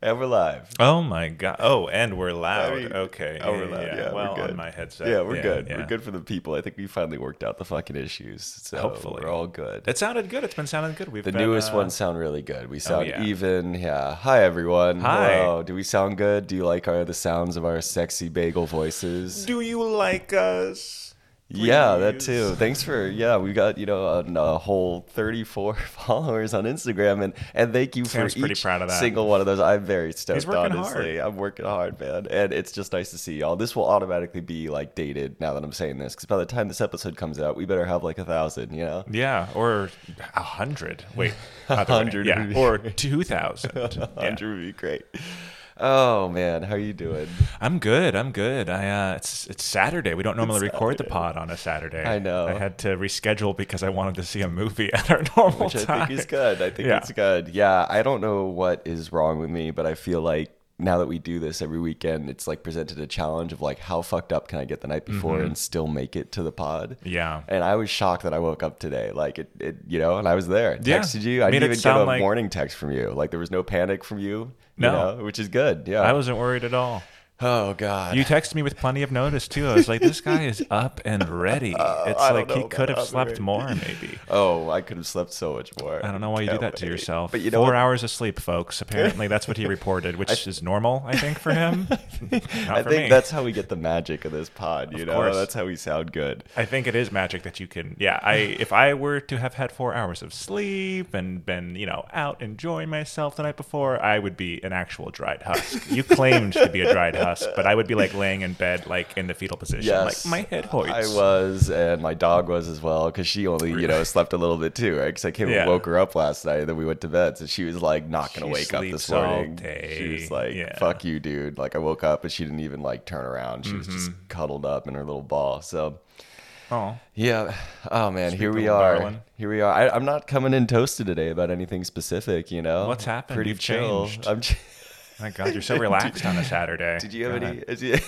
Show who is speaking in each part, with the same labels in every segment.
Speaker 1: And we're live.
Speaker 2: Oh my god. Oh, and we're loud.
Speaker 1: mean,
Speaker 2: okay.
Speaker 1: Oh, we're loud. Yeah, we're
Speaker 2: well,
Speaker 1: good.
Speaker 2: on my headset.
Speaker 1: Yeah, we're good.
Speaker 2: yeah.
Speaker 1: We're good for the people. I think we finally worked out the fucking issues. So
Speaker 2: Hopefully.
Speaker 1: we're all good.
Speaker 2: It sounded good. It's been sounding good. We've
Speaker 1: the
Speaker 2: been,
Speaker 1: newest
Speaker 2: uh, Oh,
Speaker 1: ones sound really good. We sound
Speaker 2: yeah.
Speaker 1: even. Yeah. Hi everyone.
Speaker 2: Hi.
Speaker 1: Hello. Do we sound good? Do you like our the sounds of our sexy bagel voices?
Speaker 2: Do you like us?
Speaker 1: Yeah, that
Speaker 2: please?
Speaker 1: too. Thanks for yeah. We got you know a, a whole thirty four followers on Instagram, and and thank you
Speaker 2: Sam's
Speaker 1: for
Speaker 2: pretty
Speaker 1: each
Speaker 2: proud of that.
Speaker 1: single one of those. I'm very stoked.
Speaker 2: working
Speaker 1: honestly, I'm working hard, man, and it's just nice to see y'all. This will automatically be like dated now that I'm saying this because by the time this episode comes out, we better have like a thousand. You know,
Speaker 2: Yeah, or a hundred. Wait,
Speaker 1: A
Speaker 2: other way.
Speaker 1: hundred would
Speaker 2: Yeah,
Speaker 1: be
Speaker 2: or two thousand.
Speaker 1: a hundred would be great. Oh man, how you doing?
Speaker 2: I'm good. I'm good. I uh, it's it's Saturday. We don't normally record the pod on a Saturday.
Speaker 1: I know.
Speaker 2: I had to reschedule because I wanted to see a movie at our normal
Speaker 1: which
Speaker 2: time.
Speaker 1: I think is good. I think
Speaker 2: Yeah.
Speaker 1: it's good. Yeah, I don't know what is wrong with me, but I feel like now that we do this every weekend, it's like presented a challenge of like how fucked up can I get the night before and still make it to the pod.
Speaker 2: Mm-hmm. Yeah.
Speaker 1: And I was shocked that I woke up today, like it, it you know, and I was there. I
Speaker 2: Yeah.
Speaker 1: Texted you. I
Speaker 2: Made
Speaker 1: didn't
Speaker 2: it
Speaker 1: even get
Speaker 2: sound
Speaker 1: a
Speaker 2: like-
Speaker 1: warning text from you. Like there was no panic from you. you
Speaker 2: No.
Speaker 1: know, which is good. Yeah.
Speaker 2: I wasn't worried at all.
Speaker 1: oh god.
Speaker 2: You texted me with plenty of notice too. I was like, this guy is up and ready. It's
Speaker 1: Uh, I don't
Speaker 2: like
Speaker 1: know
Speaker 2: he
Speaker 1: about
Speaker 2: could have
Speaker 1: up and
Speaker 2: slept
Speaker 1: ready.
Speaker 2: more, maybe.
Speaker 1: oh, I could have slept so much more.
Speaker 2: I don't know why you do
Speaker 1: Can't
Speaker 2: that to
Speaker 1: wait.
Speaker 2: yourself.
Speaker 1: But you know
Speaker 2: four
Speaker 1: what?
Speaker 2: hours of sleep, folks. Apparently, that's what he reported, which is normal, I think, for him. Not
Speaker 1: I
Speaker 2: for
Speaker 1: think
Speaker 2: me.
Speaker 1: that's how we get the magic of this pod. You know,
Speaker 2: course.
Speaker 1: that's how we sound good.
Speaker 2: I think it is magic that you can. Yeah, I if I were to have had four hours of sleep and been you know out enjoying myself the night before, I would be an actual dried husk. You claimed to be a dried husk, but I would be like laying in bed, like in the fetal position,
Speaker 1: Yes,
Speaker 2: like my head hoits.
Speaker 1: I was, and my dog was as well, because she only, you know, slept a little bit too, right? Because I came
Speaker 2: Yeah.
Speaker 1: and woke her up last night, and then we went to bed, so she was like not gonna
Speaker 2: She
Speaker 1: wake up this
Speaker 2: sleeps all
Speaker 1: morning. She
Speaker 2: day.
Speaker 1: was like,
Speaker 2: Yeah.
Speaker 1: "Fuck you, dude!" Like I woke up, and she didn't even like turn around. She was just
Speaker 2: Mm-hmm.
Speaker 1: cuddled up in her little ball. So
Speaker 2: Oh,
Speaker 1: yeah, oh man, here we
Speaker 2: little
Speaker 1: are.
Speaker 2: darling.
Speaker 1: Here we are. I, I'm not coming in toasted today about anything specific, you know.
Speaker 2: What's happened?
Speaker 1: Pretty
Speaker 2: You've
Speaker 1: chill.
Speaker 2: changed.
Speaker 1: I'm. ch-
Speaker 2: my God, you're so relaxed on a Saturday.
Speaker 1: Did you have
Speaker 2: God.
Speaker 1: any? Is you-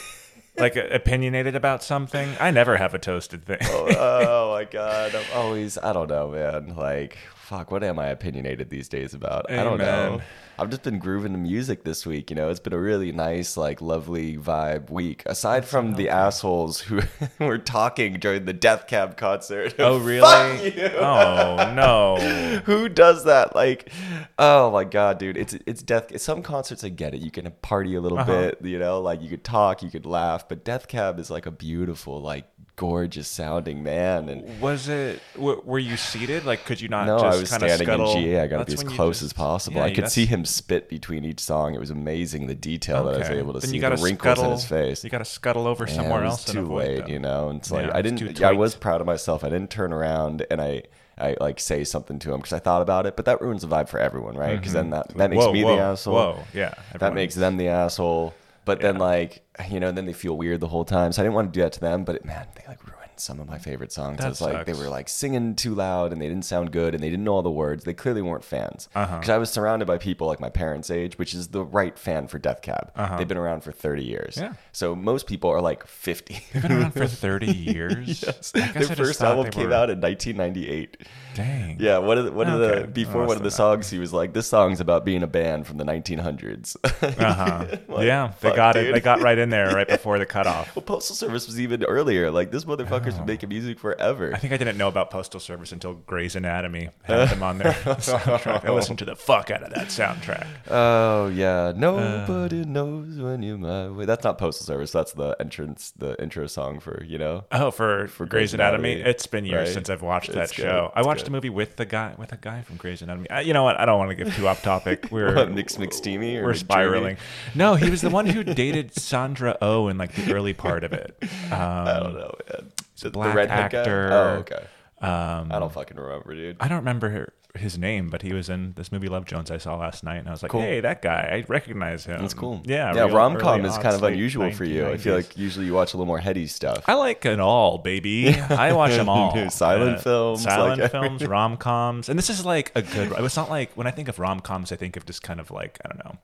Speaker 2: like uh, opinionated about something. I never have a toasted thing.
Speaker 1: oh my god i'm always i don't know man like fuck what am i opinionated these days about i don't
Speaker 2: Amen.
Speaker 1: know i've just been grooving to music this week you know it's been a really nice like lovely vibe week aside from the assholes who were talking during the death cab concert
Speaker 2: oh really?
Speaker 1: Fuck you.
Speaker 2: Oh no.
Speaker 1: who does that like oh my god dude it's it's death some concerts i get it you can party a little
Speaker 2: Uh-huh.
Speaker 1: bit you know like you could talk you could laugh but death cab is like a beautiful like gorgeous sounding man and
Speaker 2: Was it? W- were you seated? Like, could you not?
Speaker 1: No,
Speaker 2: just
Speaker 1: I was
Speaker 2: kinda
Speaker 1: standing
Speaker 2: scuttle?
Speaker 1: in GA. I got to be
Speaker 2: That's
Speaker 1: as
Speaker 2: when you
Speaker 1: close
Speaker 2: just-
Speaker 1: as possible.
Speaker 2: Yeah,
Speaker 1: I could
Speaker 2: that's-
Speaker 1: see him spit between each song. It was amazing the detail that I was
Speaker 2: okay.
Speaker 1: able to
Speaker 2: Then
Speaker 1: see.
Speaker 2: you
Speaker 1: the
Speaker 2: gotta
Speaker 1: wrinkles
Speaker 2: scuttle,
Speaker 1: in his face.
Speaker 2: You got to scuttle over
Speaker 1: Yeah,
Speaker 2: somewhere
Speaker 1: it was
Speaker 2: else
Speaker 1: Too
Speaker 2: and avoid
Speaker 1: late,
Speaker 2: them.
Speaker 1: you know. And it's like
Speaker 2: Yeah,
Speaker 1: I
Speaker 2: it's
Speaker 1: didn't.
Speaker 2: too
Speaker 1: Yeah, I
Speaker 2: tight.
Speaker 1: was proud of myself. I didn't turn around and I. I like say something to him because I thought about it, but that ruins the vibe for everyone, right? Because then that, that makes
Speaker 2: Mm-hmm. whoa,
Speaker 1: me
Speaker 2: whoa,
Speaker 1: the asshole.
Speaker 2: Whoa, yeah.
Speaker 1: That
Speaker 2: everyone-
Speaker 1: makes them the asshole. But then like you know, then they feel weird the whole time. So I didn't want to do that to them, but it, man, they like ruined some of my favorite songs.
Speaker 2: That
Speaker 1: it's like they
Speaker 2: sucks.
Speaker 1: were like singing too loud and they didn't sound good and they didn't know all the words. They clearly weren't fans. Because
Speaker 2: Uh-huh.
Speaker 1: I was surrounded by people like my parents' age, which is the right fan for Death Cab. They've been around for 30 years.
Speaker 2: Uh-huh. Yeah.
Speaker 1: So most people are like 50.
Speaker 2: Been around for thirty years. yes. I guess I
Speaker 1: Their
Speaker 2: just
Speaker 1: first
Speaker 2: thought
Speaker 1: album
Speaker 2: they
Speaker 1: came
Speaker 2: were-
Speaker 1: out in 1998.
Speaker 2: Dang.
Speaker 1: Yeah, one of the, one of
Speaker 2: Okay.
Speaker 1: the before
Speaker 2: Oh,
Speaker 1: one of
Speaker 2: so
Speaker 1: the songs, he was like, "This song's about being a band from the 1900s."
Speaker 2: Uh-huh.
Speaker 1: Like,
Speaker 2: yeah. They
Speaker 1: fuck,
Speaker 2: got it.
Speaker 1: dude.
Speaker 2: They got right in there right before the cutoff.
Speaker 1: Well, Postal Service was even earlier. Like this motherfucker's been making music forever.
Speaker 2: Oh. I think I didn't know about Postal Service until Grey's Anatomy had them on their soundtrack. I listened to the fuck out of that soundtrack.
Speaker 1: Oh yeah,
Speaker 2: Uh.
Speaker 1: nobody knows when you're my way. That's not Postal Service. That's the entrance, the intro song for you know.
Speaker 2: Oh, for, for Grey's
Speaker 1: Grey's
Speaker 2: Anatomy.
Speaker 1: Anatomy,
Speaker 2: It's been years
Speaker 1: right?
Speaker 2: since I've watched that
Speaker 1: It's good,
Speaker 2: show. I
Speaker 1: it's
Speaker 2: watched
Speaker 1: good.
Speaker 2: a movie with the guy with a guy from Grey's Anatomy. Uh, you know what? I don't want to give too off topic. We're
Speaker 1: What, Mix McSteamy or
Speaker 2: Uh, We're
Speaker 1: McDreamy?
Speaker 2: spiraling. No, he was the one who dated Sandra O oh in like the early part of it. Um,
Speaker 1: I don't know. Man. The- The,
Speaker 2: black
Speaker 1: redhead
Speaker 2: actor. Mm.
Speaker 1: guy. Oh okay.
Speaker 2: um,
Speaker 1: I don't fucking remember, dude.
Speaker 2: I don't remember her- his name, but he was in this movie Love Jones I saw last night, and I was like, "Hey, that guy! I recognize him."
Speaker 1: That's cool.
Speaker 2: Yeah,
Speaker 1: yeah.
Speaker 2: real
Speaker 1: Rom com
Speaker 2: early
Speaker 1: is
Speaker 2: aughts,
Speaker 1: kind of
Speaker 2: late
Speaker 1: unusual for you. I feel
Speaker 2: 1990s.
Speaker 1: like usually you watch a little more heady stuff.
Speaker 2: I like it all, baby. I watch them all.
Speaker 1: Silent films,
Speaker 2: silent
Speaker 1: like
Speaker 2: films, rom coms, and this is like a good. It's not like when I think of rom coms, I think of just kind of like I don't know,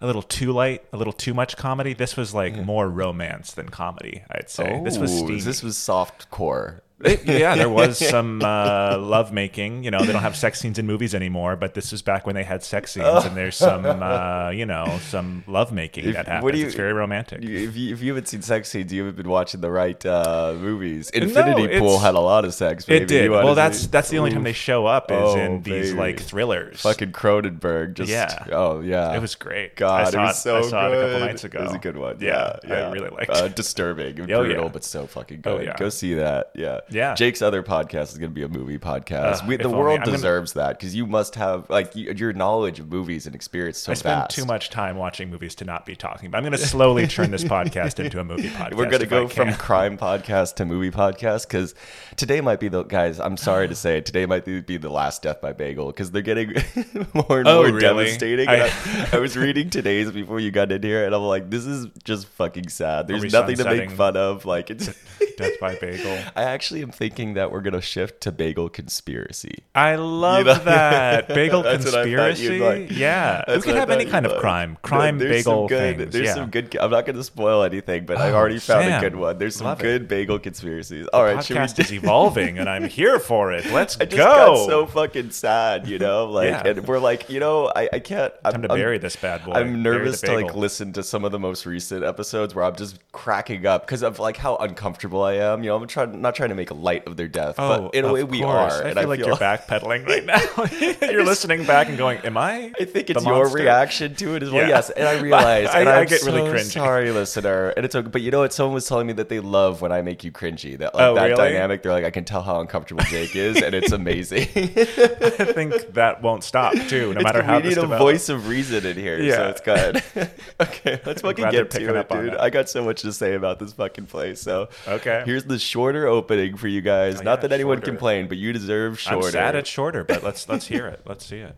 Speaker 2: a little too light, a little too much comedy. Oh, This was like more romance than comedy. I'd say this was
Speaker 1: Ooh,
Speaker 2: steamy.
Speaker 1: this was soft core.
Speaker 2: yeah, there was some uh, love making. You know, they don't have sex scenes in movies anymore, but this is back when they had sex scenes, and there's some, uh, you know, some love making
Speaker 1: Oh. If-
Speaker 2: that
Speaker 1: what
Speaker 2: happens.
Speaker 1: do you-
Speaker 2: it's very romantic.
Speaker 1: You- If you, if you haven't seen sex scenes, you haven't been watching the right uh, movies. Infinity Pool
Speaker 2: it's-
Speaker 1: had a lot of sex. Baby.
Speaker 2: it did.
Speaker 1: You wanna
Speaker 2: Well, that's
Speaker 1: see-
Speaker 2: that's the only time
Speaker 1: Ooh,
Speaker 2: they show up is
Speaker 1: Oh,
Speaker 2: in these
Speaker 1: baby.
Speaker 2: like thrillers.
Speaker 1: fucking Cronenberg. Just
Speaker 2: Yeah.
Speaker 1: Oh yeah.
Speaker 2: It was great.
Speaker 1: God,
Speaker 2: I
Speaker 1: it
Speaker 2: saw
Speaker 1: was so
Speaker 2: I saw
Speaker 1: good.
Speaker 2: it a couple nights ago.
Speaker 1: It was a good one.
Speaker 2: Yeah,
Speaker 1: Yeah,
Speaker 2: I
Speaker 1: yeah.
Speaker 2: really liked
Speaker 1: Uh,
Speaker 2: it.
Speaker 1: disturbing and
Speaker 2: Oh, yeah.
Speaker 1: brutal, but so fucking good.
Speaker 2: Oh, yeah.
Speaker 1: Go see that. Yeah,
Speaker 2: Yeah.
Speaker 1: Jake's other podcast is going to be a movie podcast.
Speaker 2: Ugh,
Speaker 1: we,
Speaker 2: if
Speaker 1: the
Speaker 2: only.
Speaker 1: world
Speaker 2: I'm gonna-
Speaker 1: deserves that because you must have like you, your knowledge of movies and experience is so
Speaker 2: I spend
Speaker 1: vast.
Speaker 2: too much time watching movies to not be talking. But I'm going to slowly turn this podcast into a movie podcast.
Speaker 1: We're gonna
Speaker 2: if I
Speaker 1: go from
Speaker 2: can.
Speaker 1: crime podcast to movie podcast because today might be the guys. I'm sorry to say, today might be the last death by bagel because they're getting more and
Speaker 2: Oh,
Speaker 1: more
Speaker 2: really?
Speaker 1: devastating.
Speaker 2: I-
Speaker 1: I, I was reading today's before you got in here, and I'm like, this is just fucking sad. There's
Speaker 2: we
Speaker 1: nothing to make
Speaker 2: sunsetting?
Speaker 1: fun of. Like, it's.
Speaker 2: Death by Bagel.
Speaker 1: I actually am thinking that we're gonna shift to bagel conspiracy.
Speaker 2: I love
Speaker 1: know?
Speaker 2: that bagel
Speaker 1: That's what I thought you'd
Speaker 2: conspiracy.
Speaker 1: like.
Speaker 2: Yeah, we
Speaker 1: That's
Speaker 2: could
Speaker 1: what I
Speaker 2: have any
Speaker 1: thought
Speaker 2: kind
Speaker 1: you'd
Speaker 2: of
Speaker 1: like.
Speaker 2: crime, crime
Speaker 1: There's some
Speaker 2: bagel
Speaker 1: good,
Speaker 2: things.
Speaker 1: There's
Speaker 2: yeah.
Speaker 1: some good. I'm not going to spoil anything, but I
Speaker 2: Oh,
Speaker 1: already found
Speaker 2: Sam.
Speaker 1: a good one. There's some
Speaker 2: Love it.
Speaker 1: good bagel conspiracies. All right, should we
Speaker 2: podcast is evolving, and I'm here for it. Let's
Speaker 1: I just
Speaker 2: go.
Speaker 1: got so fucking sad, you know. Like,
Speaker 2: Yeah.
Speaker 1: and we're like, you know, I, I can't. I'm,
Speaker 2: Time to
Speaker 1: I'm-
Speaker 2: bury this bad boy.
Speaker 1: I'm
Speaker 2: Bury the
Speaker 1: nervous to like
Speaker 2: bagel.
Speaker 1: listen to some of the most recent episodes where I'm just cracking up because of like how uncomfortable I am. You know, I'm trying not trying to make light of their death,
Speaker 2: Oh,
Speaker 1: but in a
Speaker 2: of
Speaker 1: way we
Speaker 2: course.
Speaker 1: are.
Speaker 2: I
Speaker 1: and
Speaker 2: feel like you're backpedaling right now. you're listening back and going, "Am I?"
Speaker 1: I think
Speaker 2: the
Speaker 1: it's your
Speaker 2: monster?"
Speaker 1: reaction to it as well.
Speaker 2: Yeah.
Speaker 1: Yes, and I realize,
Speaker 2: I-
Speaker 1: and
Speaker 2: I
Speaker 1: I,
Speaker 2: get
Speaker 1: get
Speaker 2: really
Speaker 1: really
Speaker 2: cringy.
Speaker 1: cringy. Sorry, listener, and it's okay. But you know what? Someone was telling me that they love when I make you cringy. That like
Speaker 2: Oh,
Speaker 1: that
Speaker 2: really?
Speaker 1: dynamic. They're like, I can tell how uncomfortable Jake is, and it's amazing.
Speaker 2: I think that won't stop too, no matter
Speaker 1: it's,
Speaker 2: how
Speaker 1: we
Speaker 2: this
Speaker 1: need a
Speaker 2: develops.
Speaker 1: voice of reason in here,
Speaker 2: Yeah.
Speaker 1: so it's good. okay, let's fucking
Speaker 2: glad they're
Speaker 1: get
Speaker 2: picking
Speaker 1: to it,
Speaker 2: up on
Speaker 1: dude.
Speaker 2: that.
Speaker 1: I got so much to say about this fucking place. So
Speaker 2: Okay. Oh,
Speaker 1: here's the shorter opening for you guys.
Speaker 2: yeah,
Speaker 1: Not that anyone
Speaker 2: shorter.
Speaker 1: complained, but you deserve
Speaker 2: I'm
Speaker 1: shorter.
Speaker 2: sad it's shorter, but let's let's hear it. Let's see it.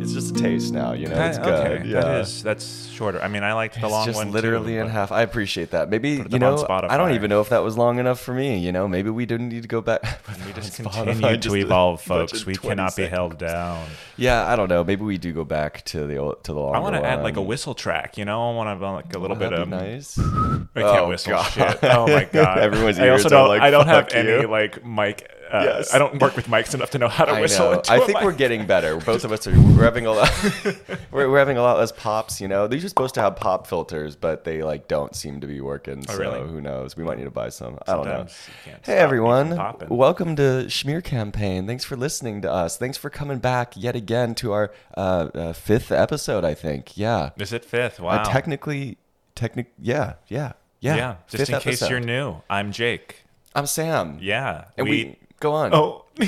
Speaker 1: it's just a taste now, you know.
Speaker 2: That-
Speaker 1: it's good.
Speaker 2: okay,
Speaker 1: Yeah.
Speaker 2: that is that's shorter. I mean, I liked the
Speaker 1: It's
Speaker 2: long
Speaker 1: just
Speaker 2: one
Speaker 1: literally
Speaker 2: too,
Speaker 1: in
Speaker 2: but-
Speaker 1: half. I appreciate that. Maybe you
Speaker 2: them on
Speaker 1: know,
Speaker 2: Spotify.
Speaker 1: I don't even know if that was long enough for me. You know, maybe we didn't need to go back. Put them
Speaker 2: We
Speaker 1: on
Speaker 2: just
Speaker 1: Spotify,
Speaker 2: continue to
Speaker 1: just a
Speaker 2: evolve,
Speaker 1: bunch
Speaker 2: folks.
Speaker 1: of
Speaker 2: We
Speaker 1: 20
Speaker 2: cannot be
Speaker 1: seconds.
Speaker 2: held down.
Speaker 1: Yeah, I don't know. Maybe we do go back to the old, to the longer.
Speaker 2: I want to add like a
Speaker 1: one.
Speaker 2: whistle track. You know, I want to like a little
Speaker 1: That'd
Speaker 2: bit of. um,
Speaker 1: be nice.
Speaker 2: I can't
Speaker 1: Oh,
Speaker 2: whistle
Speaker 1: God.
Speaker 2: shit. Oh my god!
Speaker 1: Everyone's
Speaker 2: I
Speaker 1: ears
Speaker 2: also
Speaker 1: are
Speaker 2: don't.
Speaker 1: like,
Speaker 2: I don't have
Speaker 1: "Fuck
Speaker 2: any
Speaker 1: you."
Speaker 2: like mic. Uh,
Speaker 1: Yes.
Speaker 2: I don't work with mics enough to know how to
Speaker 1: I
Speaker 2: whistle.
Speaker 1: know.
Speaker 2: into
Speaker 1: I
Speaker 2: a
Speaker 1: think
Speaker 2: mic.
Speaker 1: we're getting better. Both of us are. We're having a lot. we're, we're having a lot less pops. You know, these are supposed to have pop filters, but they like don't seem to be working. so
Speaker 2: Oh, really?
Speaker 1: who knows? We might need to buy some. I don't know.
Speaker 2: Sometimes you can't
Speaker 1: Hey
Speaker 2: stop me
Speaker 1: everyone,
Speaker 2: from popping.
Speaker 1: welcome to Schmear Campaign. Thanks for listening to us. Thanks for coming back yet again to our uh, uh, fifth episode. I think. Yeah.
Speaker 2: Is it fifth? Wow.
Speaker 1: Uh, technically, technic. Yeah. Yeah. Yeah.
Speaker 2: yeah. Just
Speaker 1: fifth
Speaker 2: in case
Speaker 1: episode.
Speaker 2: you're new, I'm Jake.
Speaker 1: I'm Sam.
Speaker 2: Yeah.
Speaker 1: And we, go on.
Speaker 2: Oh.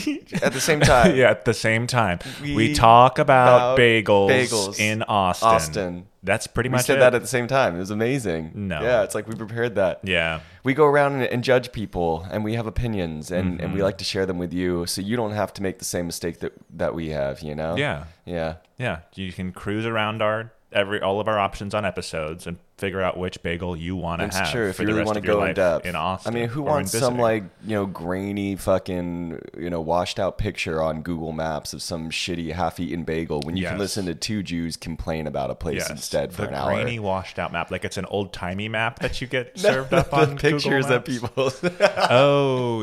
Speaker 1: At the same time.
Speaker 2: yeah, at the same time, we,
Speaker 1: We
Speaker 2: talk about,
Speaker 1: about
Speaker 2: bagels,
Speaker 1: bagels.
Speaker 2: in Austin.
Speaker 1: Austin.
Speaker 2: That's pretty
Speaker 1: We
Speaker 2: much
Speaker 1: said
Speaker 2: it.
Speaker 1: that at the same time. It was amazing.
Speaker 2: No.
Speaker 1: Yeah, it's like we prepared that.
Speaker 2: yeah.
Speaker 1: We go around and, and judge people and we have opinions and,
Speaker 2: Mm-hmm.
Speaker 1: and we like to share them with you so you don't have to make the same mistake that, that we have, you know?
Speaker 2: Yeah.
Speaker 1: Yeah.
Speaker 2: Yeah, you can cruise around our every all of our options on episodes and figure out which bagel you want to have.
Speaker 1: It's true. If
Speaker 2: for
Speaker 1: you
Speaker 2: the
Speaker 1: really
Speaker 2: rest
Speaker 1: want to
Speaker 2: of your
Speaker 1: go in
Speaker 2: life
Speaker 1: depth,
Speaker 2: in Austin,
Speaker 1: I mean, who
Speaker 2: or
Speaker 1: wants
Speaker 2: when
Speaker 1: some
Speaker 2: visiting.
Speaker 1: like you know grainy fucking you know washed out picture on Google Maps of some shitty half-eaten bagel when you
Speaker 2: Yes.
Speaker 1: can listen to two Jews complain about a place
Speaker 2: Yes,
Speaker 1: instead for
Speaker 2: the
Speaker 1: an hour?
Speaker 2: grainy washed out map, like it's an old timey map that you get served up
Speaker 1: the
Speaker 2: on
Speaker 1: pictures
Speaker 2: Google
Speaker 1: that
Speaker 2: Maps.
Speaker 1: people.
Speaker 2: Oh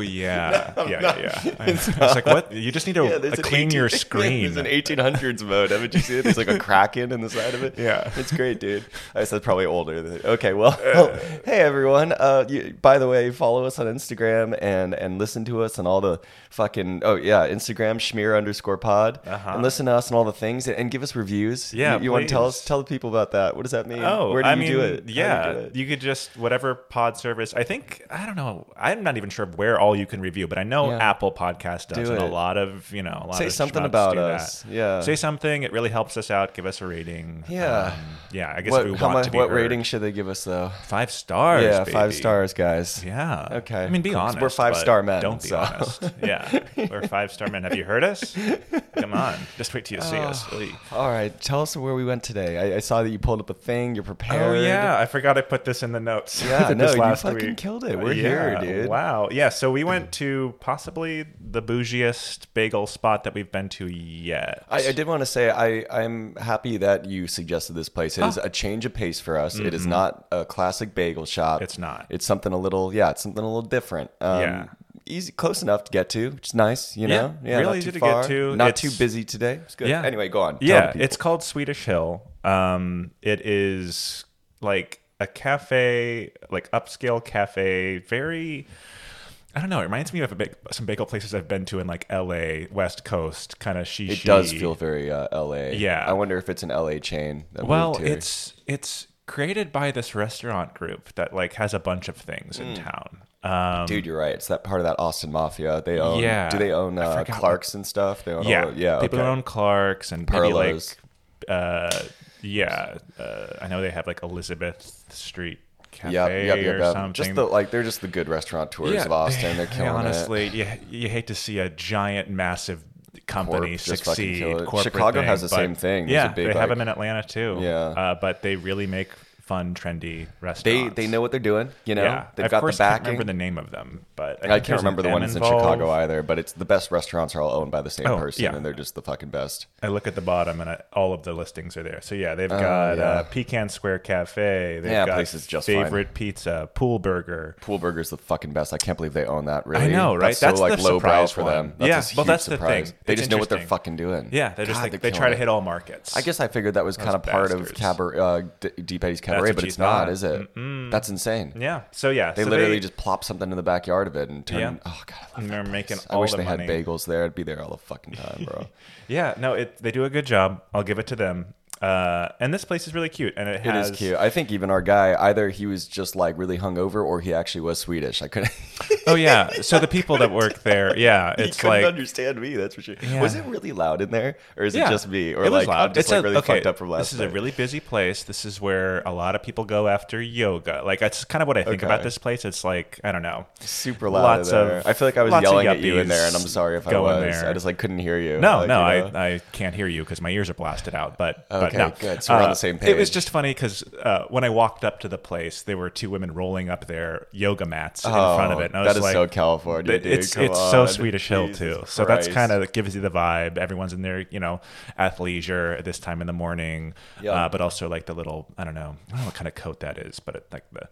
Speaker 2: yeah, yeah, yeah. yeah. I know. it's like what you just need to
Speaker 1: Yeah,
Speaker 2: uh,
Speaker 1: there's an
Speaker 2: clean your
Speaker 1: 18
Speaker 2: screen.
Speaker 1: there's an 1800s mode. Haven't you seen it? There's like a kraken in the side of it.
Speaker 2: Yeah.
Speaker 1: it's great, dude. I guess that's probably older. than- Okay, well, hey everyone. Uh, you, by the way, follow us on Instagram and and listen to us and all the fucking oh yeah, Instagram schmear underscore pod
Speaker 2: Uh-huh.
Speaker 1: and listen to us and all the things and, and give us reviews.
Speaker 2: Yeah,
Speaker 1: you, you want to tell
Speaker 2: please.
Speaker 1: us? Tell the people about that. What does that mean?
Speaker 2: Oh,
Speaker 1: where do
Speaker 2: I
Speaker 1: you
Speaker 2: mean,
Speaker 1: do it? How do you
Speaker 2: Yeah,
Speaker 1: do
Speaker 2: you,
Speaker 1: it?
Speaker 2: could just whatever pod service. I think I don't know. I'm not even sure where all you can review, but I know
Speaker 1: Yeah.
Speaker 2: Apple Podcast does,
Speaker 1: Do
Speaker 2: and a
Speaker 1: it.
Speaker 2: lot of you know, a lot
Speaker 1: Say
Speaker 2: of
Speaker 1: something
Speaker 2: schmucks
Speaker 1: about
Speaker 2: do
Speaker 1: us.
Speaker 2: That.
Speaker 1: Yeah.
Speaker 2: say something. It really helps us out. Give us a rating.
Speaker 1: Yeah.
Speaker 2: Um, yeah. I guess
Speaker 1: What,
Speaker 2: we
Speaker 1: how
Speaker 2: want
Speaker 1: much,
Speaker 2: to be
Speaker 1: what
Speaker 2: heard.
Speaker 1: rating rating should they give us though?
Speaker 2: Five stars.
Speaker 1: yeah, five
Speaker 2: baby.
Speaker 1: stars, guys.
Speaker 2: Yeah.
Speaker 1: Okay.
Speaker 2: I mean, be
Speaker 1: Cool, 'cause
Speaker 2: honest.
Speaker 1: we're five-star
Speaker 2: but
Speaker 1: men,
Speaker 2: Don't be
Speaker 1: so.
Speaker 2: honest. Yeah, we're five star men. Have you heard us? Come on. Just wait till you see us.
Speaker 1: Ah.
Speaker 2: Lee.
Speaker 1: All right, tell us where we went today. I, I saw that you pulled up a thing. You're
Speaker 2: Oh
Speaker 1: prepared.
Speaker 2: yeah, I forgot I put this in the notes.
Speaker 1: Yeah,
Speaker 2: I did
Speaker 1: no,
Speaker 2: this
Speaker 1: you
Speaker 2: last
Speaker 1: fucking
Speaker 2: week.
Speaker 1: killed it. We're
Speaker 2: Yeah,
Speaker 1: here, dude.
Speaker 2: Wow. Yeah, so we went to possibly the bougiest bagel spot that we've been to yet.
Speaker 1: I, I did want to say I, I'm happy that you suggested this place. It is
Speaker 2: Ah.
Speaker 1: a change of pace for us. It is not a classic bagel shop.
Speaker 2: Mm-hmm. It's not.
Speaker 1: It's something a little yeah. It's something a little different. Um,
Speaker 2: Yeah.
Speaker 1: Easy, close enough to get to, which is nice. You
Speaker 2: Yeah,
Speaker 1: know,
Speaker 2: real
Speaker 1: not
Speaker 2: easy
Speaker 1: too
Speaker 2: to get
Speaker 1: far,
Speaker 2: to.
Speaker 1: Not
Speaker 2: It's-
Speaker 1: too busy today. It's good.
Speaker 2: Yeah.
Speaker 1: Anyway, go on. Tell the
Speaker 2: yeah,
Speaker 1: people.
Speaker 2: it's called Swedish Hill. Um, it is like a cafe, like upscale cafe, very. I don't know. It reminds me of a big, some bagel places I've been to in like L.A. West Coast, kind of shishi.
Speaker 1: it does feel very uh, L.A.
Speaker 2: Yeah.
Speaker 1: I wonder if it's an L.A. chain. That moved
Speaker 2: Well,
Speaker 1: here.
Speaker 2: it's it's created by this restaurant group that like has a bunch of things
Speaker 1: Hmm.
Speaker 2: in town. Um,
Speaker 1: dude, you're right. It's that part of that Austin mafia. They own.
Speaker 2: Yeah.
Speaker 1: Do they own
Speaker 2: I
Speaker 1: uh,
Speaker 2: forgot what-
Speaker 1: Clark's and stuff? They own.
Speaker 2: yeah,
Speaker 1: All, Oh, yeah.
Speaker 2: People
Speaker 1: okay.
Speaker 2: own Clark's and maybe like,
Speaker 1: Perlo's.
Speaker 2: uh, yeah, uh, I know they have like Elizabeth Street Cafe
Speaker 1: Yep, yep, yep,
Speaker 2: or
Speaker 1: yep.
Speaker 2: something.
Speaker 1: Just the like, they're just the good restaurateurs of Austin. They're
Speaker 2: they
Speaker 1: killing it.
Speaker 2: honestly, you, you hate to see a giant, massive company
Speaker 1: Corp just fucking
Speaker 2: succeed.
Speaker 1: kill it.
Speaker 2: corporate
Speaker 1: Chicago has
Speaker 2: thing,
Speaker 1: the
Speaker 2: but
Speaker 1: same thing. There's
Speaker 2: Yeah,
Speaker 1: a big,
Speaker 2: they
Speaker 1: like-
Speaker 2: have them in Atlanta too.
Speaker 1: Yeah.
Speaker 2: uh, but they really make fun, trendy
Speaker 1: They
Speaker 2: restaurants.
Speaker 1: they know what they're doing. You know,
Speaker 2: Yeah,
Speaker 1: they've
Speaker 2: of
Speaker 1: got the
Speaker 2: course,
Speaker 1: backing.
Speaker 2: I can't remember the name of them, but
Speaker 1: I
Speaker 2: think
Speaker 1: can't
Speaker 2: there's an
Speaker 1: remember the
Speaker 2: M
Speaker 1: one that's in
Speaker 2: involved.
Speaker 1: Chicago either, but it's the best restaurants are all owned by the same
Speaker 2: Oh,
Speaker 1: person,
Speaker 2: yeah.
Speaker 1: and they're just the fucking best.
Speaker 2: I look at the bottom, and I, all of the listings are there. So yeah, they've got
Speaker 1: Oh, yeah.
Speaker 2: Uh, Pecan Square Cafe. They've
Speaker 1: Yeah,
Speaker 2: got
Speaker 1: place is just fine.
Speaker 2: favorite pizza, Pool Burger.
Speaker 1: Pool Burger's the fucking best. I can't believe they own that. Really,
Speaker 2: I know, right?
Speaker 1: That's, so
Speaker 2: That's the
Speaker 1: like lowbrow
Speaker 2: surprise
Speaker 1: for
Speaker 2: one.
Speaker 1: them.
Speaker 2: Yeah,
Speaker 1: That's a
Speaker 2: well,
Speaker 1: huge
Speaker 2: that's the
Speaker 1: surprise.
Speaker 2: thing.
Speaker 1: They
Speaker 2: It's
Speaker 1: just know what they're
Speaker 2: interesting.
Speaker 1: fucking doing.
Speaker 2: Yeah, they're just
Speaker 1: God,
Speaker 2: like,
Speaker 1: they're
Speaker 2: they
Speaker 1: killing
Speaker 2: try to
Speaker 1: it.
Speaker 2: hit all markets.
Speaker 1: I guess I figured that was kind of part of
Speaker 2: bastards.
Speaker 1: Cabaret, uh, D- Deep Eddie's Cabaret,
Speaker 2: what
Speaker 1: but
Speaker 2: you
Speaker 1: it's not,
Speaker 2: thought.
Speaker 1: is it? That's insane.
Speaker 2: Yeah. So yeah,
Speaker 1: They literally just plop something in the backyard of it and turn.
Speaker 2: Yeah.
Speaker 1: Oh god, I love
Speaker 2: they're making.
Speaker 1: I
Speaker 2: all
Speaker 1: wish
Speaker 2: the
Speaker 1: they
Speaker 2: money.
Speaker 1: had bagels there. I'd be there all the fucking time, bro.
Speaker 2: Yeah. No, it, they do a good job. I'll give it to them. Uh, and this place is really cute, and it
Speaker 1: it
Speaker 2: has
Speaker 1: is cute. I think even our guy, either he was just like really hungover, or he actually was Swedish. I couldn't.
Speaker 2: Oh yeah. So the people that work there, yeah,
Speaker 1: he
Speaker 2: it's
Speaker 1: couldn't
Speaker 2: like
Speaker 1: understand me. That's for sure. Was it really loud in there, or is it just me, or
Speaker 2: It was
Speaker 1: like
Speaker 2: loud.
Speaker 1: I'm just
Speaker 2: It's
Speaker 1: like
Speaker 2: a-
Speaker 1: really
Speaker 2: okay,
Speaker 1: fucked up from last?
Speaker 2: This is
Speaker 1: night?
Speaker 2: a really busy place. This is where a lot of people go after yoga. Like that's kind of what I think
Speaker 1: Okay.
Speaker 2: about this place. It's like I don't know.
Speaker 1: super loud.
Speaker 2: lots
Speaker 1: in there.
Speaker 2: of-
Speaker 1: I feel like I was
Speaker 2: lots of
Speaker 1: yelling at you in
Speaker 2: yuppies
Speaker 1: there, and I'm sorry if I
Speaker 2: going
Speaker 1: was.
Speaker 2: there.
Speaker 1: I just like couldn't hear you.
Speaker 2: No,
Speaker 1: like,
Speaker 2: no,
Speaker 1: you know?
Speaker 2: I, I can't hear you because my ears are blasted out. But, but
Speaker 1: Okay,
Speaker 2: no. Uh,
Speaker 1: good. So we're on the same
Speaker 2: It was
Speaker 1: page.
Speaker 2: just funny because uh, when I walked up to the place, there were two women rolling up their yoga mats
Speaker 1: Oh,
Speaker 2: in front of it. And I was
Speaker 1: that is
Speaker 2: like,
Speaker 1: so California.
Speaker 2: It-
Speaker 1: dude.
Speaker 2: it's
Speaker 1: Come
Speaker 2: it's so
Speaker 1: on.
Speaker 2: Swedish Hill
Speaker 1: Jesus
Speaker 2: too. So that's
Speaker 1: Christ.
Speaker 2: kind of gives you the vibe. Everyone's in their you know athleisure at this time in the morning,
Speaker 1: Yeah.
Speaker 2: uh, but also like the little I don't know I don't know what kind of coat that is, but it, like the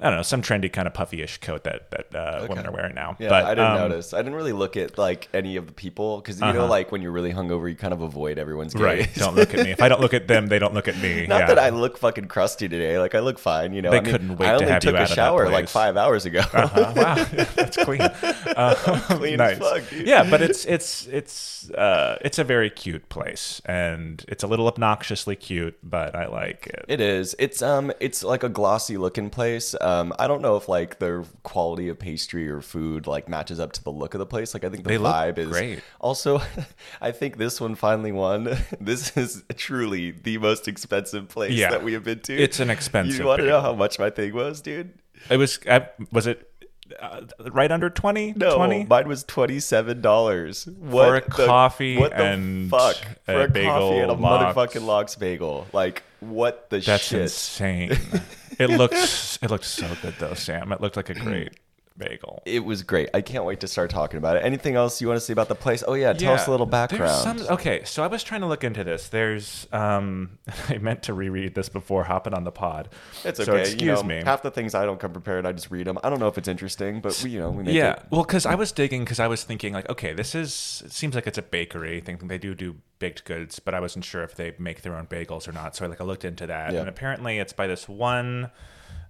Speaker 2: I don't know some trendy kind of puffy-ish coat that that uh, women are wearing now.
Speaker 1: Yeah,
Speaker 2: but
Speaker 1: I didn't
Speaker 2: um, Uh-huh.
Speaker 1: notice. I didn't really look at like any of the people because you know, like when you're really hungover, you kind of avoid everyone's gaze.
Speaker 2: Right. Don't look at me. If I don't look at them, they don't look at me.
Speaker 1: Not
Speaker 2: yeah. Uh,
Speaker 1: that I look fucking crusty today. Like I look fine. You know,
Speaker 2: They
Speaker 1: I mean,
Speaker 2: couldn't wait
Speaker 1: I
Speaker 2: to
Speaker 1: only
Speaker 2: have you
Speaker 1: took
Speaker 2: out
Speaker 1: a
Speaker 2: of that
Speaker 1: shower like
Speaker 2: place.
Speaker 1: five hours ago.
Speaker 2: Uh, wow, that's clean. Uh,
Speaker 1: Clean as
Speaker 2: nice.
Speaker 1: fuck, dude.
Speaker 2: Yeah, but it's it's it's uh, it's a very cute place, and it's a little obnoxiously cute, but I like it.
Speaker 1: It is. It's um. It's like a glossy looking place. Um. I don't know if like their quality of pastry or food like matches up to the look of the place. Like I think the
Speaker 2: They look
Speaker 1: vibe is
Speaker 2: great.
Speaker 1: Also, I think this one finally won. This is truly the most expensive place
Speaker 2: Yeah.
Speaker 1: that we have been to.
Speaker 2: It's an expensive
Speaker 1: You want to
Speaker 2: bagel.
Speaker 1: know how much my thing was, dude?
Speaker 2: It was I, was it uh, right under twenty?
Speaker 1: No,
Speaker 2: 20?
Speaker 1: mine was twenty seven dollars
Speaker 2: For a coffee
Speaker 1: What the
Speaker 2: and
Speaker 1: fuck
Speaker 2: a
Speaker 1: for a coffee
Speaker 2: bagel,
Speaker 1: and a
Speaker 2: lox.
Speaker 1: motherfucking lox bagel? Like what the
Speaker 2: That's
Speaker 1: shit?
Speaker 2: insane. it looks it looked so good though, Sam. It looked like a great bagel.
Speaker 1: it was great. I can't wait to start talking about it. Anything else you want to say about the place? Oh yeah, tell us a
Speaker 2: Yeah,
Speaker 1: little
Speaker 2: there's
Speaker 1: background.
Speaker 2: some- okay, so I was trying to look into this. There's, um, I meant to reread this before hopping on the pod.
Speaker 1: it's okay.
Speaker 2: So excuse
Speaker 1: you know,
Speaker 2: me.
Speaker 1: Half the things I don't come prepared. I just read them. I don't know if it's interesting, but we, you know, we make
Speaker 2: yeah,
Speaker 1: it.
Speaker 2: well, because I was digging because I was thinking like, okay, this is it seems like it's a bakery. Thinking they do do baked goods, but I wasn't sure if they make their own bagels or not. So I like I looked into that,
Speaker 1: Yeah.
Speaker 2: and apparently it's by this one,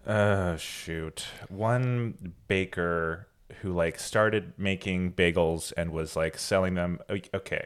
Speaker 2: uh, shoot, one baker who like started making bagels and was like selling them. Okay,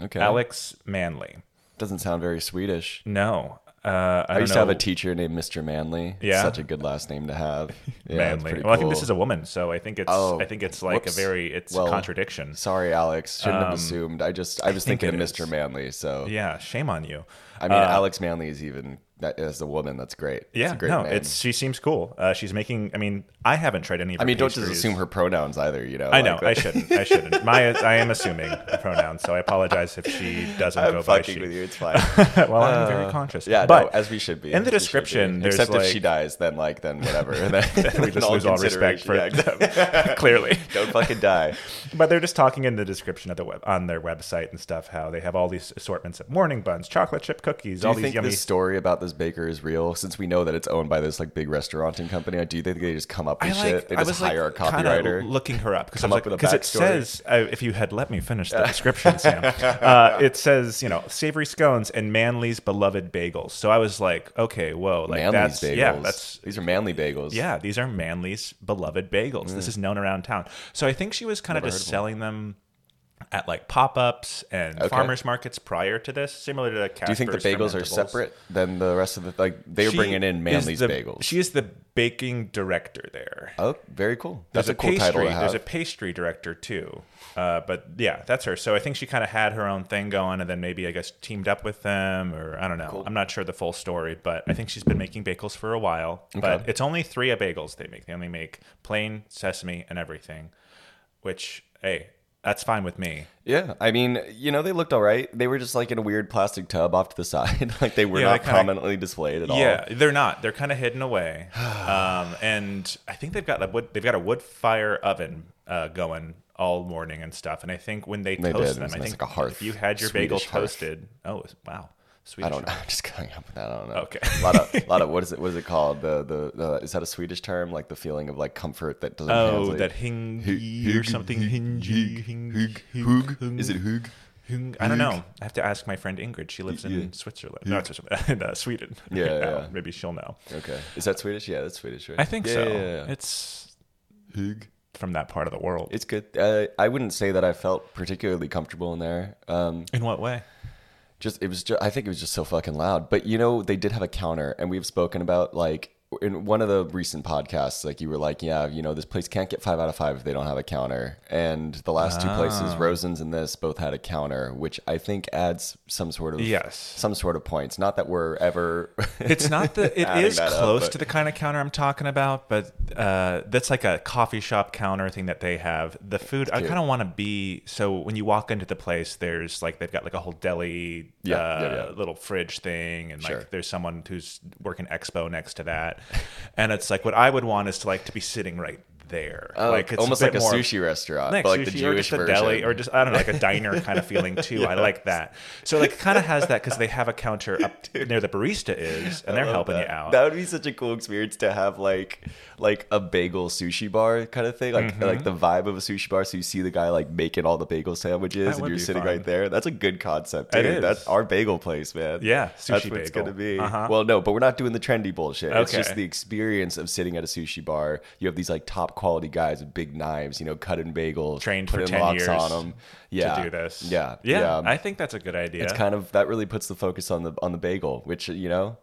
Speaker 1: Okay.
Speaker 2: Alex Manley.
Speaker 1: Doesn't sound very Swedish.
Speaker 2: No. Uh, I,
Speaker 1: I
Speaker 2: don't
Speaker 1: used
Speaker 2: know.
Speaker 1: to have a teacher named Mr. Manley. It's
Speaker 2: Yeah?
Speaker 1: Such a good last name to have. Yeah, it's
Speaker 2: manly.
Speaker 1: pretty
Speaker 2: Well, I think this
Speaker 1: cool.
Speaker 2: is a woman, so I think it's
Speaker 1: Oh,
Speaker 2: I think it's like
Speaker 1: whoops.
Speaker 2: a very it's
Speaker 1: Well,
Speaker 2: a contradiction.
Speaker 1: Sorry, Alex. Shouldn't have assumed. I just I was
Speaker 2: think
Speaker 1: thinking of
Speaker 2: it
Speaker 1: Mr.
Speaker 2: is.
Speaker 1: Manley. So
Speaker 2: Yeah, shame on you.
Speaker 1: I mean, Alex Manley is even that as a woman. That's great.
Speaker 2: Yeah,
Speaker 1: it's a great
Speaker 2: no,
Speaker 1: name.
Speaker 2: it's she seems cool. Uh, she's making. I mean, I haven't tried any. Of
Speaker 1: I
Speaker 2: her
Speaker 1: mean, don't just
Speaker 2: pastries.
Speaker 1: assume her pronouns either. You know.
Speaker 2: I know.
Speaker 1: like,
Speaker 2: I shouldn't. I shouldn't. My, I am assuming pronouns, so I apologize if she doesn't
Speaker 1: I'm
Speaker 2: go by
Speaker 1: fucking
Speaker 2: she.
Speaker 1: with you. It's fine.
Speaker 2: well, I'm very conscious.
Speaker 1: Yeah,
Speaker 2: but
Speaker 1: no, as we should be.
Speaker 2: in the
Speaker 1: as we should be.
Speaker 2: description, there's
Speaker 1: except if she
Speaker 2: like-
Speaker 1: dies, then like then whatever. Then,
Speaker 2: we just lose all respect for
Speaker 1: consideration. Yeah,
Speaker 2: them, clearly.
Speaker 1: don't fucking die.
Speaker 2: But they're just talking in the description of the web on their website and stuff how they have all these assortments of morning buns, chocolate chip cookies,
Speaker 1: Do
Speaker 2: all
Speaker 1: you
Speaker 2: these
Speaker 1: think
Speaker 2: yummy.
Speaker 1: this story about this baker is real? Since we know that it's owned by this like big restauranting company, do you think they just come up with shit? They just hire a
Speaker 2: kinda
Speaker 1: copywriter.
Speaker 2: looking her up because
Speaker 1: Come up with a
Speaker 2: it
Speaker 1: backstory.
Speaker 2: says uh, if you had let me finish the description, Sam. Uh, it says you know savory scones and Manly's beloved bagels. So I was like, okay, whoa, like
Speaker 1: Manly's
Speaker 2: that's
Speaker 1: bagels.
Speaker 2: yeah, that's
Speaker 1: These are manly bagels.
Speaker 2: Yeah, these are Manly's beloved bagels.
Speaker 1: Mm.
Speaker 2: This is known around town. So I think she was kind of just selling them at like pop ups and farmers markets prior to this, similar to Casper's.
Speaker 1: Do you think the bagels are separate than the rest of the like they're bringing in Manly's bagels?
Speaker 2: She is the baking director there.
Speaker 1: oh, very cool.
Speaker 2: There's
Speaker 1: That's a, cool
Speaker 2: pastry,
Speaker 1: title to
Speaker 2: There's
Speaker 1: have.
Speaker 2: a pastry director too. Uh, but yeah, that's her. So I think she kind of had her own thing going and then maybe, I guess, teamed up with them or I don't know. I'm not sure the full story, but I think she's been making bagels for a while. But it's only three of bagels they make. They only make plain sesame and everything, which, hey, that's fine with me.
Speaker 1: yeah, I mean, you know, they looked all right. They were just like in a weird plastic tub off to the side, like they were
Speaker 2: Yeah, they
Speaker 1: not
Speaker 2: kinda-
Speaker 1: prominently displayed at all.
Speaker 2: Yeah, they're not. They're kind of hidden away. um, and I think they've got a wood. They've got a wood fire oven uh, going all morning and stuff. And I think when they,
Speaker 1: They
Speaker 2: toast
Speaker 1: did.
Speaker 2: them,
Speaker 1: It's
Speaker 2: I
Speaker 1: nice,
Speaker 2: think
Speaker 1: like a hearth.
Speaker 2: if you had your bagel
Speaker 1: Swedish hearth.
Speaker 2: toasted, oh wow, Swedish.
Speaker 1: I don't know. I'm just coming up with that. I don't know.
Speaker 2: Okay.
Speaker 1: a lot of, a lot of what is it? What is it called? The, the the is that a Swedish term? Like the feeling of like comfort that doesn't.
Speaker 2: Oh,
Speaker 1: translate?
Speaker 2: that hingy
Speaker 1: Hug-
Speaker 2: or something. Hingy, hingy,
Speaker 1: Hoog? Is it hoog?
Speaker 2: Hung- I don't know. I have to ask my friend Ingrid. She lives in
Speaker 1: Yeah.
Speaker 2: Switzerland. Not Switzerland. in, uh, Sweden.
Speaker 1: Yeah,
Speaker 2: right now.
Speaker 1: yeah.
Speaker 2: Maybe she'll know.
Speaker 1: Okay. Is that Swedish? Yeah, that's Swedish, right?
Speaker 2: I think
Speaker 1: Yeah,
Speaker 2: so.
Speaker 1: yeah, yeah, yeah.
Speaker 2: It's
Speaker 1: Hug.
Speaker 2: from that part of the world.
Speaker 1: It's good. Uh, I wouldn't say that I felt particularly comfortable in there. Um,
Speaker 2: in what way?
Speaker 1: just it was. Just, I think it was just so fucking loud. But you know, they did have a counter, and we've spoken about like in one of the recent podcasts. Like you were like, yeah, you know, this place can't get five out of five if they don't have a counter. And the last two
Speaker 2: Ah.
Speaker 1: places, Rosen's and this, both had a counter, which I think adds some sort of
Speaker 2: Yes.
Speaker 1: some sort of points. Not that we're ever.
Speaker 2: It's not the. It
Speaker 1: Adding
Speaker 2: is
Speaker 1: that up,
Speaker 2: close
Speaker 1: but-
Speaker 2: to the kind of counter I'm talking about, but uh, that's like a coffee shop counter thing that they have. The food I kind of want to be. So when you walk into the place, there's like they've got like a whole deli,
Speaker 1: Yeah,
Speaker 2: uh,
Speaker 1: yeah, yeah.
Speaker 2: little fridge thing, and
Speaker 1: Sure.
Speaker 2: like there's someone who's working expo next to that, and it's like what I would want is to like to be sitting right there,
Speaker 1: Oh,
Speaker 2: like it's
Speaker 1: almost
Speaker 2: bit
Speaker 1: like a
Speaker 2: more-
Speaker 1: sushi restaurant,
Speaker 2: like
Speaker 1: but like the
Speaker 2: sushi or
Speaker 1: Jewish
Speaker 2: just a
Speaker 1: version,
Speaker 2: deli or just I don't know like a diner kind of feeling too. I like that. So like kind of has that because they have a counter up near the barista is and they're
Speaker 1: love
Speaker 2: helping
Speaker 1: that.
Speaker 2: you out.
Speaker 1: That would be such a cool experience to have, like like a bagel sushi bar kind of thing,
Speaker 2: Mm-hmm.
Speaker 1: like like the vibe of a sushi bar. So you see the guy like making all the bagel sandwiches,
Speaker 2: would
Speaker 1: and you're
Speaker 2: be
Speaker 1: sitting
Speaker 2: fun.
Speaker 1: right there. That's a good concept.
Speaker 2: It
Speaker 1: Dude.
Speaker 2: is.
Speaker 1: That's our bagel place, man.
Speaker 2: Yeah,
Speaker 1: that's
Speaker 2: sushi
Speaker 1: what it's
Speaker 2: bagel.
Speaker 1: gonna be.
Speaker 2: Uh-huh.
Speaker 1: Well, no, but we're not doing the trendy bullshit. It's just
Speaker 2: Okay.
Speaker 1: the experience of sitting at a sushi bar. You have these like top quality guys with big knives, you know, cutting bagels,
Speaker 2: Trained for
Speaker 1: putting
Speaker 2: 10
Speaker 1: locks
Speaker 2: years
Speaker 1: on them. Yeah,
Speaker 2: to do this.
Speaker 1: Yeah,
Speaker 2: yeah. I think that's a good idea.
Speaker 1: it's kind of that really puts the focus on the on the bagel, which you know,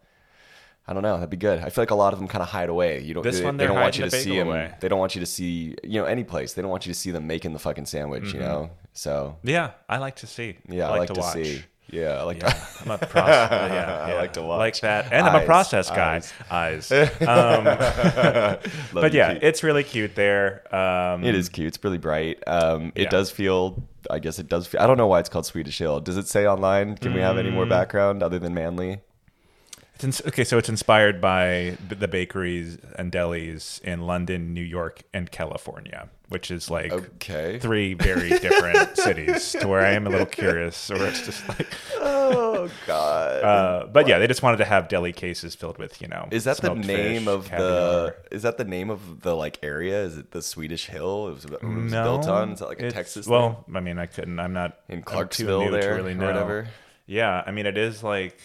Speaker 1: I don't know, that'd be good. I feel like a lot of them kind of hide away. You don't.
Speaker 2: This
Speaker 1: they,
Speaker 2: one,
Speaker 1: they
Speaker 2: they're
Speaker 1: don't want you to
Speaker 2: hiding the
Speaker 1: see
Speaker 2: bagel
Speaker 1: 'em-
Speaker 2: away.
Speaker 1: They don't want you to see you know any place. They don't want you to see them making the fucking sandwich. You know, so
Speaker 2: yeah, Mm-hmm. I like to see.
Speaker 1: yeah, I, like to,
Speaker 2: watch.
Speaker 1: see. Yeah, I like to.
Speaker 2: I'm a process. Yeah,
Speaker 1: I
Speaker 2: yeah.
Speaker 1: like to watch.
Speaker 2: like that, and I'm a
Speaker 1: Eyes,
Speaker 2: process guy. Eyes, Um,
Speaker 1: Love
Speaker 2: but
Speaker 1: you,
Speaker 2: yeah,
Speaker 1: Pete.
Speaker 2: it's really cute there. Um,
Speaker 1: it is cute. It's really bright. Um, it
Speaker 2: Yeah.
Speaker 1: does feel. I guess it does feel. I don't know why it's called Swedish Hill. Does it say online? Can we have any
Speaker 2: Mm.
Speaker 1: more background other than manly?
Speaker 2: It's ins- okay, so it's inspired by b- the bakeries and delis in London, New York, and California, which is like
Speaker 1: Oh, Okay.
Speaker 2: three very different cities. To where I am a little curious, or it's just like,
Speaker 1: Oh God.
Speaker 2: uh, but yeah, they just wanted to have deli cases filled with you know.
Speaker 1: Is that the
Speaker 2: smoked
Speaker 1: name
Speaker 2: fish,
Speaker 1: of
Speaker 2: caviar.
Speaker 1: the? Is that the name of the like area? Is it the Swedish Hill? It was, it was built on. Is that like a
Speaker 2: it's-
Speaker 1: Texas? thing?
Speaker 2: Well, I mean, I couldn't. I'm not
Speaker 1: In
Speaker 2: I'm too
Speaker 1: Clarksville
Speaker 2: new to
Speaker 1: there
Speaker 2: really
Speaker 1: or
Speaker 2: know.
Speaker 1: whatever?
Speaker 2: Yeah, I mean, it is like.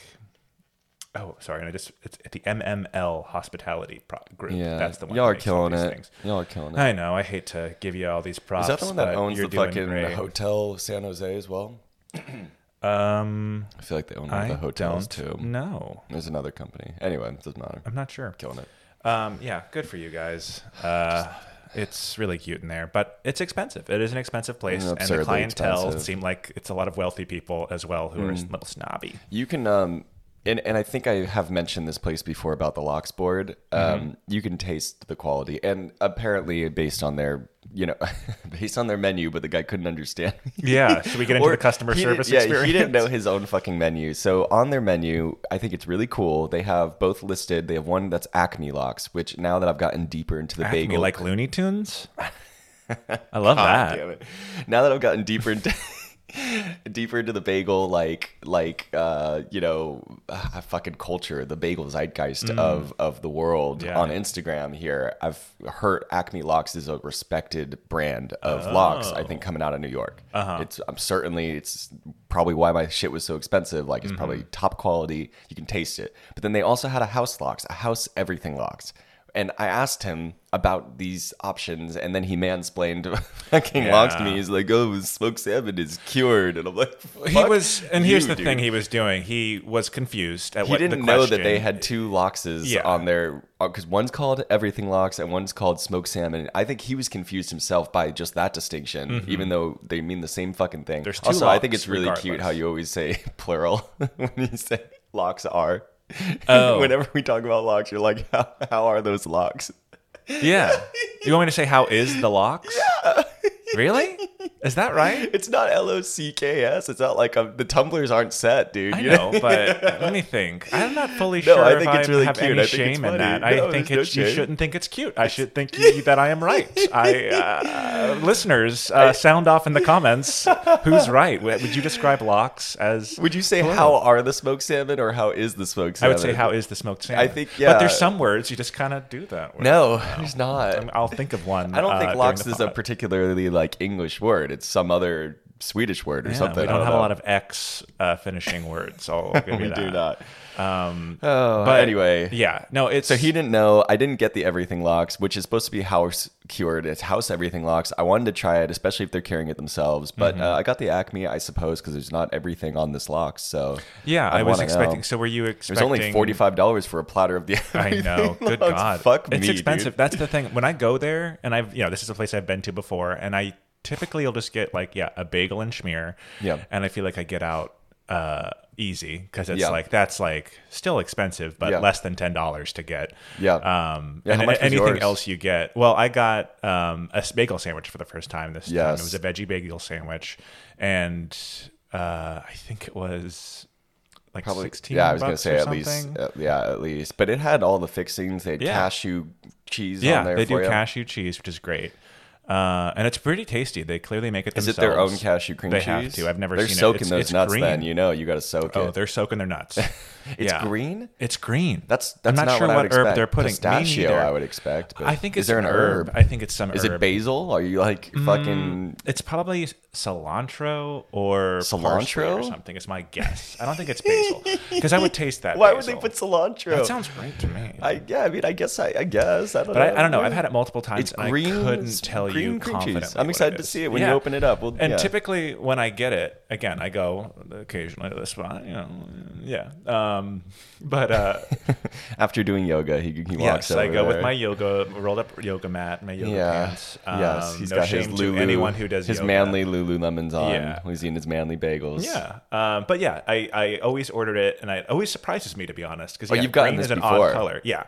Speaker 2: Oh, sorry, and I just it's at the MML Hospitality pro- Group.
Speaker 1: yeah,
Speaker 2: that's the one.
Speaker 1: Y'all
Speaker 2: that
Speaker 1: are
Speaker 2: makes all
Speaker 1: killing
Speaker 2: these
Speaker 1: it.
Speaker 2: things.
Speaker 1: Y'all are killing it.
Speaker 2: I know. I hate to give you all these props.
Speaker 1: Is that the one that
Speaker 2: but
Speaker 1: owns
Speaker 2: you're
Speaker 1: the
Speaker 2: doing
Speaker 1: fucking
Speaker 2: great.
Speaker 1: hotel San Jose as well?
Speaker 2: Um,
Speaker 1: I feel like they own all
Speaker 2: I
Speaker 1: the hotels
Speaker 2: don't
Speaker 1: too.
Speaker 2: know.
Speaker 1: There's another company. Anyway, it doesn't matter.
Speaker 2: I'm not sure.
Speaker 1: killing it.
Speaker 2: Um, yeah, good for you guys. Uh, it's really cute in there, but it's expensive. It is an expensive place,
Speaker 1: Mm,
Speaker 2: and the
Speaker 1: absurdly
Speaker 2: clientele
Speaker 1: expensive. Hmm.
Speaker 2: seem like it's a lot of wealthy people as well who are a little snobby.
Speaker 1: You can um and and I think I have mentioned this place before about the Locks board. Um,
Speaker 2: Mm-hmm.
Speaker 1: You can taste the quality, and apparently based on their you know based on their menu, but the guy couldn't understand.
Speaker 2: Yeah. Should we get into
Speaker 1: Or
Speaker 2: the customer
Speaker 1: he didn't-
Speaker 2: service
Speaker 1: yeah,
Speaker 2: experience?
Speaker 1: he didn't know his own fucking menu. So on their menu, I think it's really cool. They have both listed. They have one that's Acme Locks, which now that I've gotten deeper into the
Speaker 2: Acme
Speaker 1: bagel,
Speaker 2: like Looney Tunes. I love that.
Speaker 1: Damn it. Now that I've gotten deeper into deeper into the bagel like like uh you know uh, fucking culture the bagel zeitgeist of of the world
Speaker 2: Yeah.
Speaker 1: on instagram here i've heard acme locks is a respected brand of locks i think coming out of new york it's i'm certainly it's probably why my shit was so expensive like it's probably top quality you can taste it but then they also had a house locks a house everything locks and I asked him about these options, and then he mansplained fucking locks to
Speaker 2: Yeah.
Speaker 1: me. He's like, "Oh, smoked salmon is cured," and I'm like,
Speaker 2: He
Speaker 1: "Fuck
Speaker 2: was, and here's
Speaker 1: you,
Speaker 2: the
Speaker 1: dude."
Speaker 2: thing he was doing. He was confused at
Speaker 1: He
Speaker 2: what
Speaker 1: didn't
Speaker 2: the
Speaker 1: know
Speaker 2: question.
Speaker 1: that they had two loxes
Speaker 2: Yeah.
Speaker 1: on their because one's called everything lox and one's called smoked salmon. I think he was confused himself by just that distinction, even though they mean the same fucking thing.
Speaker 2: Mm-hmm. There's two
Speaker 1: also, I think
Speaker 2: lox
Speaker 1: it's really cute
Speaker 2: regardless.
Speaker 1: how you always say plural when you say locks are.
Speaker 2: Oh.
Speaker 1: Whenever we talk about locks, you're like, "How, how are those locks?"
Speaker 2: Yeah. You want me to say how is the locks? Really? Is that right?
Speaker 1: It's not L O C K S. It's not like um the tumblers aren't set, dude.
Speaker 2: I
Speaker 1: you
Speaker 2: know, but let me think. I'm not fully
Speaker 1: No,
Speaker 2: sure.
Speaker 1: I think
Speaker 2: if
Speaker 1: it's really
Speaker 2: have
Speaker 1: cute.
Speaker 2: Any
Speaker 1: I think
Speaker 2: shame
Speaker 1: it's
Speaker 2: in
Speaker 1: funny.
Speaker 2: that.
Speaker 1: No,
Speaker 2: I think
Speaker 1: there's
Speaker 2: it's,
Speaker 1: no
Speaker 2: you
Speaker 1: shame.
Speaker 2: shouldn't think it's cute. I should think you, that I am right. I uh, listeners, uh, sound off in the comments. Who's right? Would would you describe locks as?
Speaker 1: Would you say how are the smoked salmon or how is the smoked
Speaker 2: I
Speaker 1: salmon?
Speaker 2: would say how is the smoked salmon?
Speaker 1: I think,
Speaker 2: But there's
Speaker 1: yeah.
Speaker 2: some words you just kind of do that. With.
Speaker 1: No, there's not.
Speaker 2: I'm- I'll think of one.
Speaker 1: I don't
Speaker 2: uh,
Speaker 1: think
Speaker 2: during
Speaker 1: lox
Speaker 2: the
Speaker 1: is a
Speaker 2: pod.
Speaker 1: particularly like English word. It's some other Swedish word or
Speaker 2: Yeah,
Speaker 1: something.
Speaker 2: We
Speaker 1: I
Speaker 2: don't have a
Speaker 1: know.
Speaker 2: lot of X uh, finishing words. I'll give
Speaker 1: We
Speaker 2: you
Speaker 1: do
Speaker 2: that.
Speaker 1: not.
Speaker 2: Um,
Speaker 1: Oh,
Speaker 2: but
Speaker 1: anyway.
Speaker 2: yeah, no, it's
Speaker 1: So he didn't know. I didn't get the everything locks, which is supposed to be house cured. It's house everything locks. I wanted to try it, especially if they're carrying it themselves. But
Speaker 2: Mm-hmm.
Speaker 1: uh, I got the Acme, I suppose, because there's not everything on this lock. So
Speaker 2: Yeah, I,
Speaker 1: wanna
Speaker 2: was
Speaker 1: know.
Speaker 2: expecting. So were you
Speaker 1: It
Speaker 2: expecting?
Speaker 1: was only forty five dollars for a platter of the.
Speaker 2: I know.
Speaker 1: everything
Speaker 2: Good
Speaker 1: lox.
Speaker 2: God,
Speaker 1: Fuck me,
Speaker 2: it's expensive.
Speaker 1: dude.
Speaker 2: That's the thing. When I go there, and I've you know this is a place I've been to before, and I typically will just get like yeah a bagel and schmear.
Speaker 1: Yeah.
Speaker 2: and I feel like I get out uh easy because it's
Speaker 1: Yeah.
Speaker 2: like that's like still expensive, but
Speaker 1: Yeah.
Speaker 2: less than ten dollars to get.
Speaker 1: Yeah.
Speaker 2: Um,
Speaker 1: Yeah, how
Speaker 2: and
Speaker 1: much was
Speaker 2: anything
Speaker 1: yours?
Speaker 2: else you get. Well, I got um a bagel sandwich for the first time this time.
Speaker 1: Yes.
Speaker 2: It was a veggie bagel sandwich, and uh I think it was. Like
Speaker 1: Probably-
Speaker 2: 16
Speaker 1: Yeah, I was gonna
Speaker 2: bucks
Speaker 1: say
Speaker 2: or
Speaker 1: at least.
Speaker 2: something.
Speaker 1: uh, yeah, at least. But it had all the fixings. They had
Speaker 2: Yeah.
Speaker 1: cashew cheese
Speaker 2: Yeah,
Speaker 1: on there.
Speaker 2: they
Speaker 1: for
Speaker 2: do
Speaker 1: you.
Speaker 2: cashew cheese, which is great, uh, and it's pretty tasty. They clearly make it
Speaker 1: Is
Speaker 2: themselves.
Speaker 1: it their own cashew cream
Speaker 2: They
Speaker 1: cheese?
Speaker 2: have to. I've never
Speaker 1: they're
Speaker 2: seen it.
Speaker 1: soaking
Speaker 2: It's-
Speaker 1: those
Speaker 2: it's
Speaker 1: nuts.
Speaker 2: green.
Speaker 1: Then you know you got to soak
Speaker 2: Oh,
Speaker 1: it.
Speaker 2: they're soaking their nuts.
Speaker 1: It's
Speaker 2: Yeah.
Speaker 1: green.
Speaker 2: It's green.
Speaker 1: That's
Speaker 2: I'm
Speaker 1: that's
Speaker 2: not, sure
Speaker 1: what, I would
Speaker 2: what herb
Speaker 1: expect.
Speaker 2: they're putting. Me
Speaker 1: Pistachio,
Speaker 2: neither.
Speaker 1: I would expect. But
Speaker 2: I think it's
Speaker 1: is there an herb?
Speaker 2: I think it's some
Speaker 1: Is
Speaker 2: herb. Mm.
Speaker 1: it basil? Are you like fucking?
Speaker 2: It's probably cilantro or parsley or
Speaker 1: Cilantro?
Speaker 2: something. Is my guess. I don't think it's basil because I would taste that.
Speaker 1: Why would they
Speaker 2: Uh, basil.
Speaker 1: put cilantro?
Speaker 2: That sounds great to me.
Speaker 1: I yeah. I mean, I guess I, I guess I don't.
Speaker 2: but
Speaker 1: know.
Speaker 2: I, I don't know.
Speaker 1: Yeah.
Speaker 2: I've had it multiple times,
Speaker 1: Uh, It's
Speaker 2: and
Speaker 1: green.
Speaker 2: I couldn't
Speaker 1: it's
Speaker 2: tell
Speaker 1: green
Speaker 2: you
Speaker 1: cream
Speaker 2: confidently.
Speaker 1: cheese. I'm
Speaker 2: what
Speaker 1: excited to
Speaker 2: is.
Speaker 1: see it when
Speaker 2: Yeah.
Speaker 1: you open it up. Well,
Speaker 2: And
Speaker 1: yeah.
Speaker 2: typically, when I get it, again, I go occasionally to the spot, you know, yeah. Um, but uh,
Speaker 1: after doing yoga, he, he walks
Speaker 2: yes, I
Speaker 1: over
Speaker 2: go with
Speaker 1: there.
Speaker 2: my yoga rolled up yoga mat, my yoga
Speaker 1: yeah.
Speaker 2: pants. Um,
Speaker 1: yes, he's
Speaker 2: no
Speaker 1: got
Speaker 2: shame
Speaker 1: his Lulu.
Speaker 2: to anyone who does
Speaker 1: his
Speaker 2: yoga.
Speaker 1: manly Lululemons on.
Speaker 2: Yeah.
Speaker 1: He's eating his manly bagels.
Speaker 2: Yeah, um, but yeah, I, I always ordered it, and I it always surprises me to be honest because
Speaker 1: Oh,
Speaker 2: yeah,
Speaker 1: you've gotten
Speaker 2: green
Speaker 1: this
Speaker 2: is an
Speaker 1: before.
Speaker 2: odd color. Yeah,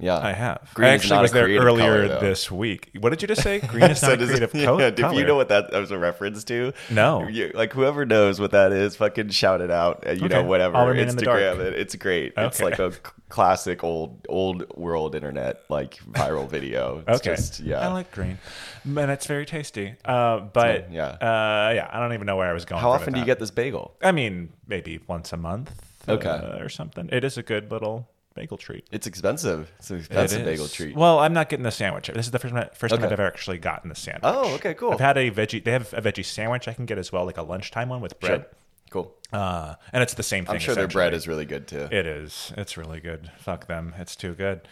Speaker 1: yeah.
Speaker 2: I have.
Speaker 1: Green
Speaker 2: I
Speaker 1: is
Speaker 2: actually
Speaker 1: not
Speaker 2: was
Speaker 1: a
Speaker 2: there
Speaker 1: creative
Speaker 2: earlier
Speaker 1: color, though.
Speaker 2: this week. What did you just say? Green is
Speaker 1: So
Speaker 2: not a
Speaker 1: does-
Speaker 2: creative
Speaker 1: yeah,
Speaker 2: co-
Speaker 1: yeah,
Speaker 2: color.
Speaker 1: If you know what that was a reference to,
Speaker 2: No.
Speaker 1: you, like whoever knows what that is, fucking shout it out. uh, You know,
Speaker 2: Okay.
Speaker 1: whatever.
Speaker 2: I'll remain in the dark.
Speaker 1: Instagram it. It's great. It's
Speaker 2: Okay.
Speaker 1: like a c- classic old old world internet like viral video. It's
Speaker 2: Okay.
Speaker 1: just- yeah.
Speaker 2: I like green, and it's very tasty. Uh, but
Speaker 1: Yeah.
Speaker 2: uh, yeah. I don't even know where I was going.
Speaker 1: How
Speaker 2: with
Speaker 1: often do you
Speaker 2: that.
Speaker 1: get this bagel?
Speaker 2: I mean, maybe once a month. uh,
Speaker 1: Okay.
Speaker 2: or something. It is a good little bagel treat.
Speaker 1: It's expensive. It's an expensive
Speaker 2: It
Speaker 1: bagel
Speaker 2: is.
Speaker 1: treat.
Speaker 2: Well, I'm not getting the sandwich. This is the first time, first time
Speaker 1: Okay.
Speaker 2: I've ever actually gotten the sandwich.
Speaker 1: Oh, okay, cool.
Speaker 2: I've had a veggie. They have a veggie sandwich I can get as well, like a lunchtime one with bread.
Speaker 1: Sure. Cool.
Speaker 2: Uh, and it's the same thing.
Speaker 1: I'm sure their bread
Speaker 2: essentially.
Speaker 1: is really good too.
Speaker 2: It is. It's really good. Fuck them. It's too good.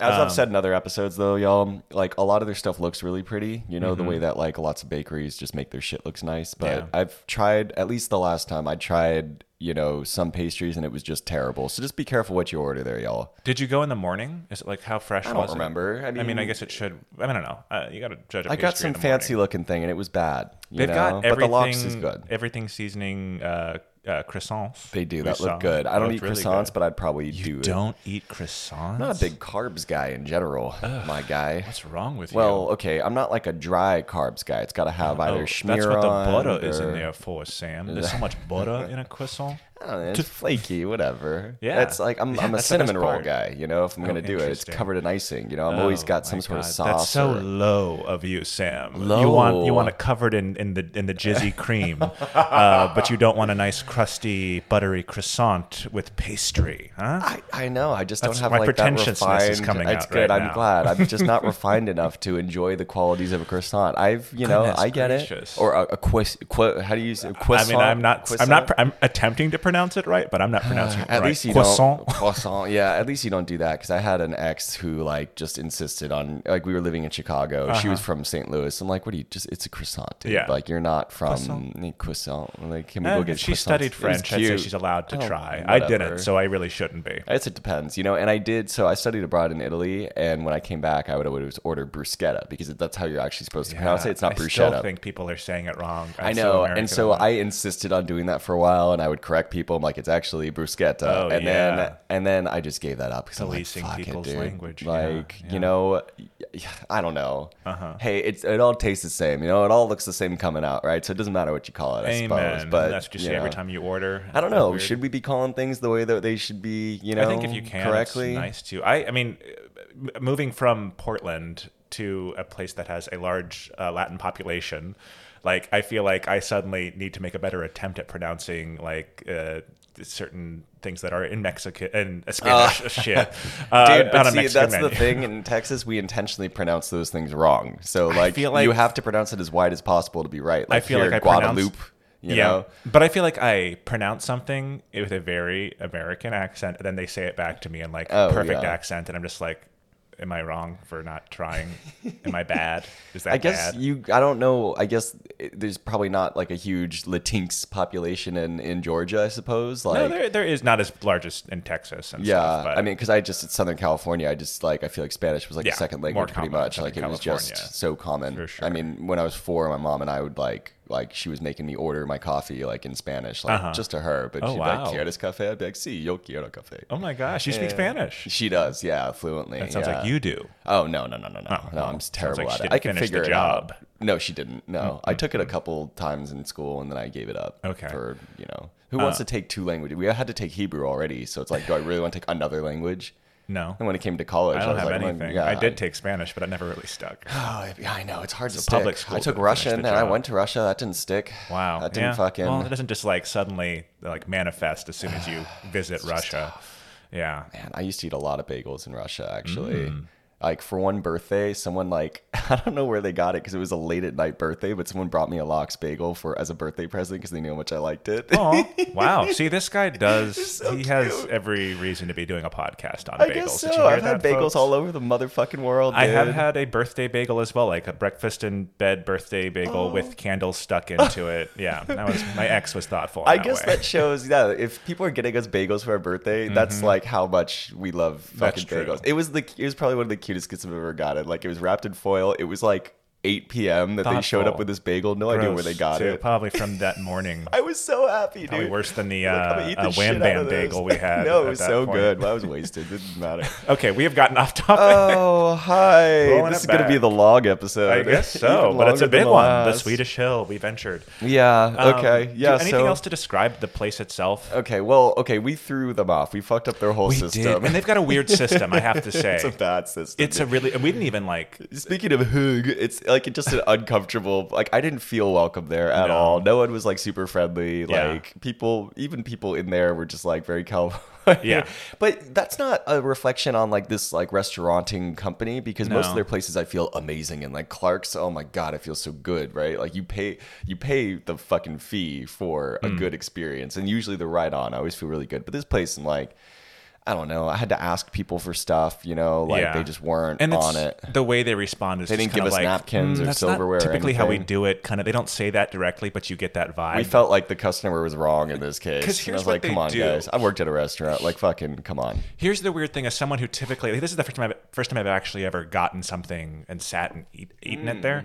Speaker 1: As
Speaker 2: Um,
Speaker 1: I've said in other episodes, though, y'all, like a lot of their stuff looks really pretty. You know the way that like lots of bakeries just make their shit looks nice. But
Speaker 2: Mm-hmm. Yeah.
Speaker 1: I've tried at least the last time I tried, you know, some pastries and it was just terrible. So just be careful what you order there, y'all.
Speaker 2: Did you go in the morning? Is it like how fresh
Speaker 1: I don't
Speaker 2: was it?
Speaker 1: remember. I mean,
Speaker 2: I mean, I guess it should. I, mean, I don't know. Uh, you got to judge. I
Speaker 1: I got some fancy looking thing and it was bad. you
Speaker 2: They've
Speaker 1: know?
Speaker 2: got everything.
Speaker 1: but the lox is good.
Speaker 2: Everything seasoning uh, uh, croissants.
Speaker 1: They do. That
Speaker 2: Croissant.
Speaker 1: look good. I don't eat
Speaker 2: looked really
Speaker 1: croissants,
Speaker 2: good.
Speaker 1: but I'd probably do
Speaker 2: you
Speaker 1: it.
Speaker 2: don't eat croissants.
Speaker 1: I'm not a big carbs guy in general, my guy.
Speaker 2: What's wrong with you?
Speaker 1: Well, okay, I'm not like a dry carbs guy. It's got to have either schmear
Speaker 2: Oh, that's what the
Speaker 1: on
Speaker 2: butter is in
Speaker 1: or-
Speaker 2: there for, Sam. There's so much butter in a croissant.
Speaker 1: I don't know, it's flaky, whatever.
Speaker 2: Yeah.
Speaker 1: that's like I'm,
Speaker 2: Yeah,
Speaker 1: I'm a
Speaker 2: that's the best
Speaker 1: cinnamon roll
Speaker 2: part. Oh,
Speaker 1: guy. You know, if I'm gonna do it, it's
Speaker 2: interesting.
Speaker 1: covered in icing. You know, I'm always
Speaker 2: Oh,
Speaker 1: got some
Speaker 2: my
Speaker 1: sort of
Speaker 2: God.
Speaker 1: sauce.
Speaker 2: That's so
Speaker 1: or-
Speaker 2: low of you, Sam. You want you
Speaker 1: Low.
Speaker 2: want it covered in, in the in the jizzy cream, uh, but you don't want a nice crusty buttery croissant with pastry, huh?
Speaker 1: I, I know. I just
Speaker 2: That's-
Speaker 1: don't have
Speaker 2: my
Speaker 1: like that
Speaker 2: pretentiousness
Speaker 1: refined.
Speaker 2: is coming
Speaker 1: it's
Speaker 2: out
Speaker 1: good.
Speaker 2: right
Speaker 1: I'm
Speaker 2: now.
Speaker 1: glad. I'm just not refined enough to enjoy the qualities of a croissant. I've you know
Speaker 2: Goodness
Speaker 1: I get
Speaker 2: gracious.
Speaker 1: it. Or a, a quis, qui- How do you say
Speaker 2: I
Speaker 1: croissant?
Speaker 2: mean, I'm not I'm
Speaker 1: Croissant? Uh,
Speaker 2: not pr- I'm attempting to pronounce it right, but I'm not pronouncing it
Speaker 1: At
Speaker 2: right.
Speaker 1: least you
Speaker 2: croissant.
Speaker 1: don't croissant. Yeah, at least you don't do that because I had an ex who like just insisted on like we were living in Chicago. She was from St. Louis. I'm like, what do you just? It's a croissant, dude.
Speaker 2: Uh-huh. Yeah.
Speaker 1: Like you're not from croissant. Like, can we
Speaker 2: Eh,
Speaker 1: go get?
Speaker 2: she
Speaker 1: croissants?
Speaker 2: studied
Speaker 1: It was
Speaker 2: French. I'd say
Speaker 1: cute.
Speaker 2: she's allowed to
Speaker 1: Oh,
Speaker 2: try. I
Speaker 1: whatever.
Speaker 2: didn't, so I really shouldn't be.
Speaker 1: I guess it depends, you know. And I did so. I studied abroad in Italy, and when I came back, I would always order bruschetta because that's how you're actually supposed to pronounce it. It's not
Speaker 2: I still
Speaker 1: bruschetta.
Speaker 2: think people are saying it wrong. I'm
Speaker 1: I
Speaker 2: so
Speaker 1: know.
Speaker 2: American
Speaker 1: and so
Speaker 2: about it.
Speaker 1: I insisted on doing that for a while and I would correct people. I'm like, it's actually bruschetta.
Speaker 2: Oh,
Speaker 1: and
Speaker 2: yeah.
Speaker 1: then and then I just gave that up because I'm like,
Speaker 2: Policing
Speaker 1: fuck
Speaker 2: people's
Speaker 1: it, dude.
Speaker 2: language, yeah,
Speaker 1: Like,
Speaker 2: yeah. Uh-huh.
Speaker 1: you know, I don't know. Hey, it's it all tastes the same. You know, it all looks the same coming out, right? So it doesn't matter what you call it, I
Speaker 2: Amen.
Speaker 1: suppose. But
Speaker 2: that's what you
Speaker 1: you
Speaker 2: say every
Speaker 1: know.
Speaker 2: time you order.
Speaker 1: I don't
Speaker 2: Isn't that
Speaker 1: know.
Speaker 2: weird?
Speaker 1: Should we be calling things the way that they should be? You know,
Speaker 2: I think if you can,
Speaker 1: correctly.
Speaker 2: it's nice to. I, I mean, uh, m- moving from Portland to a place that has a large uh, Latin population, like I feel like I suddenly need to make a better attempt at pronouncing like uh, certain things that are in Mexican and Spanish shit. Uh,
Speaker 1: Ah. Dude,
Speaker 2: on
Speaker 1: but
Speaker 2: a
Speaker 1: see,
Speaker 2: Mexican
Speaker 1: that's
Speaker 2: menu.
Speaker 1: the thing. In Texas, we intentionally pronounce those things wrong. So, like,
Speaker 2: feel like-
Speaker 1: you have to pronounce it as wide as possible to be right. Like,
Speaker 2: feel
Speaker 1: here
Speaker 2: like
Speaker 1: in
Speaker 2: I pronounce-
Speaker 1: Guadalupe, you know?
Speaker 2: But I feel like I pronounce something with a very American accent, and then they say it back to me in like
Speaker 1: Oh,
Speaker 2: perfect
Speaker 1: yeah.
Speaker 2: accent, and I'm just like, "Am I wrong for not trying? Am I bad? Is that
Speaker 1: I guess
Speaker 2: bad?"
Speaker 1: you. I don't know. I guess it- there's probably not like a huge Latinx population in in Georgia. I suppose. Like,
Speaker 2: no, there, there is not as large as in Texas. And
Speaker 1: yeah.
Speaker 2: stuff, but
Speaker 1: I mean, because I just it's Southern California. I just like I feel like Spanish was like
Speaker 2: Yeah,
Speaker 1: a second
Speaker 2: more
Speaker 1: language pretty
Speaker 2: common in
Speaker 1: much.
Speaker 2: Southern
Speaker 1: Like it was
Speaker 2: California.
Speaker 1: just so common.
Speaker 2: For sure.
Speaker 1: I mean, when I was four, my mom and I would like like she was making me order my coffee like in Spanish, like
Speaker 2: Uh-huh.
Speaker 1: just to her. But
Speaker 2: Oh,
Speaker 1: she'd be
Speaker 2: wow.
Speaker 1: like, "Quieres café?" I'd be like, "Sí, yo quiero café."
Speaker 2: oh my gosh, you speak Spanish.
Speaker 1: She does, yeah, fluently.
Speaker 2: That sounds
Speaker 1: yeah.
Speaker 2: like you do.
Speaker 1: Oh no no no no no no!
Speaker 2: well,
Speaker 1: I'm
Speaker 2: sounds
Speaker 1: terrible
Speaker 2: like
Speaker 1: at
Speaker 2: she
Speaker 1: it.
Speaker 2: didn't
Speaker 1: I can
Speaker 2: finish
Speaker 1: figure
Speaker 2: the
Speaker 1: it out.
Speaker 2: job. Mm,
Speaker 1: No, she didn't. No, I took it a couple times in school and then I gave it up.
Speaker 2: Okay. Uh.
Speaker 1: For you know, who wants to take two languages? We had to take Hebrew already, so it's like, do I really want to take another language?
Speaker 2: No,
Speaker 1: And when it came to college,
Speaker 2: I
Speaker 1: I,
Speaker 2: don't
Speaker 1: was
Speaker 2: have
Speaker 1: like, well,
Speaker 2: anything.
Speaker 1: yeah,
Speaker 2: I did take Spanish, but it never really stuck.
Speaker 1: Oh, it- yeah, I know it's hard to stick.
Speaker 2: public school
Speaker 1: I took
Speaker 2: didn't finish
Speaker 1: Russian
Speaker 2: the
Speaker 1: and I
Speaker 2: job.
Speaker 1: went to Russia. That didn't stick.
Speaker 2: Wow,
Speaker 1: That didn't
Speaker 2: yeah.
Speaker 1: fucking.
Speaker 2: Well, it doesn't just like suddenly like manifest as soon as you visit Russia. Yeah,
Speaker 1: Man, I used to eat a lot of bagels in Russia, actually.
Speaker 2: Hmm.
Speaker 1: Like for one birthday, someone like I don't know where they got it because it was a late at night birthday, but someone brought me a lox bagel for as a birthday present because they knew how much I liked it.
Speaker 2: Oh wow! See, this guy does.
Speaker 1: so
Speaker 2: he has
Speaker 1: cute.
Speaker 2: every reason to be doing a podcast on
Speaker 1: I
Speaker 2: bagels.
Speaker 1: guess
Speaker 2: Did you
Speaker 1: so.
Speaker 2: hear
Speaker 1: I've
Speaker 2: that,
Speaker 1: had bagels
Speaker 2: folks?
Speaker 1: all over the motherfucking world.
Speaker 2: I have
Speaker 1: dude.
Speaker 2: had a birthday bagel as well, like a breakfast in bed birthday bagel with candles stuck into it. Yeah, that was my ex was thoughtful. in
Speaker 1: I
Speaker 2: that
Speaker 1: guess
Speaker 2: way.
Speaker 1: that shows, yeah, if people are getting us bagels for our birthday, that's like how much we love
Speaker 2: Mm-hmm. That's
Speaker 1: fucking
Speaker 2: true.
Speaker 1: bagels. It was the it was probably one of the cutest gifts I've ever gotten. Like it was wrapped in foil. It was like 8 p.m. that they showed
Speaker 2: Thoughtful.
Speaker 1: up with this bagel. No idea where they
Speaker 2: Gross,
Speaker 1: got
Speaker 2: too.
Speaker 1: it.
Speaker 2: Probably from that morning.
Speaker 1: I was so happy,
Speaker 2: Probably
Speaker 1: dude.
Speaker 2: worse than the
Speaker 1: Like, I'm
Speaker 2: uh,
Speaker 1: gonna eat
Speaker 2: uh,
Speaker 1: the
Speaker 2: Wham
Speaker 1: shit out
Speaker 2: Bam
Speaker 1: of this.
Speaker 2: bagel we had.
Speaker 1: no,
Speaker 2: at
Speaker 1: it was
Speaker 2: that
Speaker 1: so
Speaker 2: point.
Speaker 1: good. Well, I was wasted. It didn't matter.
Speaker 2: Okay, we have gotten off topic.
Speaker 1: Oh, hi.
Speaker 2: Rolling
Speaker 1: this is
Speaker 2: it
Speaker 1: going to be
Speaker 2: back.
Speaker 1: the log episode.
Speaker 2: I guess so,
Speaker 1: Even
Speaker 2: but it's
Speaker 1: longer
Speaker 2: a big
Speaker 1: than
Speaker 2: one. The
Speaker 1: last.
Speaker 2: Swedish Hill we ventured.
Speaker 1: Yeah,
Speaker 2: Um,
Speaker 1: okay.
Speaker 2: do-
Speaker 1: yeah,
Speaker 2: Anything
Speaker 1: so Oh,
Speaker 2: else to describe the place itself?
Speaker 1: Okay, well, okay, we threw them off. We fucked up their whole system.
Speaker 2: and they've got a weird system. I have to say,
Speaker 1: it's a bad system.
Speaker 2: It's a really. We didn't even like.
Speaker 1: Speaking of Hoog, it's like just an uncomfortable. Like I didn't feel welcome there at
Speaker 2: No.
Speaker 1: all. No one was like super friendly.
Speaker 2: Yeah.
Speaker 1: Like people, even people in there were just like very California.
Speaker 2: Yeah.
Speaker 1: but that's not a reflection on like this like restauranting company because most
Speaker 2: No.
Speaker 1: of their places I feel amazing and like Clark's. Oh my god, I feel so good. Right, like you pay you pay the fucking fee for
Speaker 2: Hmm.
Speaker 1: a good experience, and usually the right on. I always feel really good. But this place, I'm like. I don't know. I had to ask people for stuff, you know, like
Speaker 2: yeah.
Speaker 1: they just weren't
Speaker 2: and it's-
Speaker 1: on it.
Speaker 2: The way they respond is
Speaker 1: They
Speaker 2: just
Speaker 1: didn't give
Speaker 2: kinda
Speaker 1: us
Speaker 2: like,
Speaker 1: napkins
Speaker 2: "Mm,
Speaker 1: or
Speaker 2: that's not
Speaker 1: silverware or
Speaker 2: Typically, how we
Speaker 1: anything."
Speaker 2: do it, kind of. They don't say that directly, but you get that vibe.
Speaker 1: We felt like the customer was wrong in this case.
Speaker 2: 'Cause
Speaker 1: and
Speaker 2: here's
Speaker 1: I was
Speaker 2: what
Speaker 1: like,
Speaker 2: they
Speaker 1: come on,
Speaker 2: do.
Speaker 1: guys. I worked at a restaurant. Like, fucking, come on.
Speaker 2: Here's the weird thing: as someone who typically, like, this is the first time I've first time I've actually ever gotten something and sat and eat, eaten it there.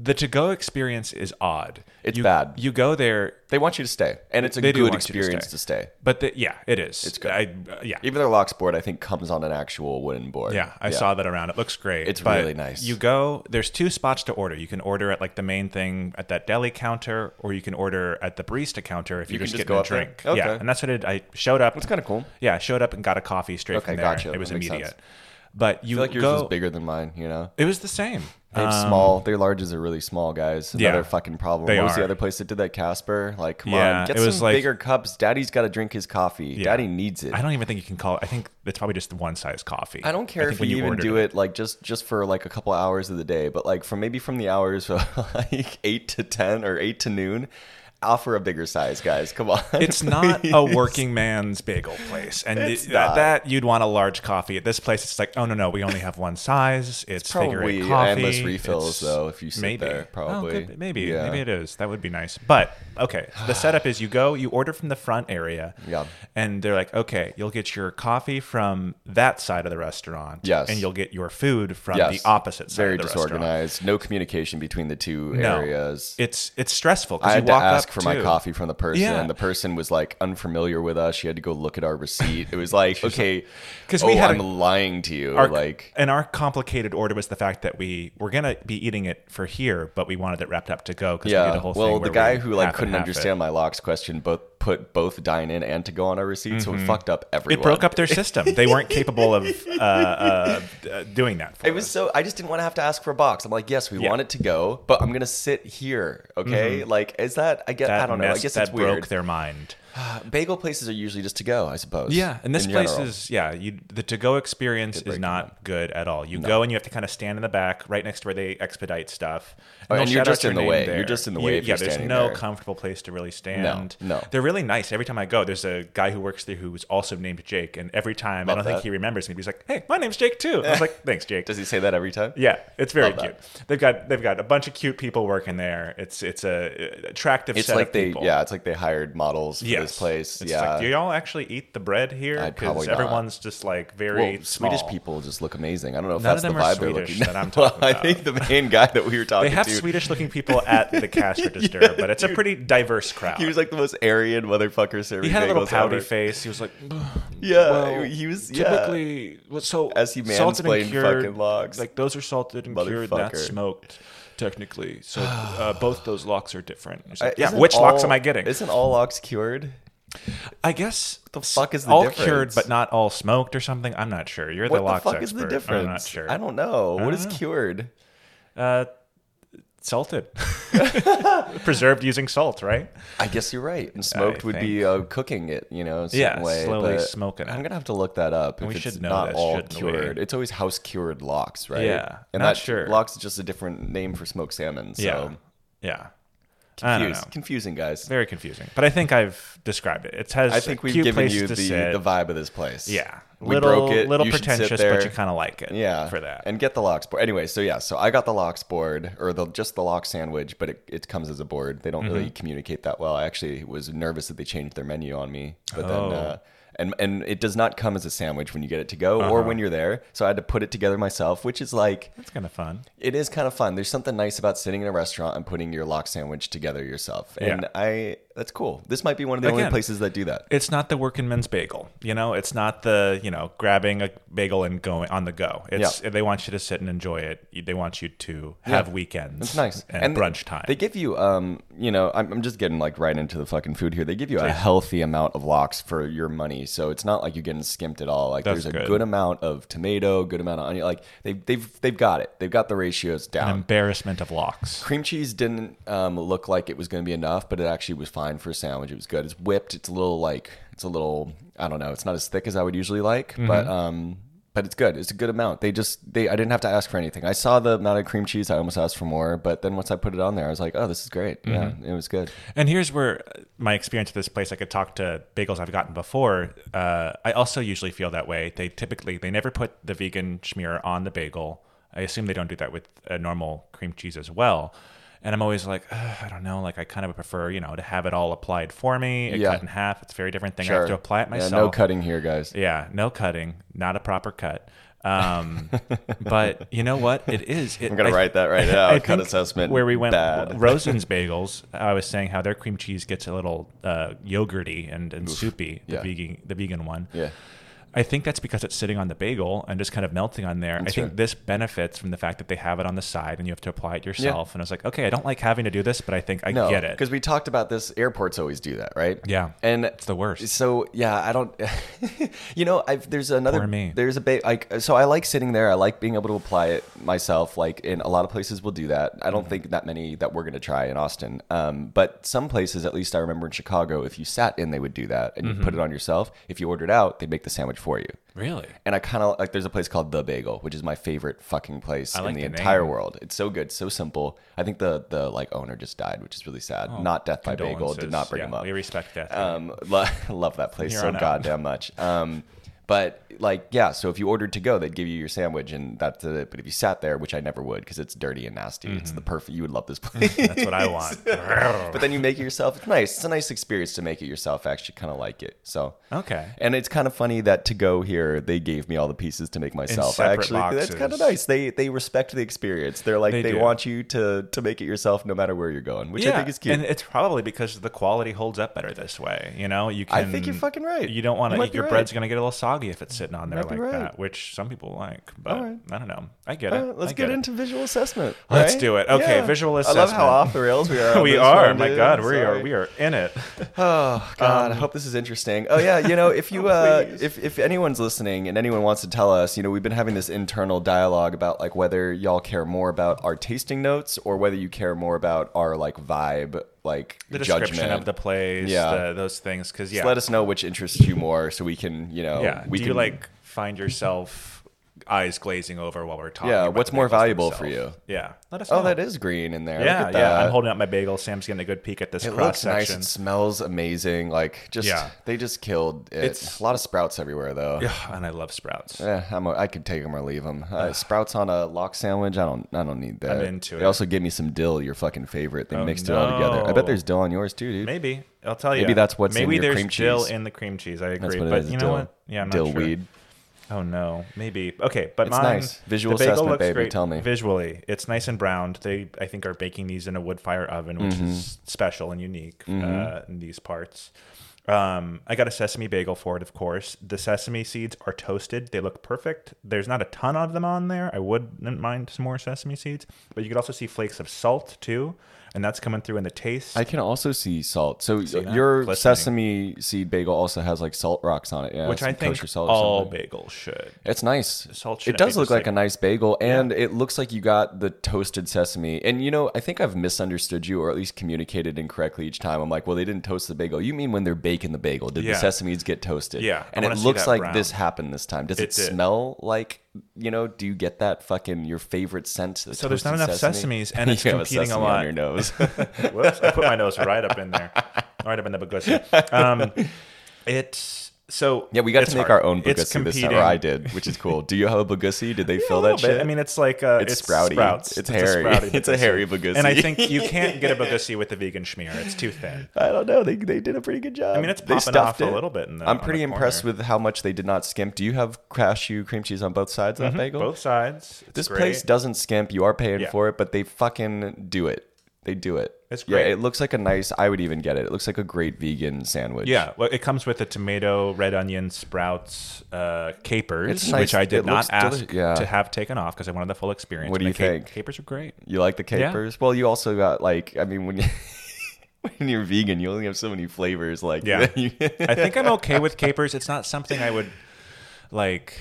Speaker 2: the to go experience is odd.
Speaker 1: Mm-hmm. It's
Speaker 2: You-
Speaker 1: bad.
Speaker 2: You go there,
Speaker 1: They want you to stay, and it's a
Speaker 2: They do
Speaker 1: good
Speaker 2: want you to
Speaker 1: experience
Speaker 2: stay.
Speaker 1: to stay.
Speaker 2: but the, yeah, it is. It's
Speaker 1: good.
Speaker 2: I, uh, yeah.
Speaker 1: Even their lock board, I think, comes on an actual wooden board.
Speaker 2: Yeah, I saw that around. It looks great.
Speaker 1: It's really nice.
Speaker 2: You go. There's two spots to order. You can order at like the main thing at that deli counter, or you can order at the barista counter if you
Speaker 1: can
Speaker 2: just
Speaker 1: just
Speaker 2: get
Speaker 1: go
Speaker 2: a
Speaker 1: up there?
Speaker 2: drink.
Speaker 1: Okay.
Speaker 2: Yeah, and that's what I did. I showed up.
Speaker 1: It's kind of cool.
Speaker 2: Yeah, I showed up and got a coffee straight from
Speaker 1: Okay,
Speaker 2: there.
Speaker 1: gotcha.
Speaker 2: It was
Speaker 1: That makes
Speaker 2: immediate.
Speaker 1: sense.
Speaker 2: But
Speaker 1: I
Speaker 2: you
Speaker 1: feel like yours
Speaker 2: go.
Speaker 1: is bigger than mine. You know,
Speaker 2: It was the same. Uh,
Speaker 1: they have small. Their larges are really small, guys.
Speaker 2: yeah.
Speaker 1: Another fucking problem.
Speaker 2: They
Speaker 1: what was
Speaker 2: are.
Speaker 1: the other place that did that? Casper. Like, come
Speaker 2: Yeah,
Speaker 1: on, get
Speaker 2: it was
Speaker 1: some
Speaker 2: like-
Speaker 1: bigger cups. Daddy's got to drink his coffee. Daddy needs it.
Speaker 2: I don't even think you can call it. I think it's probably just one size coffee.
Speaker 1: I don't care
Speaker 2: think
Speaker 1: if
Speaker 2: when
Speaker 1: you, even
Speaker 2: ordered
Speaker 1: do it like just just for like a couple hours of the day, but like from maybe from the hours of like eight to ten or eight to noon, offer a bigger size, guys. Come on.
Speaker 2: It's not a working man's bagel place, and
Speaker 1: It's
Speaker 2: it- that,
Speaker 1: not.
Speaker 2: that you'd want a large coffee. At this place, it's like, oh no, no, we only have one size. It's, figure
Speaker 1: probably
Speaker 2: eight coffee.
Speaker 1: endless refills, though, if you sit
Speaker 2: maybe.
Speaker 1: there,
Speaker 2: Oh,
Speaker 1: probably.
Speaker 2: could- maybe,
Speaker 1: Yeah.
Speaker 2: maybe it is. That would be nice. But okay, the setup is you go, you order from the front area,
Speaker 1: Yeah.
Speaker 2: and they're like, okay, you'll get your coffee from that side of the restaurant,
Speaker 1: Yes.
Speaker 2: and you'll get your food from
Speaker 1: Yes.
Speaker 2: the opposite side
Speaker 1: Very
Speaker 2: of the restaurant.
Speaker 1: disorganized. No communication between the two
Speaker 2: No,
Speaker 1: areas.
Speaker 2: it's it's stressful. 'cause
Speaker 1: I
Speaker 2: you
Speaker 1: had to
Speaker 2: walk
Speaker 1: ask
Speaker 2: up
Speaker 1: for my
Speaker 2: too.
Speaker 1: coffee from the person.
Speaker 2: Yeah.
Speaker 1: The person was like unfamiliar with us. She had to go look at our receipt. It was like, okay,
Speaker 2: 'Cause
Speaker 1: oh,
Speaker 2: we had
Speaker 1: I'm
Speaker 2: a-
Speaker 1: lying to you.
Speaker 2: our,
Speaker 1: like,
Speaker 2: and our complicated order was the fact that we were gonna be eating it for here, but we wanted it wrapped up to go because we did a whole
Speaker 1: well,
Speaker 2: thing.
Speaker 1: the
Speaker 2: where
Speaker 1: guy
Speaker 2: we
Speaker 1: who like
Speaker 2: half and
Speaker 1: couldn't
Speaker 2: half
Speaker 1: understand my locks question both put both dine in and to go on our receipt, so it fucked up
Speaker 2: Mm-hmm. it,
Speaker 1: everyone.
Speaker 2: it broke up their system. They weren't capable of uh, uh, uh, doing that. For
Speaker 1: It was so I just didn't want to have to ask for a box. I'm like, yes, we
Speaker 2: Yeah.
Speaker 1: want it to go, but I'm gonna sit here. Okay, like is that? I guess
Speaker 2: us. that
Speaker 1: I don't know. I
Speaker 2: mess-
Speaker 1: guess
Speaker 2: that
Speaker 1: it's weird.
Speaker 2: broke their mind.
Speaker 1: Bagel places are usually just to go, I suppose.
Speaker 2: and this
Speaker 1: in
Speaker 2: place
Speaker 1: general.
Speaker 2: is yeah. You, the to-go experience is not good at all. You go and you have to kind of stand in the back, right next to where they expedite stuff.
Speaker 1: Oh,
Speaker 2: they'll
Speaker 1: and you're
Speaker 2: shout out
Speaker 1: just
Speaker 2: your
Speaker 1: in the
Speaker 2: name
Speaker 1: way. You're just in the way if
Speaker 2: yeah,
Speaker 1: you're
Speaker 2: there's
Speaker 1: standing
Speaker 2: no
Speaker 1: there.
Speaker 2: comfortable place to really stand.
Speaker 1: no.
Speaker 2: they're really nice. Every time I go, there's a guy who works there who's also named Jake, and every time I
Speaker 1: Love
Speaker 2: don't think
Speaker 1: that.
Speaker 2: he remembers me. He's like, "Hey, my name's Jake too." I was like, "Thanks, Jake."
Speaker 1: Does he say that every time?
Speaker 2: yeah, it's very
Speaker 1: Love
Speaker 2: cute.
Speaker 1: that.
Speaker 2: They've got they've got a bunch of cute people working there. It's it's a uh, attractive.
Speaker 1: It's
Speaker 2: set
Speaker 1: like
Speaker 2: of
Speaker 1: they,
Speaker 2: people.
Speaker 1: yeah, it's like they hired models for this place.
Speaker 2: It's
Speaker 1: yeah,
Speaker 2: Like, do y'all actually eat the bread here?
Speaker 1: I'd
Speaker 2: Because
Speaker 1: probably not.
Speaker 2: everyone's just like very
Speaker 1: Well,
Speaker 2: small.
Speaker 1: Swedish people just look amazing. I don't know if
Speaker 2: None
Speaker 1: that's
Speaker 2: of them
Speaker 1: the
Speaker 2: are
Speaker 1: vibe they're
Speaker 2: Swedish
Speaker 1: looking.
Speaker 2: that I'm talking
Speaker 1: Well, I
Speaker 2: about.
Speaker 1: think the main guy that we were talking
Speaker 2: They have
Speaker 1: to,
Speaker 2: Swedish looking people at the cash register, but it's a pretty diverse crowd.
Speaker 1: he was like the most Aryan motherfucker serving
Speaker 2: He had a little
Speaker 1: bagels
Speaker 2: pouty
Speaker 1: ever.
Speaker 2: face. He was like,
Speaker 1: Yeah, Uh, he was yeah.
Speaker 2: typically, well, so
Speaker 1: As he
Speaker 2: salted
Speaker 1: mansplained
Speaker 2: and cured,
Speaker 1: fucking logs.
Speaker 2: Like those are salted and cured, not
Speaker 1: Motherfucker.
Speaker 2: smoked. Technically, so uh, both those locks are different. He's like,
Speaker 1: Uh,
Speaker 2: yeah,
Speaker 1: isn't
Speaker 2: which locks
Speaker 1: all-
Speaker 2: am I getting?
Speaker 1: Isn't all locks cured?
Speaker 2: I guess the
Speaker 1: fuck is the
Speaker 2: all
Speaker 1: difference?
Speaker 2: cured but not all smoked or something? I'm not sure. You're
Speaker 1: What
Speaker 2: the
Speaker 1: the,
Speaker 2: locks
Speaker 1: fuck
Speaker 2: expert.
Speaker 1: is the
Speaker 2: I'm
Speaker 1: difference?
Speaker 2: not sure.
Speaker 1: I don't know. What is
Speaker 2: know.
Speaker 1: cured?
Speaker 2: Uh, salted, preserved using salt, right?
Speaker 1: I guess you're right. And smoked would be uh, cooking it, you know, a certain
Speaker 2: Yeah,
Speaker 1: way.
Speaker 2: slowly
Speaker 1: but
Speaker 2: smoking it.
Speaker 1: I'm gonna have to look that up. If
Speaker 2: We
Speaker 1: it's
Speaker 2: should know
Speaker 1: not
Speaker 2: this,
Speaker 1: all
Speaker 2: shouldn't we?
Speaker 1: cured. It's always house cured locks, right?
Speaker 2: Yeah,
Speaker 1: and that
Speaker 2: not sure.
Speaker 1: locks is just a different name for smoked salmon. So
Speaker 2: yeah, yeah. I don't know.
Speaker 1: Confused. confusing, guys.
Speaker 2: Very confusing, but I think I've described it. It has.
Speaker 1: I think
Speaker 2: a
Speaker 1: we've
Speaker 2: cute
Speaker 1: given
Speaker 2: place
Speaker 1: you
Speaker 2: to
Speaker 1: the,
Speaker 2: sit.
Speaker 1: the vibe of this place.
Speaker 2: yeah,
Speaker 1: we
Speaker 2: little,
Speaker 1: broke it.
Speaker 2: Little
Speaker 1: you should sit
Speaker 2: pretentious,
Speaker 1: there.
Speaker 2: but you kind of like it.
Speaker 1: yeah,
Speaker 2: for that.
Speaker 1: and get the locks board. Anyway, so yeah, so I got the locks board or the just the lock sandwich, but it, it comes as a board. They don't
Speaker 2: Mm-hmm.
Speaker 1: really communicate that well. I actually was nervous that they changed their menu on me, but
Speaker 2: Oh.
Speaker 1: then. Uh, and, and it does not come as a sandwich when you get it to go or
Speaker 2: Uh-huh.
Speaker 1: when you're there. So I had to put it together myself, which is like,
Speaker 2: That's kind of fun.
Speaker 1: it is kind of fun. There's something nice about sitting in a restaurant and putting your lock sandwich together yourself. And
Speaker 2: Yeah.
Speaker 1: I, that's cool. This might be one of the
Speaker 2: Again.
Speaker 1: only places that do that.
Speaker 2: It's not the working men's bagel, you know. It's not the you know grabbing a bagel and going on the go. It's they want you to sit and enjoy it. They want you to have weekends.
Speaker 1: It's nice
Speaker 2: and,
Speaker 1: they-
Speaker 2: brunch time.
Speaker 1: They give you, um, you know, I'm, I'm just getting like right into the fucking food here. They give you a healthy amount of locks for your money, so it's not like you're getting skimped at all. Like
Speaker 2: That's
Speaker 1: there's a
Speaker 2: good.
Speaker 1: good. amount of tomato, good amount of onion. Like they've they've they've got it. They've got the ratios down.
Speaker 2: Embarrassment of locks.
Speaker 1: Cream cheese didn't um, look like it was going to be enough, but it actually was fine for a sandwich. It was good. It's whipped. It's a little like it's a little I don't know. It's not as thick as I would usually like,
Speaker 2: Mm-hmm.
Speaker 1: but um, but it's good. It's a good amount. They just they I didn't have to ask for anything. I saw the amount of cream cheese. I almost asked for more, but then once I put it on there, I was like, oh, this is great.
Speaker 2: Mm-hmm.
Speaker 1: Yeah, it was good.
Speaker 2: And here's where uh, my experience at this place, I could talk to bagels I've gotten before. Uh, I also usually feel that way. They typically they never put the vegan schmear on the bagel. I assume they don't do that with a normal cream cheese as well. And I'm always like, "Ugh, I don't know. Like I kind of prefer, you know, to have it all applied for me, it
Speaker 1: Yeah.
Speaker 2: cut in half. It's a very different thing. I have to apply it myself.
Speaker 1: Yeah, no cutting here, guys.
Speaker 2: Yeah, no cutting, not a proper cut. Um, but you know what? It is. It,
Speaker 1: I'm gonna write that right now.
Speaker 2: I
Speaker 1: Cut
Speaker 2: think
Speaker 1: assessment.
Speaker 2: Where we went,
Speaker 1: bad.
Speaker 2: Rosen's bagels. I was saying how their cream cheese gets a little uh, yogurty and, and soupy. The
Speaker 1: yeah.
Speaker 2: vegan, the vegan one.
Speaker 1: yeah.
Speaker 2: I think that's because it's sitting on the bagel and just kind of melting on there. I
Speaker 1: Sure.
Speaker 2: think this benefits from the fact that they have it on the side and you have to apply it yourself. And I was like, okay, I don't like having to do this, but I think I
Speaker 1: No,
Speaker 2: get it.
Speaker 1: because we talked about this. Airports always do that, right?
Speaker 2: Yeah.
Speaker 1: and
Speaker 2: It's the worst.
Speaker 1: So yeah, I don't. you know, I've, there's another.
Speaker 2: Poor me.
Speaker 1: There's a ba- like. So I like sitting there. I like being able to apply it myself. Like in a lot of places, we'll do that. I don't
Speaker 2: Mm-hmm.
Speaker 1: think that many that we're gonna try in Austin. Um, but some places, at least I remember in Chicago, if you sat in, they would do that, and you put
Speaker 2: Mm-hmm.
Speaker 1: it on yourself. If you ordered out, they make the sandwich for you.
Speaker 2: Really?
Speaker 1: And I kind of like there's a place called The Bagel, which is my favorite fucking place
Speaker 2: like
Speaker 1: in the,
Speaker 2: the
Speaker 1: entire
Speaker 2: name.
Speaker 1: world. It's so good, so simple. I think the the like owner just died, which is really sad. Not Death by Bagel, did
Speaker 2: Oh, Condolences.
Speaker 1: not bring
Speaker 2: Yeah,
Speaker 1: him up.
Speaker 2: We respect that.
Speaker 1: Um, lo- love that place
Speaker 2: Here
Speaker 1: so
Speaker 2: on out.
Speaker 1: goddamn much. Um, but like, yeah. So if you ordered to go, they'd give you your sandwich, and that's it. But if you sat there, which I never would, because it's dirty and nasty, it's
Speaker 2: Mm-hmm.
Speaker 1: the perfect. You would love this place.
Speaker 2: That's what I want.
Speaker 1: but then you make it yourself. It's nice. It's a nice experience to make it yourself. I Actually, kind of like it. So
Speaker 2: okay.
Speaker 1: and it's kind of funny that to go here, they gave me all the pieces to make myself. I
Speaker 2: separate
Speaker 1: actually, that's kind of
Speaker 2: boxes.
Speaker 1: nice. They they respect the experience. They're like they,
Speaker 2: They do.
Speaker 1: want you to to make it yourself, no matter where you're going, which I think is cute.
Speaker 2: And it's probably because the quality holds up better this way. You know, you
Speaker 1: I
Speaker 2: can.
Speaker 1: think you're fucking right.
Speaker 2: You don't want
Speaker 1: You
Speaker 2: to
Speaker 1: might
Speaker 2: eat
Speaker 1: be
Speaker 2: your
Speaker 1: right.
Speaker 2: bread's going to get a little soggy if it's sitting on there
Speaker 1: might
Speaker 2: like
Speaker 1: be right.
Speaker 2: that, which some people like. But
Speaker 1: All right.
Speaker 2: I don't know. I get
Speaker 1: All
Speaker 2: it.
Speaker 1: right, let's
Speaker 2: I
Speaker 1: get,
Speaker 2: it.
Speaker 1: into visual assessment.
Speaker 2: Let's
Speaker 1: right?
Speaker 2: do it. Okay, visual
Speaker 1: I love how
Speaker 2: assessment.
Speaker 1: off the rails we are. on
Speaker 2: we
Speaker 1: this
Speaker 2: are.
Speaker 1: one,
Speaker 2: my
Speaker 1: dude.
Speaker 2: God,
Speaker 1: I'm
Speaker 2: we
Speaker 1: sorry.
Speaker 2: are we are in it.
Speaker 1: Oh God, I hope this is interesting. Oh yeah, you know, if you uh,
Speaker 2: please.
Speaker 1: if if anyone's listening and anyone wants to tell us, you know, we've been having this internal dialogue about like whether y'all care more about our tasting notes or whether you care more about our like vibe, like
Speaker 2: The
Speaker 1: judgment.
Speaker 2: description of the place,
Speaker 1: Yeah.
Speaker 2: the, those things, because
Speaker 1: Just
Speaker 2: yeah,
Speaker 1: Let us know which interests you more, so we can, you know,
Speaker 2: yeah.
Speaker 1: we
Speaker 2: Do
Speaker 1: can
Speaker 2: you like find yourself eyes glazing over while we're talking?
Speaker 1: Yeah,
Speaker 2: about
Speaker 1: what's
Speaker 2: the
Speaker 1: more
Speaker 2: bagels
Speaker 1: valuable for
Speaker 2: themselves? Yeah, let us know.
Speaker 1: Oh, that is green in there.
Speaker 2: Yeah,
Speaker 1: Look at
Speaker 2: yeah. I'm
Speaker 1: that.
Speaker 2: holding up my bagel. Sam's getting a good peek at this
Speaker 1: It
Speaker 2: cross
Speaker 1: looks nice.
Speaker 2: section.
Speaker 1: It smells amazing. Like just
Speaker 2: Yeah.
Speaker 1: they just killed it.
Speaker 2: It's-
Speaker 1: a lot of sprouts everywhere though.
Speaker 2: Ugh, and I love sprouts.
Speaker 1: Eh, I'm a, I could take them or leave them. Uh, sprouts on a lock sandwich. I don't. I don't need that.
Speaker 2: into
Speaker 1: they
Speaker 2: it. Oh,
Speaker 1: also give me some dill. Your fucking favorite. They mixed it all together. I bet
Speaker 2: no.
Speaker 1: there's dill on yours too, dude.
Speaker 2: Maybe I'll tell you.
Speaker 1: Maybe that's what's in
Speaker 2: maybe
Speaker 1: your
Speaker 2: there's
Speaker 1: cream
Speaker 2: dill
Speaker 1: cheese.
Speaker 2: in the cream cheese. I agree,
Speaker 1: That's what it
Speaker 2: but
Speaker 1: is,
Speaker 2: you know
Speaker 1: dill.
Speaker 2: what? Yeah, I'm not
Speaker 1: dill
Speaker 2: sure.
Speaker 1: weed.
Speaker 2: Oh no, maybe okay. But
Speaker 1: It's
Speaker 2: mine,
Speaker 1: nice. Visual
Speaker 2: the bagel
Speaker 1: assessment,
Speaker 2: looks
Speaker 1: baby,
Speaker 2: Great
Speaker 1: tell me.
Speaker 2: visually. It's nice and browned. They I think are baking these in a wood fire oven, which
Speaker 1: Mm-hmm.
Speaker 2: is special and unique uh, in these parts. Um, I got a sesame bagel for it, of course. The sesame seeds are toasted. They look perfect. There's not a ton of them on there. I wouldn't mind some more sesame seeds, but you could also see flakes of salt too, and that's coming through in the taste.
Speaker 1: I can also see salt. So uh,
Speaker 2: that?
Speaker 1: your
Speaker 2: Glistening.
Speaker 1: sesame seed bagel also has like salt rocks on it. Yeah,
Speaker 2: which
Speaker 1: some
Speaker 2: I think
Speaker 1: kosher salt or
Speaker 2: all
Speaker 1: something.
Speaker 2: bagels should.
Speaker 1: It's nice.
Speaker 2: Salt
Speaker 1: it
Speaker 2: shouldn't
Speaker 1: does
Speaker 2: be
Speaker 1: look
Speaker 2: just
Speaker 1: like a nice bagel, and it looks like you got the toasted sesame. And you know, I think I've misunderstood you, or at least communicated incorrectly each time. I'm like, well, they didn't toast the bagel. You mean when they're baking the bagel? Did
Speaker 2: Yeah.
Speaker 1: the sesames get toasted?
Speaker 2: Yeah, I
Speaker 1: And it
Speaker 2: wanna see
Speaker 1: looks
Speaker 2: that
Speaker 1: like
Speaker 2: brown.
Speaker 1: this happened this time. Does it,
Speaker 2: It did.
Speaker 1: smell like you know? Do you get that fucking your favorite scent? the
Speaker 2: So there's not
Speaker 1: toasted
Speaker 2: enough sesames, and
Speaker 1: You
Speaker 2: it's
Speaker 1: have
Speaker 2: competing a
Speaker 1: sesame on
Speaker 2: lot.
Speaker 1: your nose.
Speaker 2: Whoops! I put my nose right up in there, right up in the bagusi. Um, it's so
Speaker 1: yeah, we got
Speaker 2: it's
Speaker 1: to make
Speaker 2: hard.
Speaker 1: our own
Speaker 2: It's
Speaker 1: Bagussi this time,
Speaker 2: competing
Speaker 1: or I did, which is cool. Do you have a Bagussi? Did they
Speaker 2: a
Speaker 1: fill
Speaker 2: little
Speaker 1: that
Speaker 2: bit.
Speaker 1: shit?
Speaker 2: I mean, it's like uh,
Speaker 1: It's sprouty.
Speaker 2: Sprouts.
Speaker 1: It's
Speaker 2: a
Speaker 1: hairy.
Speaker 2: sprouty
Speaker 1: It's a
Speaker 2: Bagussi.
Speaker 1: hairy Bagussi.
Speaker 2: And I think you can't get a bagusi with a vegan schmear. It's too thin.
Speaker 1: I don't know. They, they did a pretty good job.
Speaker 2: I mean, it's
Speaker 1: they
Speaker 2: popping off
Speaker 1: stuffed
Speaker 2: a
Speaker 1: it.
Speaker 2: little bit. In the,
Speaker 1: I'm pretty impressed with how much they did not skimp. Do you have cashew cream cheese on both sides of that bagel?
Speaker 2: Mm-hmm. both sides. It's
Speaker 1: This
Speaker 2: great.
Speaker 1: place doesn't skimp. You are paying
Speaker 2: Yeah.
Speaker 1: for it, but they fucking do it. They do it.
Speaker 2: It's
Speaker 1: Yeah,
Speaker 2: great.
Speaker 1: it looks like a nice. I would even get it. It looks like a great vegan sandwich.
Speaker 2: Yeah, well, it comes with a tomato, red onion, sprouts, uh, capers,
Speaker 1: It's nice.
Speaker 2: which I did
Speaker 1: It
Speaker 2: not
Speaker 1: looks
Speaker 2: ask
Speaker 1: deli- yeah.
Speaker 2: to have taken off because I wanted the full experience.
Speaker 1: What do you
Speaker 2: And the ca-
Speaker 1: think?
Speaker 2: Capers are great.
Speaker 1: You like the capers? Well, you also got like. I mean, when you when you're vegan, you only have so many flavors. Like
Speaker 2: Yeah.
Speaker 1: you-
Speaker 2: I think I'm okay with capers. It's not something I would like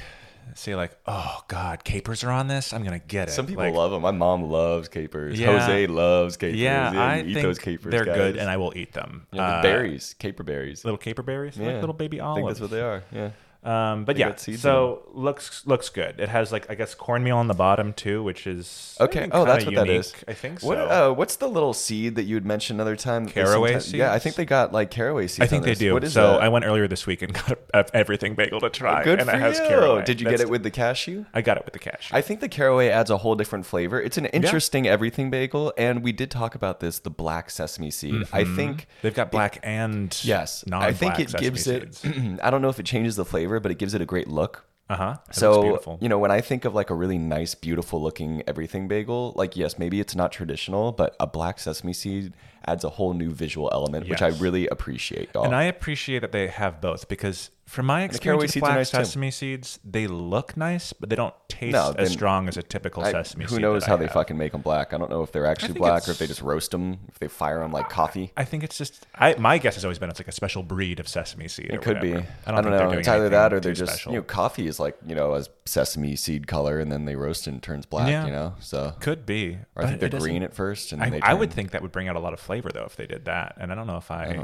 Speaker 2: say like, oh God, capers are on this. I'm gonna get it.
Speaker 1: Some people
Speaker 2: Like,
Speaker 1: love them. My mom loves capers.
Speaker 2: Yeah.
Speaker 1: Jose loves capers.
Speaker 2: Yeah,
Speaker 1: you
Speaker 2: I
Speaker 1: eat
Speaker 2: think
Speaker 1: those capers.
Speaker 2: they're
Speaker 1: guys.
Speaker 2: good, and I will eat them.
Speaker 1: Yeah, the
Speaker 2: Uh,
Speaker 1: berries, caper berries.
Speaker 2: little caper berries, They're
Speaker 1: Yeah.
Speaker 2: like little baby
Speaker 1: I
Speaker 2: olives.
Speaker 1: think that's what they are. Yeah.
Speaker 2: um, but yeah,
Speaker 1: got seeds
Speaker 2: so looks looks good. It has like I guess cornmeal on the bottom too, which is I
Speaker 1: Okay.
Speaker 2: think
Speaker 1: Oh,
Speaker 2: kinda
Speaker 1: that's what that
Speaker 2: unique.
Speaker 1: is.
Speaker 2: I think so.
Speaker 1: What, uh, what's the little seed that you had mentioned another time? that they
Speaker 2: Caraway
Speaker 1: sometimes- Yeah, I
Speaker 2: seeds?
Speaker 1: think they got like caraway seeds.
Speaker 2: I
Speaker 1: on
Speaker 2: think they
Speaker 1: theirs.
Speaker 2: do.
Speaker 1: What is
Speaker 2: so
Speaker 1: that?
Speaker 2: I went earlier this week and got a, a- everything bagel to try,
Speaker 1: Good
Speaker 2: and
Speaker 1: for
Speaker 2: it has
Speaker 1: you.
Speaker 2: caraway.
Speaker 1: Did you
Speaker 2: That's-
Speaker 1: get it with the cashew?
Speaker 2: I got it with the cash.
Speaker 1: I think the caraway adds a whole different flavor. It's an interesting everything bagel, and we did talk about this. The black sesame seed. I think
Speaker 2: They've got black and
Speaker 1: Yes,
Speaker 2: Mm-hmm. non-black
Speaker 1: I think it
Speaker 2: sesame
Speaker 1: gives it.
Speaker 2: seeds.
Speaker 1: I don't know if it changes the flavor, but it gives it a great look.
Speaker 2: Uh huh.
Speaker 1: So, you know, when I think of like a really nice, beautiful looking everything bagel, like, yes, maybe it's not traditional, but a black sesame seed adds a whole new visual element, which I
Speaker 2: Yes.
Speaker 1: really appreciate, y'all.
Speaker 2: And I appreciate that they have both because, from my
Speaker 1: caraway
Speaker 2: experience with
Speaker 1: seeds are
Speaker 2: black
Speaker 1: nice, too.
Speaker 2: sesame seeds, they look nice, but they don't taste
Speaker 1: No,
Speaker 2: as
Speaker 1: then-
Speaker 2: strong as a typical
Speaker 1: I-
Speaker 2: sesame
Speaker 1: who
Speaker 2: seed.
Speaker 1: knows
Speaker 2: that
Speaker 1: how
Speaker 2: I
Speaker 1: they
Speaker 2: have.
Speaker 1: fucking make them black? I don't know if they're actually
Speaker 2: think
Speaker 1: black or
Speaker 2: it's-
Speaker 1: if they just roast them, if they fire them like coffee.
Speaker 2: I think it's just. I my guess has always been it's like a special breed of sesame seed.
Speaker 1: It could be.
Speaker 2: I don't,
Speaker 1: I
Speaker 2: think
Speaker 1: don't,
Speaker 2: they're
Speaker 1: know.
Speaker 2: doing
Speaker 1: It's either that
Speaker 2: anything
Speaker 1: or they're
Speaker 2: too
Speaker 1: just
Speaker 2: special.
Speaker 1: you know coffee is like you know a sesame seed color and then they roast it and it turns black.
Speaker 2: Yeah.
Speaker 1: You know, so
Speaker 2: could be.
Speaker 1: or I think
Speaker 2: but
Speaker 1: they're
Speaker 2: it doesn't-
Speaker 1: green at first and then
Speaker 2: I,
Speaker 1: they.
Speaker 2: I
Speaker 1: turn-
Speaker 2: would think that would bring out a lot of flavor though if they did that, and I don't know if I,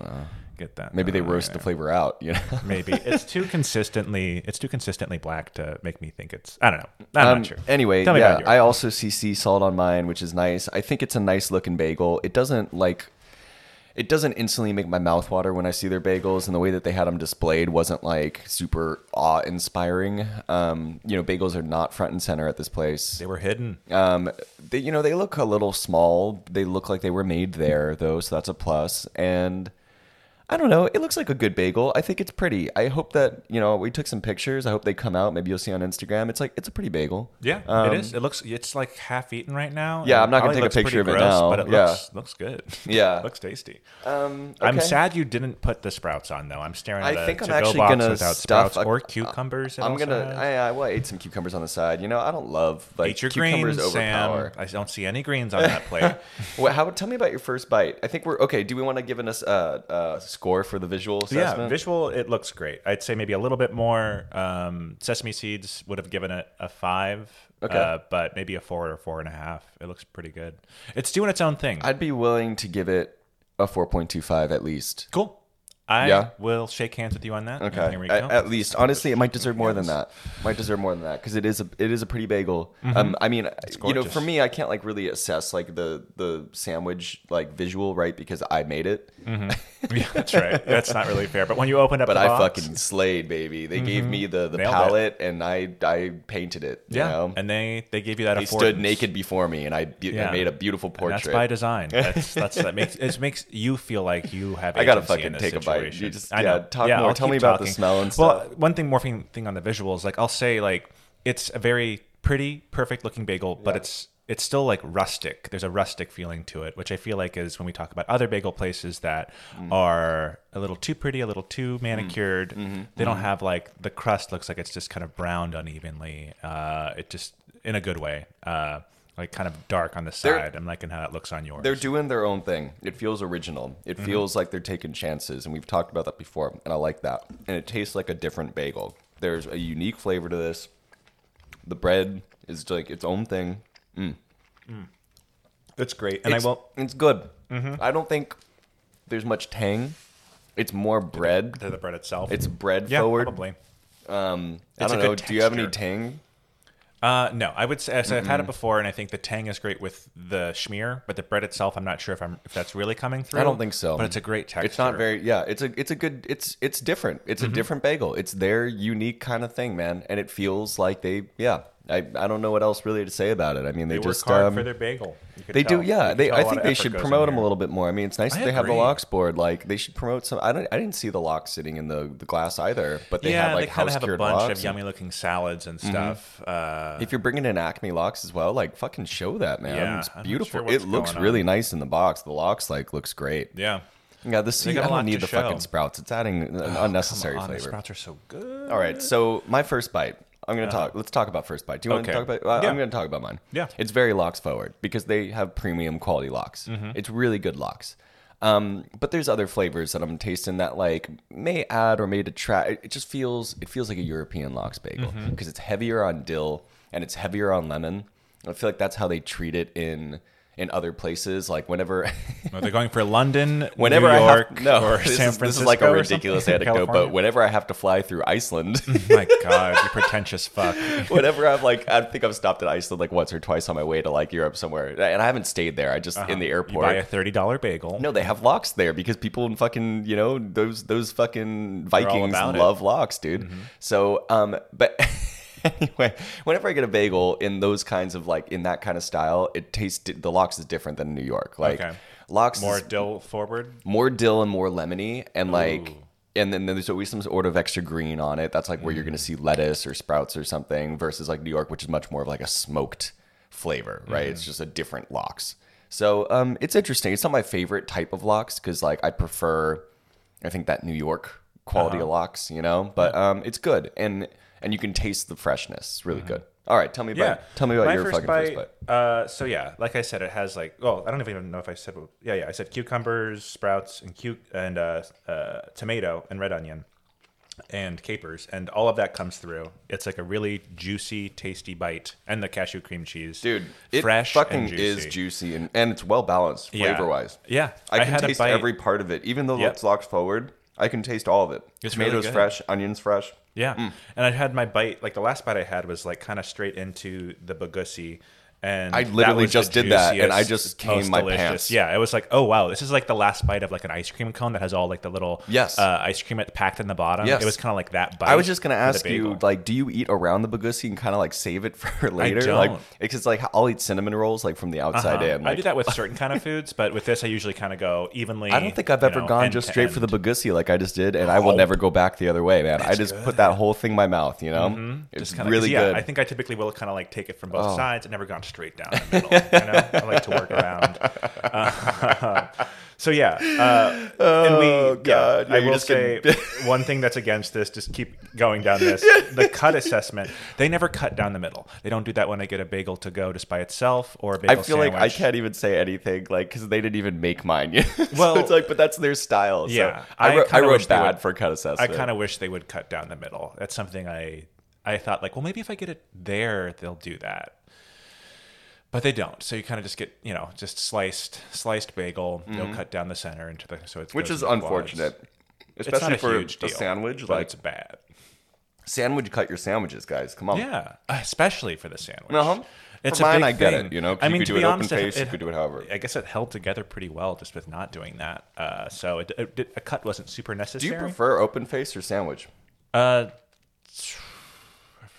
Speaker 2: get that.
Speaker 1: maybe they
Speaker 2: Uh,
Speaker 1: roast the flavor out. You know.
Speaker 2: Maybe it's too consistently it's too consistently black to make me think it's. I don't know. I'm
Speaker 1: Um,
Speaker 2: not sure.
Speaker 1: Anyway,
Speaker 2: Tell me
Speaker 1: yeah,
Speaker 2: about yours.
Speaker 1: I also see sea salt on mine, which is nice. I think it's a nice looking bagel. It doesn't like. It doesn't instantly make my mouth water when I see their bagels, and the way that they had them displayed wasn't like super awe-inspiring. Um, you know, bagels are not front and center at this place.
Speaker 2: they were hidden.
Speaker 1: Um, they, you know, they look a little small. They look like they were made there, though, so that's a plus. And I don't know. It looks like a good bagel. I think it's pretty. I hope that you know we took some pictures. I hope they come out. Maybe you'll see on Instagram. It's like it's a pretty bagel.
Speaker 2: Yeah,
Speaker 1: Um,
Speaker 2: it is. It looks. It's like half eaten right now.
Speaker 1: Yeah,
Speaker 2: and
Speaker 1: I'm not gonna
Speaker 2: probably
Speaker 1: take a
Speaker 2: looks pretty
Speaker 1: picture of it
Speaker 2: gross,
Speaker 1: now.
Speaker 2: But it
Speaker 1: Yeah.
Speaker 2: looks looks good.
Speaker 1: Yeah.
Speaker 2: looks tasty.
Speaker 1: Um,
Speaker 2: I'm
Speaker 1: okay.
Speaker 2: sad you didn't put the sprouts on though. I'm staring.
Speaker 1: I
Speaker 2: at a
Speaker 1: think I'm
Speaker 2: to-go
Speaker 1: actually
Speaker 2: box
Speaker 1: gonna
Speaker 2: without
Speaker 1: stuff
Speaker 2: sprouts
Speaker 1: a- uh,
Speaker 2: or cucumbers. it
Speaker 1: I'm
Speaker 2: also
Speaker 1: gonna.
Speaker 2: has.
Speaker 1: I, I well, I ate some cucumbers on the side. You know, I don't love like
Speaker 2: eat your
Speaker 1: cucumbers
Speaker 2: greens,
Speaker 1: overpower.
Speaker 2: Sam. I don't see any greens on that plate.
Speaker 1: Well, how? Tell me about your first bite. I think we're okay. Do we want to give us a, a uh, score for the visual assessment?
Speaker 2: yeah, visual. It looks great. I'd say maybe a little bit more. Um, Sesame seeds would have given it a five.
Speaker 1: Okay.
Speaker 2: uh, but maybe a four or four and a half. It looks pretty good. It's doing its own thing.
Speaker 1: I'd be willing to give it a 4.25 at least.
Speaker 2: cool. I
Speaker 1: Yeah.
Speaker 2: will shake hands with you on that.
Speaker 1: Okay.
Speaker 2: Here we
Speaker 1: A-
Speaker 2: go.
Speaker 1: at least, honestly, it might deserve more than that. Might deserve more than that because it is a it is a pretty bagel. Um, I mean, you know,
Speaker 2: Mm-hmm. gorgeous.
Speaker 1: for me, I can't like really assess like the the sandwich like visual right because I made it,
Speaker 2: yeah, that's right. That's not really fair. But when you opened up,
Speaker 1: but
Speaker 2: the
Speaker 1: I
Speaker 2: box,
Speaker 1: fucking slayed, baby. They gave me the the
Speaker 2: Mm-hmm. Nailed it.
Speaker 1: palette and I I painted it. You
Speaker 2: yeah,
Speaker 1: know?
Speaker 2: and they they gave you that.
Speaker 1: they stood
Speaker 2: affordance.
Speaker 1: naked before me and I, be- I
Speaker 2: Yeah.
Speaker 1: made a beautiful
Speaker 2: And
Speaker 1: portrait.
Speaker 2: That's by design. That's, that's that makes it makes you feel like you have.
Speaker 1: I gotta
Speaker 2: agency
Speaker 1: fucking
Speaker 2: in this
Speaker 1: take a bite.
Speaker 2: situation.
Speaker 1: You just-
Speaker 2: I
Speaker 1: yeah,
Speaker 2: know.
Speaker 1: talk more.
Speaker 2: I'll
Speaker 1: Tell me
Speaker 2: keep
Speaker 1: about the smell and
Speaker 2: Well, uh, one thing, morphing thing on the visuals, like I'll say, like it's a very pretty, perfect looking bagel, but it's it's still like rustic. There's a rustic feeling to it, which I feel like is when we talk about other bagel places that are a little too pretty, a little too manicured. They don't have like the crust looks like it's just kind of browned unevenly. Uh, it just in a good way. Uh, like kind of dark on the side. I'm liking how that looks on yours.
Speaker 1: They're doing their own thing. It feels original. It
Speaker 2: Mm-hmm.
Speaker 1: feels like they're taking chances, and we've talked about that before, and I like that. And it tastes like a different bagel. There's a unique flavor to this. The bread is like its own thing.
Speaker 2: That's great. And
Speaker 1: it's,
Speaker 2: I will. Mm-hmm.
Speaker 1: It's good. I don't think there's much tang. It's more bread.
Speaker 2: To the bread itself.
Speaker 1: It's bread
Speaker 2: yeah,
Speaker 1: forward.
Speaker 2: probably.
Speaker 1: Um, I
Speaker 2: It's a
Speaker 1: don't know.
Speaker 2: good
Speaker 1: Do you have any
Speaker 2: texture.
Speaker 1: tang?
Speaker 2: Uh, no, I would say so I've had it before, and I think the tang is great with the schmear, but the bread itself, I'm not sure if I'm if that's really coming through.
Speaker 1: I don't think so.
Speaker 2: But it's a great texture. Mm-hmm.
Speaker 1: It's not very yeah, it's a it's a good it's it's different. It's a different bagel. It's their unique kind of thing, man. And it feels like they yeah. I, I don't know what else really to say about it. I mean, they,
Speaker 2: They work
Speaker 1: just
Speaker 2: hard
Speaker 1: um,
Speaker 2: for their bagel. You could
Speaker 1: they do
Speaker 2: tell. You
Speaker 1: yeah.
Speaker 2: could
Speaker 1: They
Speaker 2: tell a
Speaker 1: I
Speaker 2: lot
Speaker 1: think
Speaker 2: of
Speaker 1: they
Speaker 2: effort
Speaker 1: should
Speaker 2: goes in
Speaker 1: promote them a
Speaker 2: here.
Speaker 1: little bit more. I mean, it's nice
Speaker 2: I
Speaker 1: that they have the
Speaker 2: agree.
Speaker 1: locks board. Like they should promote some. I don't I didn't see the locks sitting in the, the glass either. But they
Speaker 2: yeah,
Speaker 1: had like
Speaker 2: they kind
Speaker 1: house
Speaker 2: of have a
Speaker 1: cured
Speaker 2: bunch
Speaker 1: locks.
Speaker 2: of yummy looking salads
Speaker 1: Mm-hmm.
Speaker 2: and stuff. Uh,
Speaker 1: If you're bringing in Acme locks as well, like fucking show that man.
Speaker 2: Yeah,
Speaker 1: it's
Speaker 2: I'm not
Speaker 1: beautiful.
Speaker 2: sure what's
Speaker 1: it looks
Speaker 2: going on.
Speaker 1: really nice in the box. The locks like looks great.
Speaker 2: yeah.
Speaker 1: Yeah, the seed. I
Speaker 2: got a
Speaker 1: don't
Speaker 2: lot
Speaker 1: need
Speaker 2: to
Speaker 1: the
Speaker 2: show. Oh,
Speaker 1: fucking sprouts. It's adding an unnecessary
Speaker 2: on, the
Speaker 1: flavor.
Speaker 2: sprouts are so good.
Speaker 1: All right, so my first bite. I'm gonna talk. Let's talk about first bite. Do you want
Speaker 2: Okay.
Speaker 1: to talk about? uh,
Speaker 2: Yeah.
Speaker 1: I'm gonna talk about mine.
Speaker 2: Yeah.
Speaker 1: it's very locks forward because they have premium quality locks.
Speaker 2: Mm-hmm.
Speaker 1: It's really good locks. Um, but there's other flavors that I'm tasting that like may add or may detract. It- It just feels it feels like a European lox bagel because
Speaker 2: Mm-hmm.
Speaker 1: it's heavier on dill and it's heavier on lemon. I feel like that's how they treat it in in other places. Like whenever
Speaker 2: Are they Oh, going for London,
Speaker 1: whenever
Speaker 2: New
Speaker 1: I
Speaker 2: York,
Speaker 1: have, no,
Speaker 2: or
Speaker 1: this
Speaker 2: San
Speaker 1: is,
Speaker 2: Francisco?
Speaker 1: this is like a
Speaker 2: or something?
Speaker 1: ridiculous anecdote, but
Speaker 2: California?
Speaker 1: whenever I have to fly through Iceland,
Speaker 2: my God, you pretentious fuck.
Speaker 1: whenever I've like, I think I've stopped at Iceland like once or twice on my way to like Europe somewhere, and I haven't stayed there. I just in the
Speaker 2: Uh-huh. You buy
Speaker 1: airport.
Speaker 2: a thirty dollar bagel.
Speaker 1: no, they have locks there because people in fucking you know those those fucking Vikings
Speaker 2: about it. Mm-hmm.
Speaker 1: love locks, dude. So, um, but anyway, whenever I get a bagel in those kinds of like in that kind of style, it tastes the locks is different than New York. Like
Speaker 2: Okay.
Speaker 1: locks
Speaker 2: more
Speaker 1: is
Speaker 2: dill forward.
Speaker 1: more dill and more lemony and like
Speaker 2: Ooh.
Speaker 1: and then there's always some sort of extra green on it. That's like where
Speaker 2: Mm.
Speaker 1: you're going to see lettuce or sprouts or something versus like New York, which is much more of like a smoked flavor, right? It's just a different lox. So um, it's interesting. It's not my favorite type of lox because like I prefer, I think that New York quality
Speaker 2: Uh-huh.
Speaker 1: of lox, you know. But um, it's good and and you can taste the freshness. It's really good. All right, tell me
Speaker 2: Mm-hmm. Yeah.
Speaker 1: about tell me about
Speaker 2: My
Speaker 1: your
Speaker 2: first
Speaker 1: fucking
Speaker 2: bite,
Speaker 1: first bite.
Speaker 2: Uh, so yeah, like I said, it has like well, I don't even know if I said yeah yeah I said cucumbers, sprouts, and cu- and uh, uh, tomato and red onion, and capers, and all of that comes through. It's like a really juicy, tasty bite, and the cashew cream cheese,
Speaker 1: Dude, it
Speaker 2: fresh
Speaker 1: fucking
Speaker 2: and juicy.
Speaker 1: is juicy and, and it's well balanced
Speaker 2: Yeah.
Speaker 1: flavor wise.
Speaker 2: Yeah,
Speaker 1: I can
Speaker 2: had
Speaker 1: taste
Speaker 2: a bite.
Speaker 1: every part of it, even though
Speaker 2: Yep.
Speaker 1: it's locked forward. I can taste all of it.
Speaker 2: It's really
Speaker 1: Tomatoes
Speaker 2: good.
Speaker 1: fresh, onions fresh.
Speaker 2: Yeah. And I had my bite, like the last bite I had was like kind of straight into the bagussi. And
Speaker 1: I
Speaker 2: that
Speaker 1: literally
Speaker 2: was the
Speaker 1: just did that, and I
Speaker 2: juiciest,
Speaker 1: just came
Speaker 2: most
Speaker 1: my pants.
Speaker 2: Yeah, it was like, oh wow, this is like the last bite of like an ice cream cone that has all like the little
Speaker 1: Yes.
Speaker 2: uh, ice cream at- packed in the bottom.
Speaker 1: Yes.
Speaker 2: It was kind of like that bite.
Speaker 1: I was just gonna
Speaker 2: with a
Speaker 1: ask you,
Speaker 2: bagel.
Speaker 1: like, do you eat around the bagussi and kind of like save it for later? Like,
Speaker 2: don't.
Speaker 1: because like I'll eat cinnamon rolls like from the outside
Speaker 2: Uh-huh.
Speaker 1: in.
Speaker 2: I
Speaker 1: Like,
Speaker 2: do that with certain kind of foods, but with this, I usually kind of go evenly.
Speaker 1: I don't think I've
Speaker 2: you
Speaker 1: ever
Speaker 2: know,
Speaker 1: gone
Speaker 2: end
Speaker 1: just
Speaker 2: to
Speaker 1: straight
Speaker 2: end.
Speaker 1: for the bagussi like I just did, and I will
Speaker 2: Oh.
Speaker 1: never go back the other way, man. I just put that whole thing in my mouth, you know. It's
Speaker 2: Mm-hmm. Just kinda- 'cause,
Speaker 1: really
Speaker 2: yeah,
Speaker 1: good. Oh.
Speaker 2: I think I typically will kind of like take it from both sides. I've never gone straight down the middle. you know? I like to work around. Uh, so yeah. Uh, and we, yeah,
Speaker 1: Oh, God. Yeah,
Speaker 2: I
Speaker 1: you
Speaker 2: will
Speaker 1: just
Speaker 2: say
Speaker 1: can-
Speaker 2: one thing that's against this. Just keep going down this. The cut assessment. They never cut down the middle. They don't do that when I get a bagel to go just by itself or a bagel
Speaker 1: I feel like I
Speaker 2: sandwich.
Speaker 1: can't even say anything, like, because they didn't even make mine. yet. so
Speaker 2: Well-
Speaker 1: it's like, but that's their style. So
Speaker 2: Yeah,
Speaker 1: I,
Speaker 2: I
Speaker 1: wrote, I
Speaker 2: kinda
Speaker 1: wrote
Speaker 2: wish they
Speaker 1: bad
Speaker 2: would-
Speaker 1: for cut
Speaker 2: I
Speaker 1: assessment.
Speaker 2: kind of wish they would cut down the middle. That's something I I thought like, well, maybe if I get it there, they'll do that. But they don't. So you kind of just get, you know, just sliced sliced bagel. They'll cut down the center into the so it's
Speaker 1: Mm-hmm. which is unfortunate,
Speaker 2: It's
Speaker 1: especially
Speaker 2: not a
Speaker 1: for
Speaker 2: huge
Speaker 1: a
Speaker 2: deal,
Speaker 1: sandwich.
Speaker 2: but
Speaker 1: Like
Speaker 2: it's bad.
Speaker 1: sandwich, cut your sandwiches, guys. Come on.
Speaker 2: Yeah, especially for the sandwich.
Speaker 1: Uh-huh.
Speaker 2: It's
Speaker 1: For
Speaker 2: a
Speaker 1: mine,
Speaker 2: big
Speaker 1: I get
Speaker 2: thing.
Speaker 1: it, you know, 'cause
Speaker 2: I
Speaker 1: you
Speaker 2: mean,
Speaker 1: could
Speaker 2: to
Speaker 1: do
Speaker 2: be
Speaker 1: it open
Speaker 2: honest,
Speaker 1: face, you could do it however.
Speaker 2: I guess it held together pretty well just with not doing that. Uh, so it, it, did- a cut wasn't super
Speaker 1: Do
Speaker 2: necessary.
Speaker 1: you prefer open face or sandwich?
Speaker 2: Uh,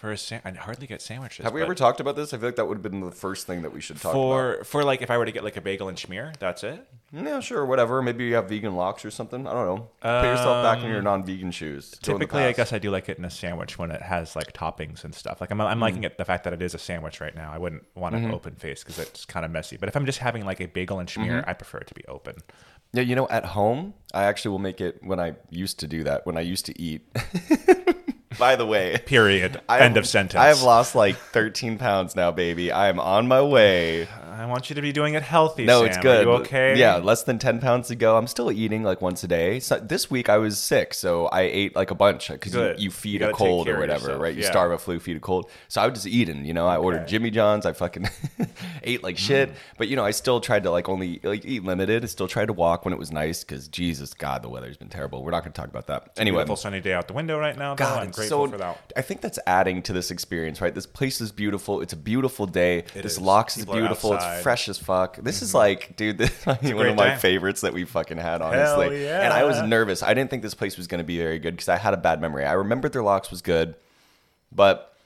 Speaker 2: for a sa- I hardly get sandwiches.
Speaker 1: Have we
Speaker 2: but
Speaker 1: ever talked about this? I feel like that would have been the first thing that we should talk about.
Speaker 2: for for like if I were to get like a bagel and schmear, that's it.
Speaker 1: Yeah, sure, whatever. Maybe you have vegan locks or something. I don't know. Put yourself back in your non-vegan shoes. Go in the
Speaker 2: Um, Typically, I
Speaker 1: past.
Speaker 2: guess I do like it in a sandwich when it has like toppings and stuff. Like I'm, I'm liking it the fact that it is a sandwich right now. I wouldn't want an open face because it's kind of messy. But if I'm just having like a bagel and schmear, I prefer it to be open.
Speaker 1: Yeah, you know, at home, I actually will make it when I used to do that, when I used to eat. By the way,
Speaker 2: Period.
Speaker 1: I
Speaker 2: End
Speaker 1: have-
Speaker 2: of sentence.
Speaker 1: I have lost like 13 pounds now, baby. I am on my way.
Speaker 2: I want you to be doing it healthy.
Speaker 1: No,
Speaker 2: Sam.
Speaker 1: it's good.
Speaker 2: Are you okay.
Speaker 1: Yeah, less than 10 pounds to go. I'm still eating like once a day. So this week I was sick, so I ate like a bunch because you,
Speaker 2: Good.
Speaker 1: you feed
Speaker 2: You
Speaker 1: a
Speaker 2: gotta take
Speaker 1: cold
Speaker 2: care
Speaker 1: or
Speaker 2: of
Speaker 1: whatever,
Speaker 2: yourself,
Speaker 1: right? You
Speaker 2: yeah.
Speaker 1: starve a flu, feed a cold. So I was just eating, you know, I ordered Jimmy John's. I fucking ate like shit.
Speaker 2: Mm.
Speaker 1: But, you know, I still tried to like only like eat limited. I still tried to walk when it was nice because Jesus, God, the weather's been terrible. We're not going to talk about that. Anyway,
Speaker 2: Beautiful sunny day out the window right now. though.
Speaker 1: God,
Speaker 2: I'm
Speaker 1: it's
Speaker 2: grateful
Speaker 1: so-
Speaker 2: for that.
Speaker 1: I think that's adding to this experience, right? This place is beautiful. It's a beautiful day. this
Speaker 2: is.
Speaker 1: locks is
Speaker 2: People are
Speaker 1: beautiful. It's
Speaker 2: outside. Mm-hmm.
Speaker 1: fresh as fuck. This is like, dude, this is one of
Speaker 2: great
Speaker 1: my
Speaker 2: time.
Speaker 1: favorites that we fucking had, honestly.
Speaker 2: yeah.
Speaker 1: And I was nervous. I didn't think this place was going to be very good because I had a bad memory. I remembered their locks was good, but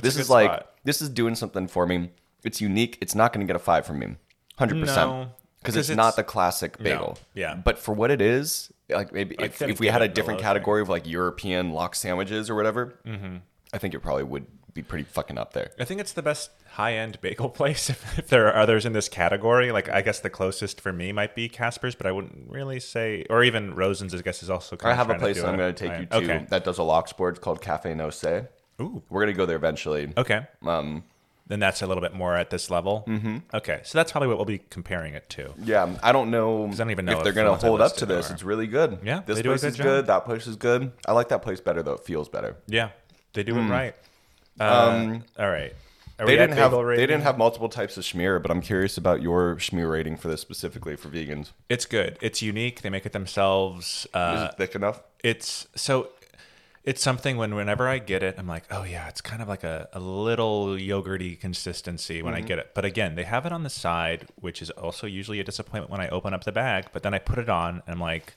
Speaker 1: this
Speaker 2: a
Speaker 1: is
Speaker 2: good
Speaker 1: like
Speaker 2: spot.
Speaker 1: this is doing something for me. It's unique. It's not going to get a five from me, hundred percent,
Speaker 2: No,
Speaker 1: because
Speaker 2: 'cause
Speaker 1: it's,
Speaker 2: it's-
Speaker 1: not the classic bagel.
Speaker 2: yeah.
Speaker 1: But for what it is, like maybe if,
Speaker 2: that
Speaker 1: if we had a
Speaker 2: Kevin
Speaker 1: different
Speaker 2: Miller thing.
Speaker 1: category of like European lock sandwiches or whatever,
Speaker 2: Mm-hmm.
Speaker 1: I think it probably would be pretty fucking up there.
Speaker 2: I think it's the best high end bagel place if, if there are others in this category. Like, I guess the closest for me might be Casper's, but I wouldn't really say, or even Rosen's, I guess, is also kind
Speaker 1: I
Speaker 2: of
Speaker 1: have a
Speaker 2: trying
Speaker 1: place
Speaker 2: to
Speaker 1: that
Speaker 2: do
Speaker 1: I'm
Speaker 2: it.
Speaker 1: going to take you to
Speaker 2: Okay.
Speaker 1: that does a lock board. It's called Cafe No Say.
Speaker 2: Ooh.
Speaker 1: We're going to go there eventually.
Speaker 2: Okay.
Speaker 1: Um,
Speaker 2: Then that's a little bit more at this level. Mm-hmm. Okay. So that's probably what we'll be comparing it to.
Speaker 1: Yeah, I don't know. I
Speaker 2: don't even know
Speaker 1: if they're
Speaker 2: if
Speaker 1: going to
Speaker 2: the ones I
Speaker 1: hold up to
Speaker 2: listed
Speaker 1: this.
Speaker 2: are.
Speaker 1: It's really good.
Speaker 2: Yeah,
Speaker 1: this
Speaker 2: they do a
Speaker 1: place
Speaker 2: good
Speaker 1: is
Speaker 2: job.
Speaker 1: good. That place is good. I like that place better though. It feels better.
Speaker 2: Yeah. They do it right. Um, all right. Are
Speaker 1: Hmm. They
Speaker 2: we at
Speaker 1: didn't have
Speaker 2: bagel
Speaker 1: they
Speaker 2: rating?
Speaker 1: didn't have multiple types of schmear, but I'm curious about your schmear rating for this specifically for vegans.
Speaker 2: It's good. It's unique. They make it themselves. Uh,
Speaker 1: Is it thick enough?
Speaker 2: it's so it's something when whenever I get it, I'm like, oh yeah, it's kind of like a, a little yogurty consistency when I get it. But again, they have it on the side, which is also usually a disappointment when I open up the bag, but then I put it on and I'm like,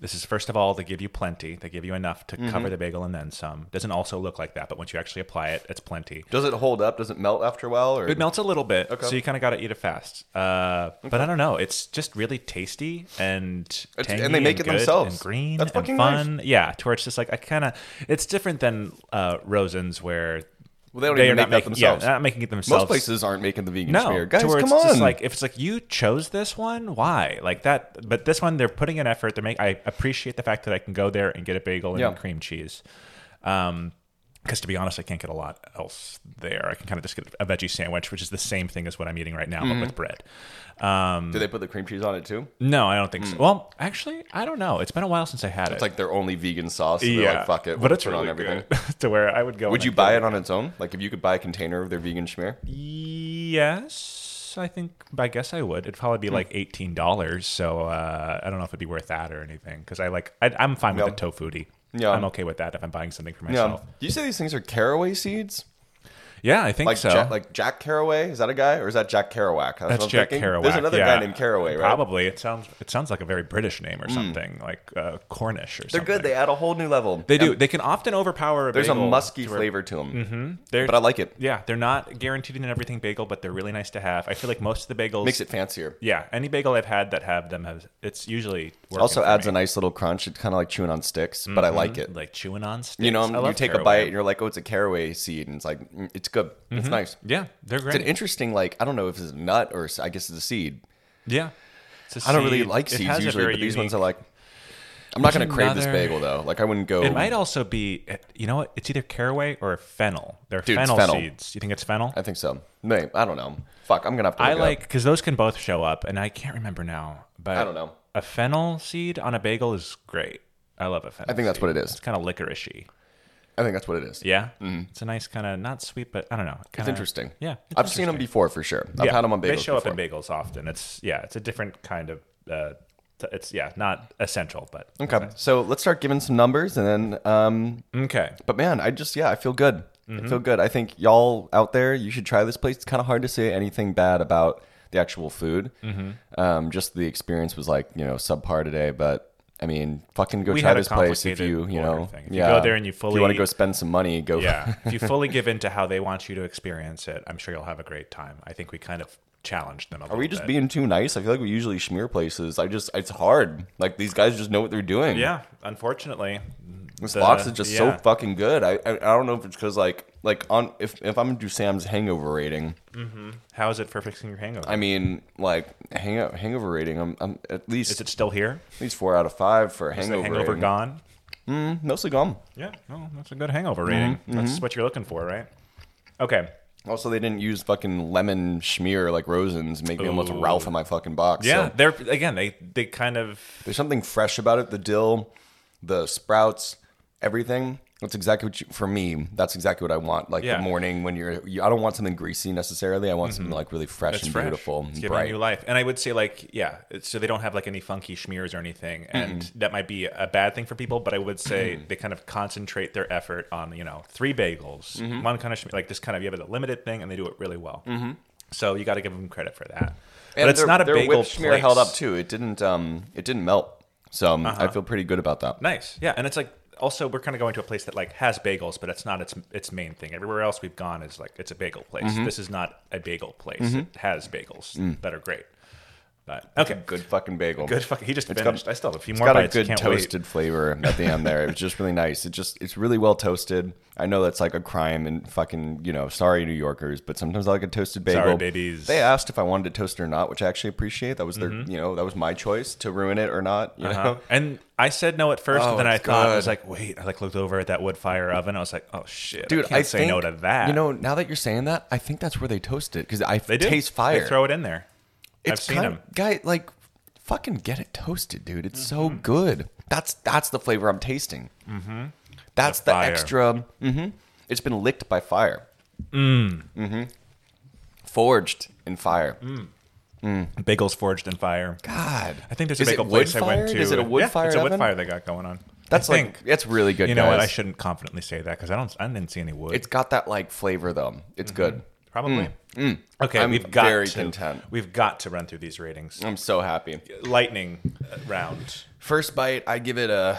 Speaker 2: This is first of all, they give you plenty. They give you enough to cover the bagel and then some. Doesn't also look like that, but once you actually apply it, it's plenty.
Speaker 1: Does it hold up? Does it melt after a while? Or
Speaker 2: It melts a little bit,
Speaker 1: Okay.
Speaker 2: so you kind of got to eat it fast. Uh, But I don't know. It's just really tasty and tangy
Speaker 1: and they make it
Speaker 2: good
Speaker 1: themselves.
Speaker 2: and green
Speaker 1: That's
Speaker 2: and
Speaker 1: fucking nice.
Speaker 2: fun. Yeah, to where it's just like I kind of. It's different than uh, Rosen's where
Speaker 1: Well, they don't
Speaker 2: are
Speaker 1: even
Speaker 2: not
Speaker 1: make that
Speaker 2: making
Speaker 1: themselves.
Speaker 2: Yeah, they're not making it themselves.
Speaker 1: most places aren't making the vegan
Speaker 2: No,
Speaker 1: smear.
Speaker 2: to
Speaker 1: Guys,
Speaker 2: where
Speaker 1: come
Speaker 2: it's
Speaker 1: on.
Speaker 2: Just like if it's like you chose this one, why? Like that, but this one they're putting an effort. They're making. I appreciate the fact that I can go there and get a bagel and
Speaker 1: Yeah.
Speaker 2: cream cheese. Um, because to be honest, I can't get a lot else there. I can kind of just get a veggie sandwich, which is the same thing as what I'm eating right now,
Speaker 1: Mm-hmm.
Speaker 2: but with bread. Um,
Speaker 1: Do they put the cream cheese on it too?
Speaker 2: no, I don't think so. Well, actually, I don't know. It's been a while since I had
Speaker 1: Mm.
Speaker 2: it.
Speaker 1: It's like their only vegan sauce. So yeah, like, fuck it.
Speaker 2: but
Speaker 1: we'll
Speaker 2: it's
Speaker 1: put it
Speaker 2: really
Speaker 1: on everything.
Speaker 2: good. to where I would go.
Speaker 1: Would you buy it on its own? Like if you could buy a container of their vegan schmear?
Speaker 2: Yes, I think. I guess I would. It'd probably
Speaker 1: Hmm.
Speaker 2: be like eighteen dollars. So uh, I don't know if it'd be worth that or anything. Because I like, I, I'm fine with
Speaker 1: Yeah.
Speaker 2: the tofu.
Speaker 1: Yeah.
Speaker 2: I'm okay with that if I'm buying something for
Speaker 1: Yeah.
Speaker 2: myself.
Speaker 1: Do you say these things are caraway seeds?
Speaker 2: Yeah, I think
Speaker 1: Like
Speaker 2: so.
Speaker 1: Jack, like Jack Caraway? Is that a guy or is that Jack Kerouac? That's, what
Speaker 2: That's
Speaker 1: I'm
Speaker 2: Jack
Speaker 1: thinking.
Speaker 2: Kerouac.
Speaker 1: There's another
Speaker 2: yeah.
Speaker 1: guy named Caraway, right? Hmm.
Speaker 2: Probably. It sounds. It sounds like a very British name or something, like uh, Cornish or
Speaker 1: They're
Speaker 2: something.
Speaker 1: good. They add a whole new level.
Speaker 2: They do. They can often overpower. A
Speaker 1: There's a
Speaker 2: bagel
Speaker 1: musky
Speaker 2: to where- Mm-hmm.
Speaker 1: flavor to them,
Speaker 2: They're-
Speaker 1: but I like it.
Speaker 2: Yeah, they're not guaranteed in everything bagel, but they're really nice to have. I feel like most of the bagels
Speaker 1: Makes it fancier.
Speaker 2: Yeah, any bagel I've had that have them has it's usually working
Speaker 1: Also
Speaker 2: for
Speaker 1: adds
Speaker 2: me.
Speaker 1: a nice little crunch. It's kind of like chewing on sticks, but I like it.
Speaker 2: like chewing on sticks.
Speaker 1: You know,
Speaker 2: I
Speaker 1: you
Speaker 2: love
Speaker 1: take a
Speaker 2: caraway.
Speaker 1: bite and you're like, oh, it's a caraway seed, and it's like, mm, it's good. It's
Speaker 2: Mm-hmm.
Speaker 1: nice.
Speaker 2: Yeah, they're great.
Speaker 1: It's an interesting, like, I don't know if it's a nut or s- I guess it's a seed.
Speaker 2: yeah, It's a
Speaker 1: I don't really
Speaker 2: seed.
Speaker 1: like
Speaker 2: It
Speaker 1: seeds
Speaker 2: has a
Speaker 1: usually, but
Speaker 2: very
Speaker 1: these ones
Speaker 2: unique-
Speaker 1: are like, I'm not
Speaker 2: There's
Speaker 1: going to crave this
Speaker 2: another-
Speaker 1: bagel though. Like, I wouldn't go.
Speaker 2: It might also be, you know what? It's either caraway or fennel. They're
Speaker 1: Dude, it's
Speaker 2: fennel,
Speaker 1: fennel.
Speaker 2: seeds. You think it's fennel?
Speaker 1: I think so. Maybe. I don't know. Fuck, I'm going to have to.
Speaker 2: I
Speaker 1: look it up.
Speaker 2: like because those can both show up, and I can't remember now. But
Speaker 1: I don't know.
Speaker 2: A fennel seed on a bagel is great. I love a fennel.
Speaker 1: I think that's
Speaker 2: seed.
Speaker 1: what it is.
Speaker 2: It's kind of licoricey.
Speaker 1: I think that's what it is.
Speaker 2: Yeah, it's a nice kind of not sweet, but I don't know.
Speaker 1: It's
Speaker 2: kinda-
Speaker 1: interesting.
Speaker 2: Yeah, it's
Speaker 1: I've seen them
Speaker 2: interesting.
Speaker 1: before for sure. I've
Speaker 2: Yeah,
Speaker 1: had them on bagels.
Speaker 2: They show
Speaker 1: before.
Speaker 2: up in bagels often. It's yeah, it's a different kind of. Uh, t- it's yeah, not essential, but
Speaker 1: Okay, so let's start giving some numbers, and then, um,
Speaker 2: okay.
Speaker 1: but man, I just yeah, I feel good. I
Speaker 2: Mm-hmm.
Speaker 1: feel good. I think y'all out there, you should try this place. It's kind of hard to say anything bad about the actual food.
Speaker 2: Mm-hmm.
Speaker 1: Um, just the experience was like you know subpar today, but I mean, fucking go
Speaker 2: We
Speaker 1: try
Speaker 2: had a
Speaker 1: this place if
Speaker 2: complicated
Speaker 1: you you
Speaker 2: order
Speaker 1: know
Speaker 2: thing. If you
Speaker 1: yeah.
Speaker 2: go there and you
Speaker 1: if you want
Speaker 2: fully-
Speaker 1: to go spend some money, go
Speaker 2: Yeah, if you fully give in to how they want you to experience it, I'm sure you'll have a great time. I think we kind of challenged them. A
Speaker 1: Are we just being too nice? I feel like we usually smear places. I just it's hard. Like these guys just know what they're doing.
Speaker 2: Yeah, unfortunately,
Speaker 1: This
Speaker 2: the-
Speaker 1: box is just so
Speaker 2: yeah.
Speaker 1: fucking good. I, I I don't know if it's because like like on if if I'm gonna do Sam's hangover rating,
Speaker 2: How is it for fixing your hangover?
Speaker 1: I mean like hangover hangover rating. I'm I'm at least
Speaker 2: is it still here?
Speaker 1: at least four out of five for a
Speaker 2: Is
Speaker 1: hangover.
Speaker 2: the hangover
Speaker 1: rating.
Speaker 2: gone?
Speaker 1: Mm, mostly gone.
Speaker 2: Yeah, well, that's a good hangover
Speaker 1: Mm-hmm.
Speaker 2: rating. That's what you're looking for, right? Okay.
Speaker 1: Also, they didn't use fucking lemon schmear like Rosen's, make me almost
Speaker 2: Ooh.
Speaker 1: Ralph in my fucking box.
Speaker 2: Yeah,
Speaker 1: so
Speaker 2: they're again. They they kind of
Speaker 1: there's something fresh about it. The dill, the sprouts, everything. That's exactly what you, for me. That's exactly what I want. Like
Speaker 2: Yeah.
Speaker 1: the morning when you're, you, I don't want something greasy necessarily. I want something like really fresh
Speaker 2: It's
Speaker 1: and
Speaker 2: fresh.
Speaker 1: beautiful,
Speaker 2: It's
Speaker 1: and
Speaker 2: giving
Speaker 1: bright.
Speaker 2: you life. And I would say, like, yeah, it's- so they don't have like any funky schmears or anything, and that might be a bad thing for people. But I would say they kind of concentrate their effort on you know three bagels,
Speaker 1: Mm-hmm.
Speaker 2: one kind of schmear, like this kind of you have a limited thing, and they do it really well. So you got to give them credit for that. but it's
Speaker 1: their-
Speaker 2: not a
Speaker 1: their
Speaker 2: bagel
Speaker 1: whip smear held
Speaker 2: place. Uh-huh.
Speaker 1: up too. It didn't um it didn't melt. So um, I feel pretty good about that.
Speaker 2: Nice, yeah, and it's like. Also, we're kind of going to a place that like has bagels, but it's not its its main thing. Everywhere else we've gone is like it's a bagel place.
Speaker 1: Mm-hmm.
Speaker 2: This is not a bagel place. It has bagels
Speaker 1: Mm.
Speaker 2: that are great. But okay,
Speaker 1: Good fucking bagel.
Speaker 2: Good fucking. He just
Speaker 1: It's
Speaker 2: finished.
Speaker 1: got-
Speaker 2: I still have a few
Speaker 1: It's
Speaker 2: more
Speaker 1: got a
Speaker 2: bites.
Speaker 1: good
Speaker 2: Can't
Speaker 1: toasted flavor at the end there. It was just really nice. It just it's really well toasted. I know that's like a crime and fucking you know sorry New Yorkers, but sometimes I like a toasted bagel.
Speaker 2: Sorry, babies.
Speaker 1: They asked if I wanted to toast it or not, which I actually appreciate. That was their you know that was my choice to ruin it or not. You
Speaker 2: wait.
Speaker 1: know.
Speaker 2: Uh-huh. And I said no at first,
Speaker 1: Oh,
Speaker 2: and then I
Speaker 1: it's
Speaker 2: thought I
Speaker 1: good.
Speaker 2: was like, wait. I like looked over at that wood fire oven. I was like, oh shit,
Speaker 1: Dude,
Speaker 2: I can't say no to
Speaker 1: think-
Speaker 2: that.
Speaker 1: You know, now that you're saying that, I think that's where they toast it because I
Speaker 2: they do.
Speaker 1: taste fire.
Speaker 2: They throw it in there. I've
Speaker 1: It's
Speaker 2: seen
Speaker 1: kind
Speaker 2: them.
Speaker 1: of, guy. Like, fucking get it toasted, dude. It's
Speaker 2: Mm-hmm.
Speaker 1: so good. That's that's the flavor I'm tasting. Mm-hmm. That's
Speaker 2: The
Speaker 1: the,
Speaker 2: fire.
Speaker 1: extra. hmm It's been licked by fire. Mm. hmm Forged in fire.
Speaker 2: Bagels forged in fire.
Speaker 1: God,
Speaker 2: Mm. I think there's a
Speaker 1: Is it
Speaker 2: bagel place I
Speaker 1: wood-fired?
Speaker 2: went to.
Speaker 1: Is it a wood
Speaker 2: yeah,
Speaker 1: fire?
Speaker 2: It's a wood fire they got going on.
Speaker 1: That's
Speaker 2: I
Speaker 1: like
Speaker 2: think.
Speaker 1: it's really good.
Speaker 2: you know what?
Speaker 1: guys.
Speaker 2: I shouldn't confidently say that because I don't. I didn't see any wood. Mm-hmm.
Speaker 1: It's got that like flavor though. It's good.
Speaker 2: Probably. Okay,
Speaker 1: mm, I'm
Speaker 2: we've got
Speaker 1: very
Speaker 2: to,
Speaker 1: content.
Speaker 2: We've got to run through these ratings.
Speaker 1: I'm so happy.
Speaker 2: Lightning uh, round.
Speaker 1: First bite, I give it a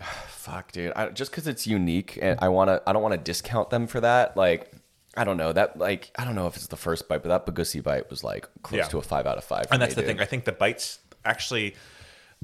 Speaker 1: fuck, dude. I, just because it's unique, and I wanna, I don't want to discount them for that. Like, I don't know that. Like, I don't know if it's the first bite, but that Bagussi bite was like close
Speaker 2: Yeah.
Speaker 1: to a five out of five. for
Speaker 2: And that's
Speaker 1: me,
Speaker 2: the
Speaker 1: dude.
Speaker 2: thing. I think the bites actually,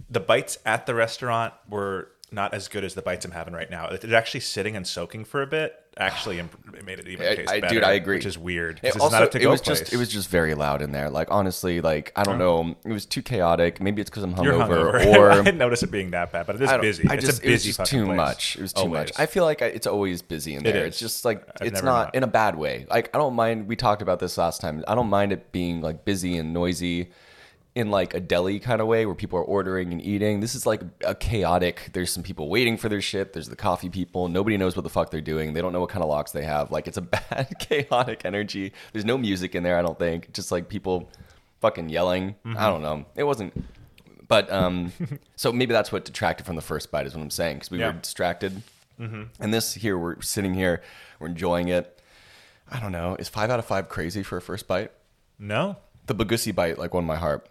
Speaker 2: the bites at the restaurant were not as good as the bites I'm having right now. It, it actually sitting and soaking for a bit actually imp- it made it even
Speaker 1: I-
Speaker 2: taste
Speaker 1: I- dude,
Speaker 2: better.
Speaker 1: I agree.
Speaker 2: Which is weird. 'cause
Speaker 1: It
Speaker 2: it's
Speaker 1: also,
Speaker 2: not a to-go
Speaker 1: it was
Speaker 2: place.
Speaker 1: just it was just very loud in there. Like honestly, like I don't know, it was too chaotic. Maybe it's because I'm
Speaker 2: You're
Speaker 1: hungover,
Speaker 2: hungover. I
Speaker 1: or
Speaker 2: didn't notice it being that bad, but it is
Speaker 1: I don't-
Speaker 2: busy.
Speaker 1: I
Speaker 2: it's
Speaker 1: just
Speaker 2: a
Speaker 1: it was
Speaker 2: busy
Speaker 1: just
Speaker 2: fucking
Speaker 1: too
Speaker 2: place.
Speaker 1: much. It was too
Speaker 2: Always.
Speaker 1: much. I feel like I, it's always busy in there.
Speaker 2: is.
Speaker 1: It's just like
Speaker 2: I've
Speaker 1: it's
Speaker 2: never
Speaker 1: not
Speaker 2: not.
Speaker 1: in a bad way. Like I don't mind. We talked about this last time. I don't mind it being like busy and noisy. In like a deli kind of way where people are ordering and eating. This is like a chaotic. There's some people waiting for their shit. There's the coffee people. Nobody knows what the fuck they're doing. They don't know what kind of locks they have. Like it's a bad chaotic energy. There's no music in there. I don't think. Just like people fucking yelling. I don't know. It wasn't. But um, so maybe that's what detracted from the first bite is what I'm saying because we
Speaker 2: Yeah.
Speaker 1: were distracted. And this here, we're sitting here, we're enjoying it. I don't know. Is five out of five crazy for a first bite?
Speaker 2: No,
Speaker 1: The Bagussi bite like won my heart.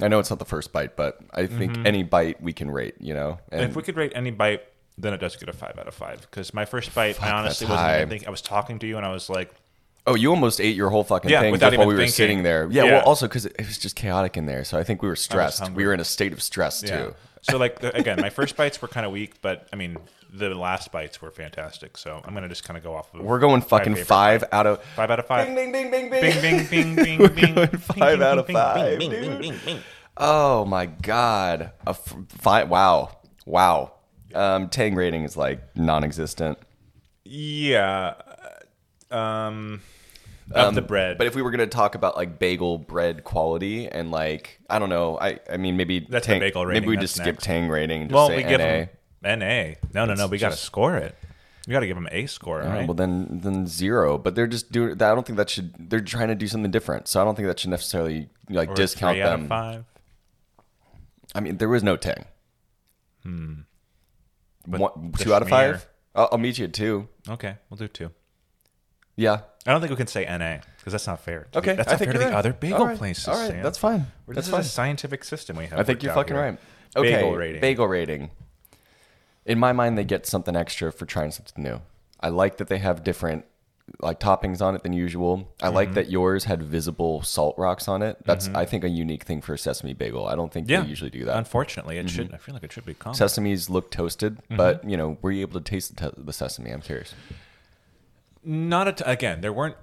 Speaker 1: I know it's not the first bite, but I think any bite we can rate, you know. And
Speaker 2: Mm-hmm. if we could rate any bite, then it does get a five out of five. Because my first bite, I honestly
Speaker 1: that's
Speaker 2: wasn't
Speaker 1: high.
Speaker 2: even thinking. I was talking to you, and I was like,
Speaker 1: oh, you almost ate your whole fucking
Speaker 2: Yeah,
Speaker 1: thing
Speaker 2: without
Speaker 1: just while
Speaker 2: even
Speaker 1: we were
Speaker 2: thinking.
Speaker 1: sitting there. Yeah,
Speaker 2: Yeah.
Speaker 1: Well, also because it, it was just chaotic in there, so I think we were stressed.
Speaker 2: hungry.
Speaker 1: We were in a state of stress
Speaker 2: yeah.
Speaker 1: too.
Speaker 2: So like the, again, my first bites were kind of weak, but I mean the last bites were fantastic. So I'm gonna just kind of go off. of
Speaker 1: We're going
Speaker 2: my
Speaker 1: fucking
Speaker 2: favorite.
Speaker 1: five out of
Speaker 2: Five out of
Speaker 1: bing bing
Speaker 2: five.
Speaker 1: bing bing bing.
Speaker 2: Bing bing bing bing bing. bing, bing
Speaker 1: five
Speaker 2: bing,
Speaker 1: out of
Speaker 2: bing, bing,
Speaker 1: five,
Speaker 2: bing,
Speaker 1: dude.
Speaker 2: bing, bing, bing.
Speaker 1: Oh my god, a f- five! Wow, wow. Um, Tang rating is like non-existent.
Speaker 2: Yeah. uh, Um. Of the bread,
Speaker 1: But if we were gonna talk about like bagel bread quality and like I don't know, I I mean maybe
Speaker 2: That's the
Speaker 1: Tang,
Speaker 2: bagel rating,
Speaker 1: Maybe we
Speaker 2: that's
Speaker 1: just skip
Speaker 2: next.
Speaker 1: Tang rating. And just
Speaker 2: well,
Speaker 1: say
Speaker 2: we
Speaker 1: NA.
Speaker 2: give them NA. No, no, no. We gotta
Speaker 1: just-
Speaker 2: score it. We gotta give them a score,
Speaker 1: All right,
Speaker 2: right?
Speaker 1: Uh, well then then zero. But they're just doing. I don't think that should. They're trying to do something different. So I don't think that should necessarily like
Speaker 2: Or
Speaker 1: discount
Speaker 2: three out of
Speaker 1: them.
Speaker 2: five.
Speaker 1: I mean, there was no Tang. Hmm. One,
Speaker 2: the
Speaker 1: two out of
Speaker 2: schmear-
Speaker 1: five. I'll, I'll meet you at two.
Speaker 2: Okay, we'll do two.
Speaker 1: Yeah.
Speaker 2: I don't think we can say NA because that's not fair. to the-
Speaker 1: Okay,
Speaker 2: that's
Speaker 1: I
Speaker 2: not
Speaker 1: think
Speaker 2: fair to
Speaker 1: you're
Speaker 2: the
Speaker 1: right.
Speaker 2: other bagel
Speaker 1: All right,
Speaker 2: places.
Speaker 1: All right,
Speaker 2: Sam.
Speaker 1: that's fine.
Speaker 2: This
Speaker 1: That's
Speaker 2: is
Speaker 1: fine.
Speaker 2: a scientific system we have.
Speaker 1: I think you're fucking right. Okay,
Speaker 2: Bagel rating.
Speaker 1: Bagel rating. In my mind, they get something extra for trying something new. I like that they have different like toppings on it than usual. I
Speaker 2: Mm-hmm.
Speaker 1: like that yours had visible salt rocks on it. That's I think a unique thing for a sesame bagel. I don't think
Speaker 2: Yeah,
Speaker 1: they usually do that. Mm-hmm.
Speaker 2: Unfortunately, it should. I feel like it should be common.
Speaker 1: Sesames look toasted,
Speaker 2: Mm-hmm.
Speaker 1: but you know, were you able to taste the, te- the sesame? I'm curious.
Speaker 2: Not a t- again. There weren't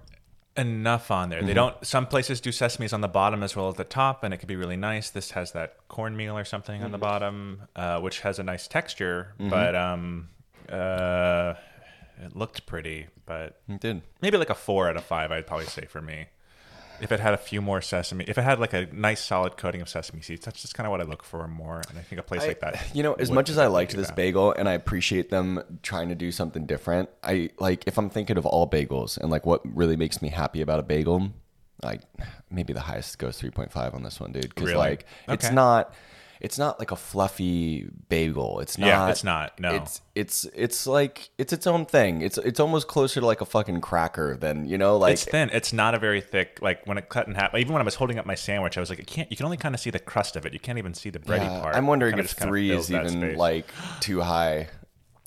Speaker 2: enough on
Speaker 1: Mm-hmm.
Speaker 2: there. They don't. Some places do sesames on the bottom as well as the top, and it could be really nice. This has that cornmeal or something on the
Speaker 1: Mm-hmm.
Speaker 2: bottom, uh, which has a nice texture, but um, uh, it looked pretty. But
Speaker 1: It did.
Speaker 2: maybe like a four out of five i'd probably say for me if it had a few more sesame if it had like a nice solid coating of sesame seeds that's just kind of what i look for more and i think a place like that
Speaker 1: You know, as
Speaker 2: would
Speaker 1: much as I liked
Speaker 2: do
Speaker 1: this
Speaker 2: that.
Speaker 1: bagel and I appreciate them trying to do something different, I like if I'm thinking of all bagels and like what really makes me happy about a bagel, like maybe the highest goes 3.5 on this one, dude. Because
Speaker 2: Really?
Speaker 1: like it's
Speaker 2: Okay.
Speaker 1: not, it's not like a fluffy bagel. It's not.
Speaker 2: Yeah, it's not, no.
Speaker 1: it's it's it's like it's its own thing. It's it's almost closer to like a fucking cracker than you know like
Speaker 2: it's thin it's not a very thick like when it cut in half even when i was holding up my sandwich i was like it can't you can only kind of see the crust of it you can't even see the bready
Speaker 1: Uh,
Speaker 2: part
Speaker 1: I'm wondering
Speaker 2: Kinda
Speaker 1: if
Speaker 2: just kinda
Speaker 1: three
Speaker 2: fills
Speaker 1: is
Speaker 2: that
Speaker 1: even
Speaker 2: space.
Speaker 1: like um, too high.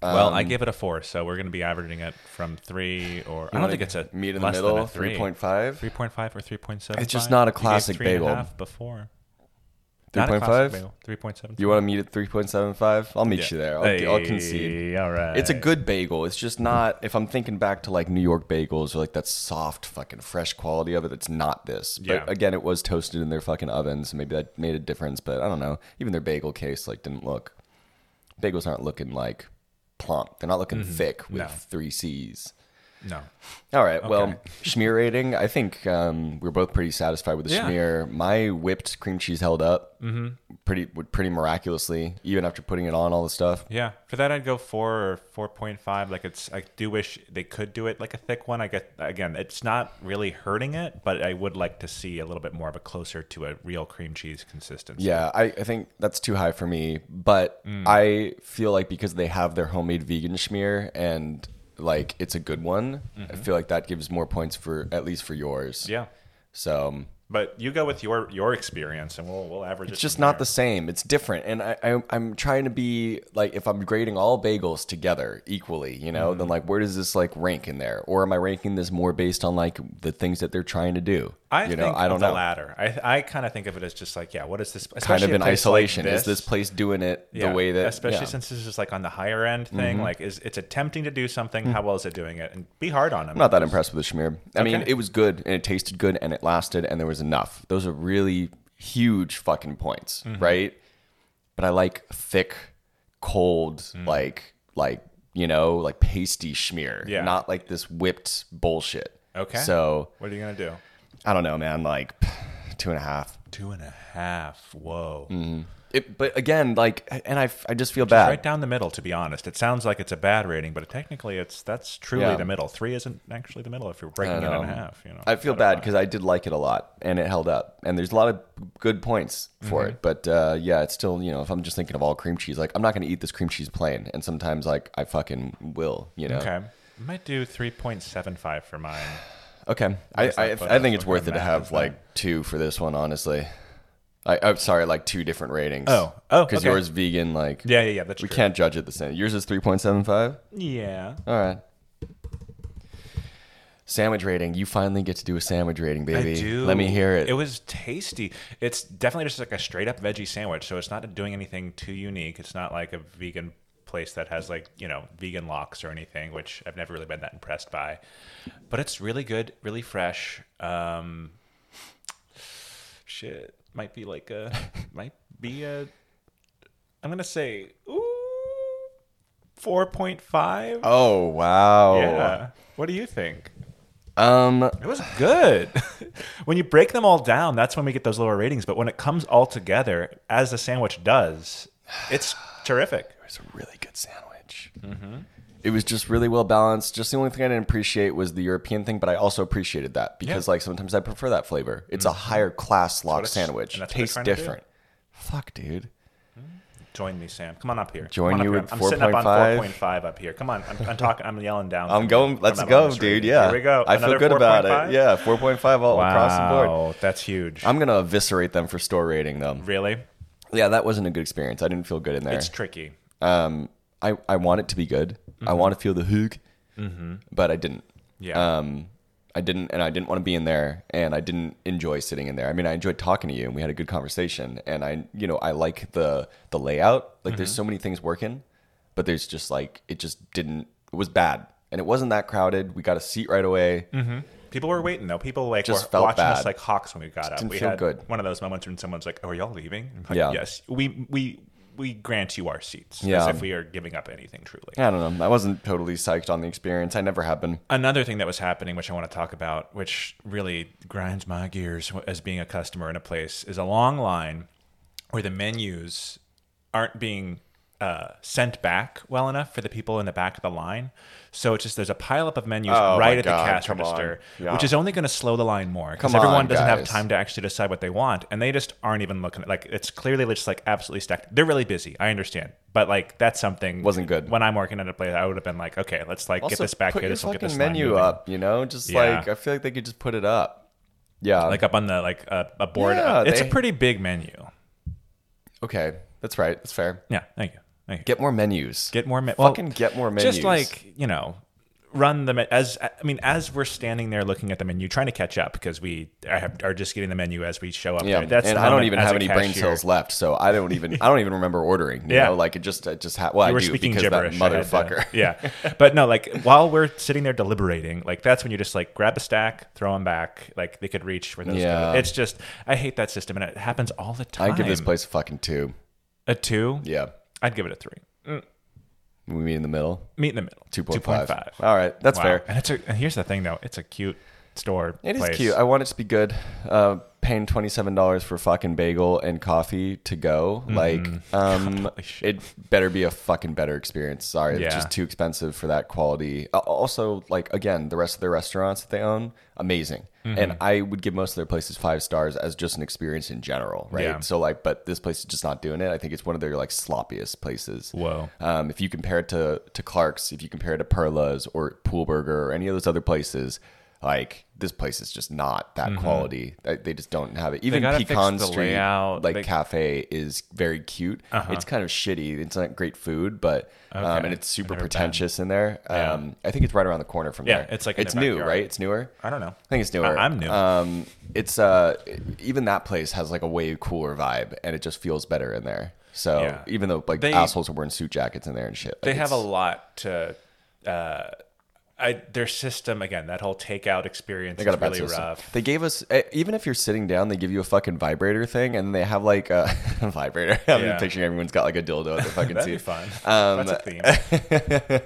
Speaker 2: well i gave it a four so we're going to be averaging it from three or i don't think it's a
Speaker 1: meat in the
Speaker 2: less than
Speaker 1: middle,
Speaker 2: a three.
Speaker 1: 3.5
Speaker 2: 3.5 or 3.7
Speaker 1: It's just not a classic
Speaker 2: three and a
Speaker 1: bagel.
Speaker 2: half before
Speaker 1: 3.5?
Speaker 2: 3.7
Speaker 1: You want to meet at 3.75? I'll meet you there. I'll, I'll concede.
Speaker 2: Hey, All right.
Speaker 1: It's a good bagel. It's just not, if I'm thinking back to like New York bagels or like that soft, fucking fresh quality of it, it's not this. But
Speaker 2: Yeah.
Speaker 1: again, it was toasted in their fucking ovens. So maybe that made a difference. But I don't know. Even their bagel case like didn't look, bagels aren't looking like plump. They're not looking thick with
Speaker 2: Mm-hmm. No.
Speaker 1: three C's.
Speaker 2: no.
Speaker 1: All right. Well, schmear rating. I think um, we're both pretty satisfied with the
Speaker 2: Yeah. Mm-hmm.
Speaker 1: schmear. My whipped cream cheese held up pretty pretty miraculously, even after putting it on all the stuff.
Speaker 2: Yeah. For that, I'd go four or four point five. Like it's. I do wish they could do it like a thick one. I get again. It's not really hurting it, but I would like to see a little bit more of a closer to a real cream cheese consistency.
Speaker 1: Yeah, I, I think that's too high
Speaker 2: Mm.
Speaker 1: for me. But I feel like because they have their homemade vegan schmear and like it's a good one, I feel like that gives more points for at least for yours.
Speaker 2: Mm-hmm. Yeah.
Speaker 1: So um,
Speaker 2: But you go with your your experience, and we'll we'll average.
Speaker 1: it's
Speaker 2: it
Speaker 1: just
Speaker 2: from
Speaker 1: not
Speaker 2: there.
Speaker 1: the same. It's different, and I, I I'm trying to be like if I'm grading all bagels together equally, you know,
Speaker 2: Mm-hmm.
Speaker 1: then like where does this like rank in there, or am I ranking this more based on like the things that they're trying to do?
Speaker 2: I
Speaker 1: you
Speaker 2: think
Speaker 1: know, I don't
Speaker 2: the
Speaker 1: know.
Speaker 2: latter. I I kind of think of it as just like yeah, what is this?
Speaker 1: Kind
Speaker 2: especially
Speaker 1: of
Speaker 2: a
Speaker 1: in
Speaker 2: place like
Speaker 1: isolation. Is this place doing it the way that?
Speaker 2: especially
Speaker 1: yeah. Mm-hmm.
Speaker 2: since this is like on the higher end thing, like is it's attempting to do something. How well is it doing it? And be hard on them.
Speaker 1: I'm not that impressed with the schmear. I mean,
Speaker 2: Okay.
Speaker 1: it was good and it tasted good and it lasted and there was enough. Those are really huge fucking points, right? But I like thick, cold, like like you know, like pasty schmear,
Speaker 2: Yeah.
Speaker 1: not like this whipped bullshit.
Speaker 2: Okay.
Speaker 1: So
Speaker 2: What are you gonna do?
Speaker 1: I don't know, man. Like two and a half.
Speaker 2: Two and a half. Whoa.
Speaker 1: It, but again, like, and I, I just feel bad.
Speaker 2: Right down the middle, to be honest. It sounds like it's a bad rating, but technically, it's that's truly
Speaker 1: Yeah.
Speaker 2: the middle. Three isn't actually the middle if you're breaking it in half. You know,
Speaker 1: I feel bad because I did like it a lot and it held up. And there's a lot of good points
Speaker 2: Mm-hmm.
Speaker 1: for it. But uh, yeah, it's still, you know, if I'm just thinking of all cream cheese, like I'm not going to eat this cream cheese plain. And sometimes, like, I fucking will, you know?
Speaker 2: Okay. I might do 3.75 for mine.
Speaker 1: Okay. I,
Speaker 2: That's
Speaker 1: I,
Speaker 2: not
Speaker 1: I think
Speaker 2: what
Speaker 1: it's
Speaker 2: the
Speaker 1: worth it to
Speaker 2: math
Speaker 1: have
Speaker 2: is then.
Speaker 1: like two for this one, honestly. I, I'm sorry, like two different ratings.
Speaker 2: Oh. Oh,
Speaker 1: Because
Speaker 2: okay.
Speaker 1: yours vegan, like,
Speaker 2: Yeah, Mm-hmm. yeah, yeah. That's
Speaker 1: we
Speaker 2: true.
Speaker 1: can't judge it the same. Yours is 3.75.
Speaker 2: Yeah.
Speaker 1: All right. Sandwich rating. You finally get to do a sandwich rating, baby.
Speaker 2: I do.
Speaker 1: Let me hear it.
Speaker 2: It was tasty. It's definitely just like a straight up veggie sandwich, so it's not doing anything too unique. It's not like a vegan place that has like, you know, vegan locks or anything, which I've never really been that impressed by. But it's really good, really fresh. Um shit. Might be like a might be a I'm gonna say ooh four point five.
Speaker 1: Oh wow!
Speaker 2: Yeah. What do you think?
Speaker 1: Um,
Speaker 2: It was good. when you break them all down, that's when we get those lower ratings. But when it comes all together, as the sandwich does, it's terrific.
Speaker 1: It's a really good sandwich.
Speaker 2: Mm-hmm.
Speaker 1: It was just really well balanced. Just the only thing I didn't appreciate was the European thing, but I also appreciated that because, like, sometimes I prefer that flavor. It's a higher class lock
Speaker 2: it's-
Speaker 1: sandwich.
Speaker 2: and Mm-hmm. that's what they're
Speaker 1: Tastes
Speaker 2: trying to do.
Speaker 1: different. Fuck, dude.
Speaker 2: Join me, Sam. Come on up here.
Speaker 1: Join
Speaker 2: Come on
Speaker 1: you
Speaker 2: up
Speaker 1: with
Speaker 2: here. I'm sitting up on
Speaker 1: 4.5.
Speaker 2: 4.5 up here. Come on. I'm, I'm talking. I'm yelling down.
Speaker 1: I'm going.
Speaker 2: Come
Speaker 1: Let's
Speaker 2: up on
Speaker 1: go,
Speaker 2: this
Speaker 1: dude.
Speaker 2: rating.
Speaker 1: Yeah,
Speaker 2: Here we go.
Speaker 1: I feel
Speaker 2: Another
Speaker 1: good about
Speaker 2: 4.5?
Speaker 1: it. Yeah, 4.5 all
Speaker 2: Wow.
Speaker 1: across the board.
Speaker 2: That's huge.
Speaker 1: I'm gonna eviscerate them for store rating, though.
Speaker 2: really?
Speaker 1: Yeah, that wasn't a good experience. I didn't feel good in there.
Speaker 2: It's tricky.
Speaker 1: um, I, I want it to be good.
Speaker 2: Mm-hmm.
Speaker 1: I want to feel the hook, but I didn't.
Speaker 2: Yeah.
Speaker 1: Um, I didn't, and I didn't want to be in there, and I didn't enjoy sitting in there. I mean, I enjoyed talking to you, and we had a good conversation, and I, you know, I like the the layout. Like,
Speaker 2: Mm-hmm.
Speaker 1: there's so many things working, but there's just like it just didn't. It was bad, and it wasn't that crowded. We got a seat right away.
Speaker 2: Mm-hmm. People were waiting though. People like
Speaker 1: Just
Speaker 2: were
Speaker 1: felt
Speaker 2: watching
Speaker 1: bad.
Speaker 2: us like hawks when we got up.
Speaker 1: didn't
Speaker 2: We
Speaker 1: feel
Speaker 2: had
Speaker 1: good.
Speaker 2: one of those moments when someone's like, "Oh, are y'all leaving?" I'm like,
Speaker 1: Yeah.
Speaker 2: Yes, we we we grant you our seats
Speaker 1: Yeah.
Speaker 2: as if we are giving up anything truly.
Speaker 1: I don't know. I wasn't totally psyched on the experience. I never have been.
Speaker 2: Another thing that was happening, which I want to talk about, which really grinds my gears as being a customer in a place, is a long line where the menus aren't being uh, sent back well enough for the people in the back of the line. So it's just there's a pileup of menus
Speaker 1: Oh,
Speaker 2: right
Speaker 1: my
Speaker 2: at
Speaker 1: God,
Speaker 2: the cash
Speaker 1: come on.
Speaker 2: register,
Speaker 1: Yeah.
Speaker 2: which is only going to slow the line more because
Speaker 1: Come on,
Speaker 2: everyone doesn't have
Speaker 1: guys.
Speaker 2: time to actually decide what they want, and they just aren't even looking. at Like it's clearly just like absolutely stacked. They're really busy. I understand, but like that's something
Speaker 1: Wasn't good.
Speaker 2: When I'm working at a place, I would have been like, okay, let's like get
Speaker 1: Also,
Speaker 2: this back
Speaker 1: put
Speaker 2: here.
Speaker 1: your
Speaker 2: This will get
Speaker 1: fucking
Speaker 2: this line
Speaker 1: menu
Speaker 2: moving.
Speaker 1: up. You know, just
Speaker 2: Yeah.
Speaker 1: like I feel like they could just put it up. Yeah.
Speaker 2: like up on the like a, a board.
Speaker 1: Yeah,
Speaker 2: it's a
Speaker 1: they-
Speaker 2: pretty big menu.
Speaker 1: okay, that's right. That's fair.
Speaker 2: Yeah, thank you. Thank you.
Speaker 1: Get more menus.
Speaker 2: Get more me-
Speaker 1: fucking
Speaker 2: well,
Speaker 1: get more menus.
Speaker 2: Just like you know, run the me- as I mean as we're standing there looking at the menu, trying to catch up because we are, are just getting the menu as we show up.
Speaker 1: yeah,
Speaker 2: there. That's
Speaker 1: and
Speaker 2: the
Speaker 1: I don't
Speaker 2: moment
Speaker 1: even
Speaker 2: as
Speaker 1: have
Speaker 2: a
Speaker 1: any brain
Speaker 2: cashier.
Speaker 1: cells left, so I don't even I don't even remember ordering. You
Speaker 2: Yeah.
Speaker 1: know, like it just it just ha- well
Speaker 2: You
Speaker 1: I
Speaker 2: were
Speaker 1: do
Speaker 2: speaking
Speaker 1: because
Speaker 2: gibberish, I
Speaker 1: that
Speaker 2: had to-
Speaker 1: motherfucker.
Speaker 2: yeah, but no, like while we're sitting there deliberating, like that's when you just like grab a stack, throw them back, like they could reach for those.
Speaker 1: Yeah.
Speaker 2: go. it's just I hate that system, and it happens all the time.
Speaker 1: I give this place a fucking two.
Speaker 2: a two.
Speaker 1: Yeah,
Speaker 2: I'd give it a three.
Speaker 1: we meet in the middle.
Speaker 2: Meet in the middle.
Speaker 1: Two point five.
Speaker 2: 2.5.
Speaker 1: All right, that's
Speaker 2: Wow.
Speaker 1: fair.
Speaker 2: And it's a, and here's the thing though, it's a cute store.
Speaker 1: It is
Speaker 2: place.
Speaker 1: cute. I want it to be good. Uh, paying twenty seven dollars for fucking bagel and coffee to go,
Speaker 2: Mm-hmm.
Speaker 1: like, um, it better be a fucking better experience. Sorry,
Speaker 2: Yeah.
Speaker 1: it's just too expensive for that quality. Uh, also, like again, the rest of the restaurants that they own, amazing.
Speaker 2: Mm-hmm.
Speaker 1: and I would give most of their places five stars as just an experience in general, right?
Speaker 2: Yeah.
Speaker 1: So like, but this place is just not doing it. I think it's one of their like sloppiest places.
Speaker 2: Whoa.
Speaker 1: Um, if you compare it to to Clark's, if you compare it to Perla's or Pool Burger or any of those other places, like this place is just not that quality. They- They just don't have it. Even
Speaker 2: Mm-hmm. gotta fix
Speaker 1: Pecan
Speaker 2: the
Speaker 1: Street,
Speaker 2: layout.
Speaker 1: like
Speaker 2: They- Uh-huh.
Speaker 1: cafe, is very cute. It's kind of shitty. It's not great food, but um,
Speaker 2: Okay.
Speaker 1: and it's super
Speaker 2: I've never been.
Speaker 1: pretentious in there. Um, I think it's right around the corner from
Speaker 2: Yeah,
Speaker 1: there.
Speaker 2: it's like in
Speaker 1: it's
Speaker 2: the
Speaker 1: new,
Speaker 2: backyard.
Speaker 1: right? It's newer.
Speaker 2: I don't know.
Speaker 1: I think it's newer.
Speaker 2: I- I'm new.
Speaker 1: Um, it's uh, even that place has like a way cooler vibe, and it just feels better in there. So
Speaker 2: Yeah.
Speaker 1: even though like
Speaker 2: They-
Speaker 1: assholes are wearing suit jackets in there and shit, like,
Speaker 2: they have a
Speaker 1: it's-
Speaker 2: lot to. Uh, I their system again. That whole takeout experience
Speaker 1: They got a
Speaker 2: is
Speaker 1: bad
Speaker 2: really
Speaker 1: system.
Speaker 2: rough.
Speaker 1: They gave us eh, even if you're sitting down, they give you a fucking vibrator thing, and they have like a vibrator. I'm
Speaker 2: Yeah.
Speaker 1: picturing everyone's got like a dildo at the fucking
Speaker 2: That'd be
Speaker 1: seat.
Speaker 2: fun.
Speaker 1: Um,
Speaker 2: That's a theme.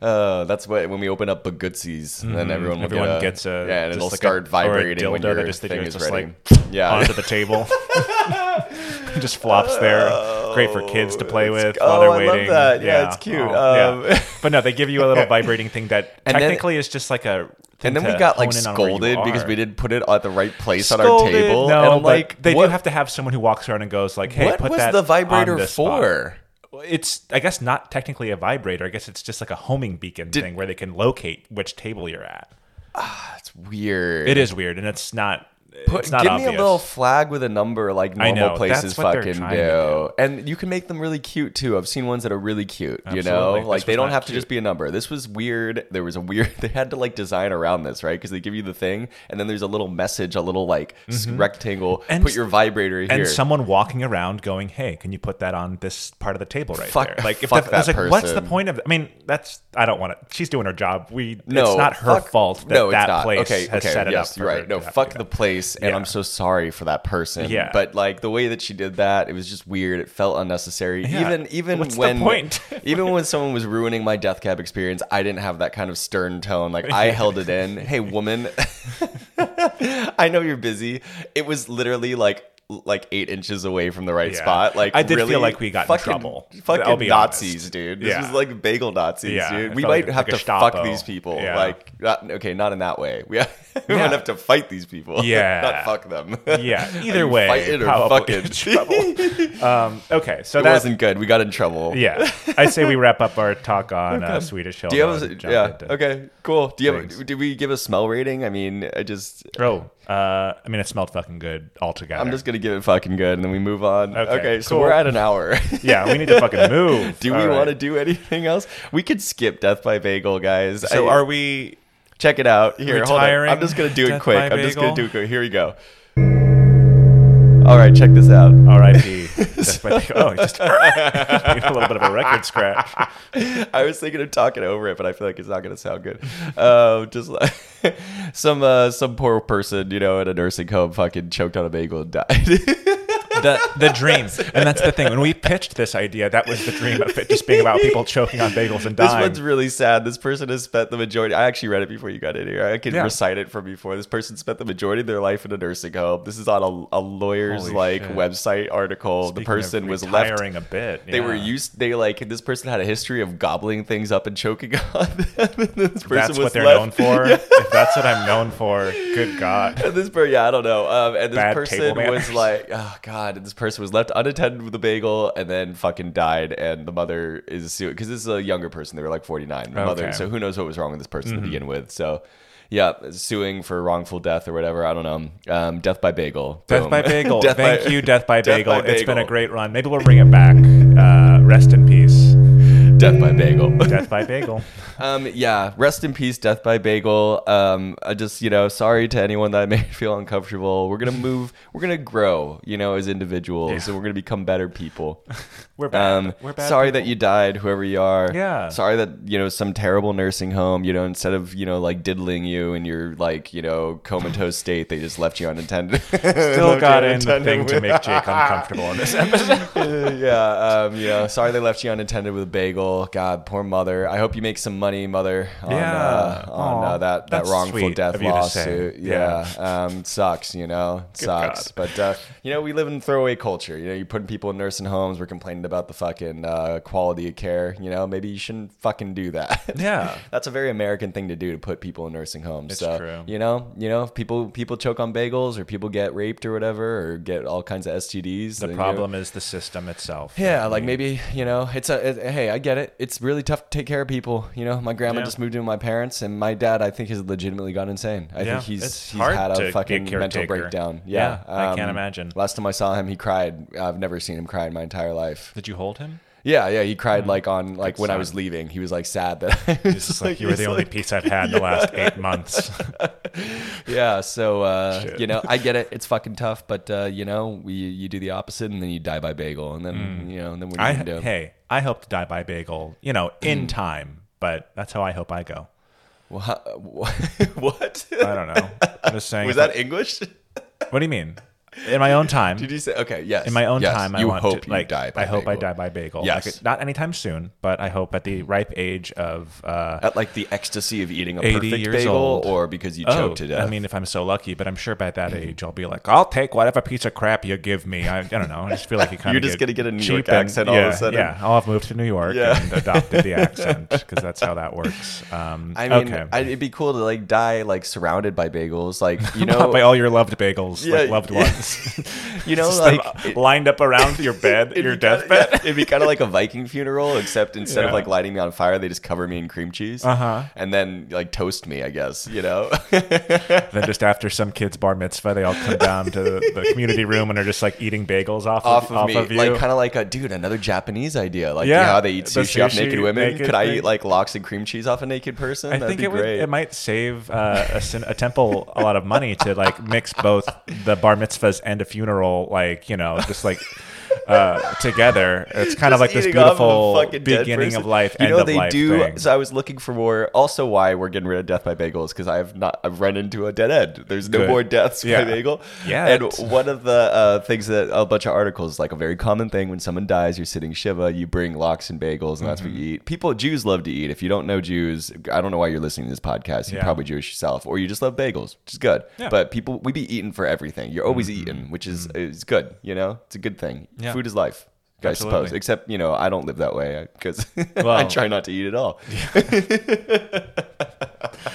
Speaker 1: Uh, that's what when we open up Bagootsies, then everyone will
Speaker 2: Mm-hmm. Everyone
Speaker 1: get a,
Speaker 2: gets a
Speaker 1: yeah, and
Speaker 2: just
Speaker 1: it'll
Speaker 2: like a-
Speaker 1: start
Speaker 2: or a
Speaker 1: vibrating when
Speaker 2: dildo that
Speaker 1: your
Speaker 2: just- that
Speaker 1: thing
Speaker 2: you're
Speaker 1: is
Speaker 2: just,
Speaker 1: ready.
Speaker 2: like,
Speaker 1: yeah,
Speaker 2: onto the table. just flops there. Great for kids to play with while
Speaker 1: oh,
Speaker 2: they're
Speaker 1: I love
Speaker 2: waiting. Oh,
Speaker 1: that. Yeah, it's cute. Um,
Speaker 2: But no, they give you a little vibrating thing that
Speaker 1: And then-
Speaker 2: technically is just like a. Thing
Speaker 1: And then we
Speaker 2: to
Speaker 1: got like
Speaker 2: hone in on where you
Speaker 1: scolded because
Speaker 2: are.
Speaker 1: we didn't put it at the right place on our
Speaker 2: Scolded,
Speaker 1: table.
Speaker 2: No,
Speaker 1: and I'm
Speaker 2: but
Speaker 1: like
Speaker 2: they
Speaker 1: what,
Speaker 2: do have to have someone who walks around and goes like, "Hey,
Speaker 1: what
Speaker 2: put
Speaker 1: was
Speaker 2: that
Speaker 1: the
Speaker 2: on
Speaker 1: vibrator
Speaker 2: this spot.
Speaker 1: for?
Speaker 2: It's, I guess, not technically a vibrator. I guess it's just like a homing beacon thing where they can locate which table you're at.
Speaker 1: That's weird.
Speaker 2: It is weird, and it's not.
Speaker 1: Put-
Speaker 2: it's not
Speaker 1: give
Speaker 2: obvious.
Speaker 1: me a little flag with a number like normal
Speaker 2: know,
Speaker 1: places
Speaker 2: that's what they're
Speaker 1: fucking do.
Speaker 2: trying to
Speaker 1: And you can make them really cute too. I've seen ones that are really cute, you know?
Speaker 2: Absolutely. This
Speaker 1: Like they
Speaker 2: was
Speaker 1: don't
Speaker 2: not
Speaker 1: have to
Speaker 2: cute.
Speaker 1: just be a number. This was weird. There was a weird they had to like design around this, right? Cuz they give you the thing and then there's a little message, a little like s- rectangle,
Speaker 2: Mm-hmm. And
Speaker 1: put
Speaker 2: s-
Speaker 1: your vibrator here.
Speaker 2: and someone walking around going, "Hey, can you put that on this part of the table right
Speaker 1: Fuck-
Speaker 2: there?" Like, if
Speaker 1: fuck
Speaker 2: I was
Speaker 1: that
Speaker 2: like, what's the
Speaker 1: person.
Speaker 2: point of? I mean, that's I don't want to. She's doing her job. We
Speaker 1: no,
Speaker 2: it's not her
Speaker 1: fuck-
Speaker 2: fault that
Speaker 1: no, it's
Speaker 2: that
Speaker 1: not.
Speaker 2: place
Speaker 1: okay,
Speaker 2: has
Speaker 1: okay,
Speaker 2: set it
Speaker 1: yes,
Speaker 2: up. for
Speaker 1: You're
Speaker 2: her
Speaker 1: right. No,
Speaker 2: to have
Speaker 1: fuck
Speaker 2: to do
Speaker 1: the
Speaker 2: that.
Speaker 1: place, and
Speaker 2: Yeah.
Speaker 1: I'm so sorry for that person.
Speaker 2: Yeah.
Speaker 1: but like the way that she did that, it was just weird. It felt unnecessary.
Speaker 2: Yeah.
Speaker 1: Even even
Speaker 2: What's the
Speaker 1: when
Speaker 2: point?
Speaker 1: even when someone was ruining my death cab experience, I didn't have that kind of stern tone. Like I held it in. Hey, woman, I know you're busy. It was literally like. Like eight inches away from the right
Speaker 2: Yeah.
Speaker 1: spot. Like
Speaker 2: I did feel
Speaker 1: really
Speaker 2: like we got in
Speaker 1: fucking,
Speaker 2: trouble.
Speaker 1: Fucking
Speaker 2: I'll be honest.
Speaker 1: Nazis, dude. This
Speaker 2: Yeah.
Speaker 1: was like bagel Nazis,
Speaker 2: Yeah,
Speaker 1: dude.
Speaker 2: it
Speaker 1: We
Speaker 2: felt
Speaker 1: might
Speaker 2: like-
Speaker 1: have
Speaker 2: like a
Speaker 1: to fuck
Speaker 2: Gestapo.
Speaker 1: these people.
Speaker 2: Yeah.
Speaker 1: Like not okay, not in that way. We, we
Speaker 2: Yeah.
Speaker 1: would have to fight these people.
Speaker 2: Yeah.
Speaker 1: not fuck them.
Speaker 2: Yeah.
Speaker 1: You
Speaker 2: Either way,
Speaker 1: fight it or fuck
Speaker 2: probably
Speaker 1: it.
Speaker 2: trouble. Um, okay, so
Speaker 1: It
Speaker 2: that
Speaker 1: wasn't good. We got in trouble.
Speaker 2: yeah. I say we wrap up our talk on uh, Swedish Hill.
Speaker 1: Do you have?
Speaker 2: though,
Speaker 1: A,
Speaker 2: and jump
Speaker 1: yeah.
Speaker 2: into-
Speaker 1: Okay. Cool. Do you have?
Speaker 2: Thanks.
Speaker 1: Did we give a smell rating? I mean, I just.
Speaker 2: Oh, uh, I mean, it smelled fucking good altogether.
Speaker 1: I'm just gonna give it fucking good, and then we move on. Okay.
Speaker 2: Okay,
Speaker 1: So
Speaker 2: cool.
Speaker 1: we're at an hour.
Speaker 2: yeah, we need to fucking move.
Speaker 1: Do we want to do anything else? We could skip Death by Bagel, guys.
Speaker 2: So
Speaker 1: I-
Speaker 2: are we?
Speaker 1: check it out. Here, hold on.
Speaker 2: Retiring
Speaker 1: I'm just gonna do it
Speaker 2: Death
Speaker 1: quick.
Speaker 2: by
Speaker 1: I'm just gonna
Speaker 2: Bagel.
Speaker 1: do it quick. Here we go. All right, check this out.
Speaker 2: R.I.P. That's my thing. Oh, it just a little bit of a record scratch.
Speaker 1: I was thinking of talking over it, but I feel like it's not going to sound good. Uh, just like some uh, some poor person, you know, in a nursing home, fucking choked on a bagel and died.
Speaker 2: The the dream, and that's the thing. When we pitched this idea, that was the dream of it just being about people choking on bagels and
Speaker 1: This
Speaker 2: dying.
Speaker 1: one's really sad. This person has spent the majority. I actually read it before you got in here. I can
Speaker 2: Yeah.
Speaker 1: recite it from before. This person spent the majority of their life in a nursing home. This is on a, a lawyer's
Speaker 2: Holy
Speaker 1: like
Speaker 2: shit.
Speaker 1: website article. the
Speaker 2: Speaking of
Speaker 1: person was left
Speaker 2: retiring a bit.
Speaker 1: They were
Speaker 2: yeah.
Speaker 1: used. They like this person had a history of gobbling things up and choking on them. and this person
Speaker 2: That's
Speaker 1: was
Speaker 2: what they're
Speaker 1: left-
Speaker 2: known for. If that's what I'm known for, good God.
Speaker 1: And this person, yeah, I don't know. Um, and this
Speaker 2: Bad
Speaker 1: person
Speaker 2: table
Speaker 1: was
Speaker 2: manners.
Speaker 1: like, oh god. And this person was left unattended with a bagel, and then fucking died. And the mother is suing because this is a younger person. They were like forty nine. The mother.
Speaker 2: Okay. Mm-hmm.
Speaker 1: So who knows what was wrong with this person to begin with? So. Yeah, suing for wrongful death or whatever. I don't know. Um, death by bagel.
Speaker 2: Death
Speaker 1: Boom.
Speaker 2: by Bagel.
Speaker 1: Death by-
Speaker 2: Thank you, Death by
Speaker 1: Death
Speaker 2: Bagel.
Speaker 1: by
Speaker 2: It's been a
Speaker 1: Bagel.
Speaker 2: great run. Maybe we'll bring it back. Uh, rest in peace.
Speaker 1: Death by bagel.
Speaker 2: Death by Bagel.
Speaker 1: Um, yeah, rest in peace, Death by Bagel. Um, I just, you know, sorry to anyone that I made feel uncomfortable. We're gonna move, we're gonna grow, you know, as individuals,
Speaker 2: Yeah.
Speaker 1: and we're gonna become better people.
Speaker 2: We're bad.
Speaker 1: Um,
Speaker 2: We're bad.
Speaker 1: sorry
Speaker 2: people.
Speaker 1: that you died, whoever you are.
Speaker 2: Yeah.
Speaker 1: Sorry that you know some terrible nursing home. You know, instead of you know like diddling you in your like you know comatose state, they just left you unattended. Left
Speaker 2: still
Speaker 1: you
Speaker 2: got in the
Speaker 1: unattended
Speaker 2: thing to
Speaker 1: with-
Speaker 2: make Jake uncomfortable in this episode.
Speaker 1: yeah, um, yeah. Sorry they left you unattended with a bagel. Rachel. God, poor mother. I hope you make some money, mother, on,
Speaker 2: Yeah.
Speaker 1: uh, on
Speaker 2: Aw,
Speaker 1: uh, that, that
Speaker 2: that's
Speaker 1: wrongful
Speaker 2: sweet
Speaker 1: death
Speaker 2: of you to
Speaker 1: lawsuit.
Speaker 2: say.
Speaker 1: Yeah. um, sucks, you know, sucks.
Speaker 2: God.
Speaker 1: But, uh, you know, we live in throwaway culture. You know, you're putting people in nursing homes. We're complaining about the fucking uh, quality of care. You know, maybe you shouldn't fucking do that.
Speaker 2: Yeah.
Speaker 1: That's a very American thing to do to put people in nursing homes.
Speaker 2: It's
Speaker 1: so,
Speaker 2: true.
Speaker 1: you know, you know, if people people choke on bagels or people get raped or whatever or get all kinds of STDs.
Speaker 2: The
Speaker 1: then, you know,
Speaker 2: problem is the system itself.
Speaker 1: yeah, like maybe you know, it's a it, hey, I get it. It's really tough to take care of people. You know, my grandma
Speaker 2: Yeah.
Speaker 1: just moved in with my parents, and my dad, I think, has legitimately gone insane. I
Speaker 2: Yeah,
Speaker 1: think he's
Speaker 2: it's
Speaker 1: he's
Speaker 2: hard
Speaker 1: had
Speaker 2: to
Speaker 1: a
Speaker 2: be
Speaker 1: fucking mental
Speaker 2: a caretaker.
Speaker 1: breakdown. Yeah, um,
Speaker 2: Yeah, I can't imagine.
Speaker 1: Last time I saw him, he cried. I've never seen him cry in my entire life.
Speaker 2: Did you hold him?
Speaker 1: Yeah, yeah, he cried like on like when I
Speaker 2: Mm-hmm. sign.
Speaker 1: was leaving. He was like sad that I was
Speaker 2: He's just like, you were
Speaker 1: he's
Speaker 2: the only
Speaker 1: like-
Speaker 2: piece I've had in the last eight months.
Speaker 1: Yeah, so uh,
Speaker 2: Shit.
Speaker 1: you know, I get it. It's fucking tough, but uh, you know, we you do the opposite, and then you die by bagel, and then you know, and then what are
Speaker 2: Mm. I
Speaker 1: you gonna do?
Speaker 2: hey, I hope to die by bagel, you know, in
Speaker 1: Mm.
Speaker 2: time. But that's how I hope I go.
Speaker 1: Well, how- what?
Speaker 2: I don't know. I'm just saying.
Speaker 1: Was that English?
Speaker 2: what do you mean? In my own time.
Speaker 1: Did you say okay? Yes.
Speaker 2: in my own
Speaker 1: yes,
Speaker 2: time, I
Speaker 1: you
Speaker 2: want
Speaker 1: hope
Speaker 2: to
Speaker 1: you
Speaker 2: like.
Speaker 1: die. By
Speaker 2: I hope I
Speaker 1: bagel.
Speaker 2: die by bagel.
Speaker 1: Yes. Mm-hmm.
Speaker 2: Like, not anytime soon, but I hope at the ripe age of uh,
Speaker 1: at like the ecstasy of eating a
Speaker 2: 80
Speaker 1: perfect
Speaker 2: years
Speaker 1: bagel,
Speaker 2: old.
Speaker 1: or because you
Speaker 2: oh,
Speaker 1: choked to death. Mm-hmm.
Speaker 2: I mean, if I'm so lucky, but I'm sure by that age I'll be like, I'll take whatever piece of crap you give me. I, I don't know. I just feel like you kind
Speaker 1: You're
Speaker 2: of
Speaker 1: just
Speaker 2: get
Speaker 1: gonna get a New
Speaker 2: cheap
Speaker 1: York
Speaker 2: and-
Speaker 1: accent all
Speaker 2: yeah,
Speaker 1: of a sudden.
Speaker 2: Yeah, I'll have moved to New York
Speaker 1: Yeah.
Speaker 2: and adopted the accent because that's how that works. Um,
Speaker 1: I mean,
Speaker 2: okay.
Speaker 1: I- it'd be cool to like die like surrounded by bagels, like you
Speaker 2: Not
Speaker 1: know,
Speaker 2: by all your loved bagels, like
Speaker 1: Yeah,
Speaker 2: loved
Speaker 1: yeah.
Speaker 2: ones.
Speaker 1: you know,
Speaker 2: Just
Speaker 1: like.
Speaker 2: them lined up around your bed,
Speaker 1: it'd
Speaker 2: your
Speaker 1: be kinda-
Speaker 2: deathbed.
Speaker 1: yeah, it'd be kind of like a Viking funeral, except instead of
Speaker 2: Yeah.
Speaker 1: like lighting me on fire, they just cover me in cream cheese,
Speaker 2: Uh-huh.
Speaker 1: and then like toast me. I guess you know.
Speaker 2: Then just after some kid's bar mitzvah, they all come down to the, the community room and are just like eating bagels off,
Speaker 1: off
Speaker 2: of,
Speaker 1: of
Speaker 2: off
Speaker 1: me,
Speaker 2: of you.
Speaker 1: like kind of like a dude, another Japanese idea. Like
Speaker 2: Yeah,
Speaker 1: you know how they eat
Speaker 2: the
Speaker 1: sushi, off
Speaker 2: sushi,
Speaker 1: naked women.
Speaker 2: naked
Speaker 1: Could I
Speaker 2: thing.
Speaker 1: eat like lox and cream cheese off a naked person?
Speaker 2: I
Speaker 1: That'd
Speaker 2: think
Speaker 1: be
Speaker 2: it would,
Speaker 1: great.
Speaker 2: it might save uh, a, sin- a temple a lot of money to like mix both the bar mitzvahs and a funeral, like you know, just like uh, together. It's kind
Speaker 1: Just
Speaker 2: of like this
Speaker 1: eating off of a
Speaker 2: beautiful
Speaker 1: fucking dead
Speaker 2: beginning
Speaker 1: person.
Speaker 2: of life,
Speaker 1: You
Speaker 2: end
Speaker 1: know
Speaker 2: of
Speaker 1: they
Speaker 2: life
Speaker 1: do.
Speaker 2: thing.
Speaker 1: So I was looking for more. Also, why we're getting rid of death by bagels because I've not I've run into a dead end. There's no
Speaker 2: Good.
Speaker 1: more deaths
Speaker 2: Yeah.
Speaker 1: by bagel.
Speaker 2: Yeah, that's-
Speaker 1: And one of the uh, things that a bunch of articles like a very common thing when someone dies, you're sitting shiva, you bring lox and bagels, and that's
Speaker 2: Mm-hmm.
Speaker 1: what you eat. People Jews love to eat. If you don't know Jews, I don't know why you're listening to this podcast. You're
Speaker 2: Yeah.
Speaker 1: probably Jewish yourself, or you just love bagels, which is good.
Speaker 2: Yeah. Mm-hmm.
Speaker 1: But people, we be eating for everything. You're always eating, which is is good. You know, it's a good thing.
Speaker 2: Yeah.
Speaker 1: Food is life. I
Speaker 2: Absolutely.
Speaker 1: suppose, except you know, I don't live that way because I
Speaker 2: Well-
Speaker 1: try not to eat at all.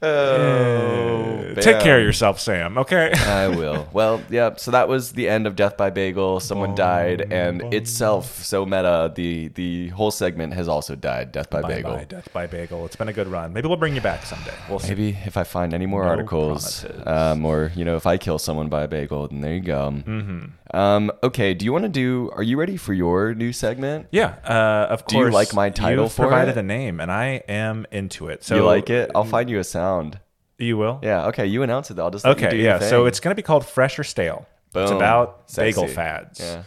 Speaker 1: Oh,
Speaker 2: Uh, Take care of yourself, Sam. Okay.
Speaker 1: I will. Well, yeah. So that was the end of Death by Bagel. Someone died, and itself so meta. The the whole segment has also died. Death by
Speaker 2: Bye
Speaker 1: Bagel.
Speaker 2: bye, death by bagel. It's been a good run. Maybe we'll bring you back someday. We'll see.
Speaker 1: Maybe if I find any more articles,
Speaker 2: promises.
Speaker 1: um, or you know, if I kill someone by a bagel, then there you go. Mm-hmm. Um, okay. Do you want to do? Are you ready for your new segment?
Speaker 2: Yeah, uh, of
Speaker 1: you
Speaker 2: course.
Speaker 1: like my title
Speaker 2: you've
Speaker 1: for
Speaker 2: provided
Speaker 1: it?
Speaker 2: a name, and I am into it. So
Speaker 1: you like it? I'll find you a sound.
Speaker 2: You will.
Speaker 1: Yeah. Okay. You announce it. I'll just let you do
Speaker 2: Okay.
Speaker 1: your
Speaker 2: Yeah. So
Speaker 1: thing.
Speaker 2: it's going to be called Fresh or Stale. It's
Speaker 1: Boom.
Speaker 2: about
Speaker 1: Sexy.
Speaker 2: bagel fads.
Speaker 1: Yeah.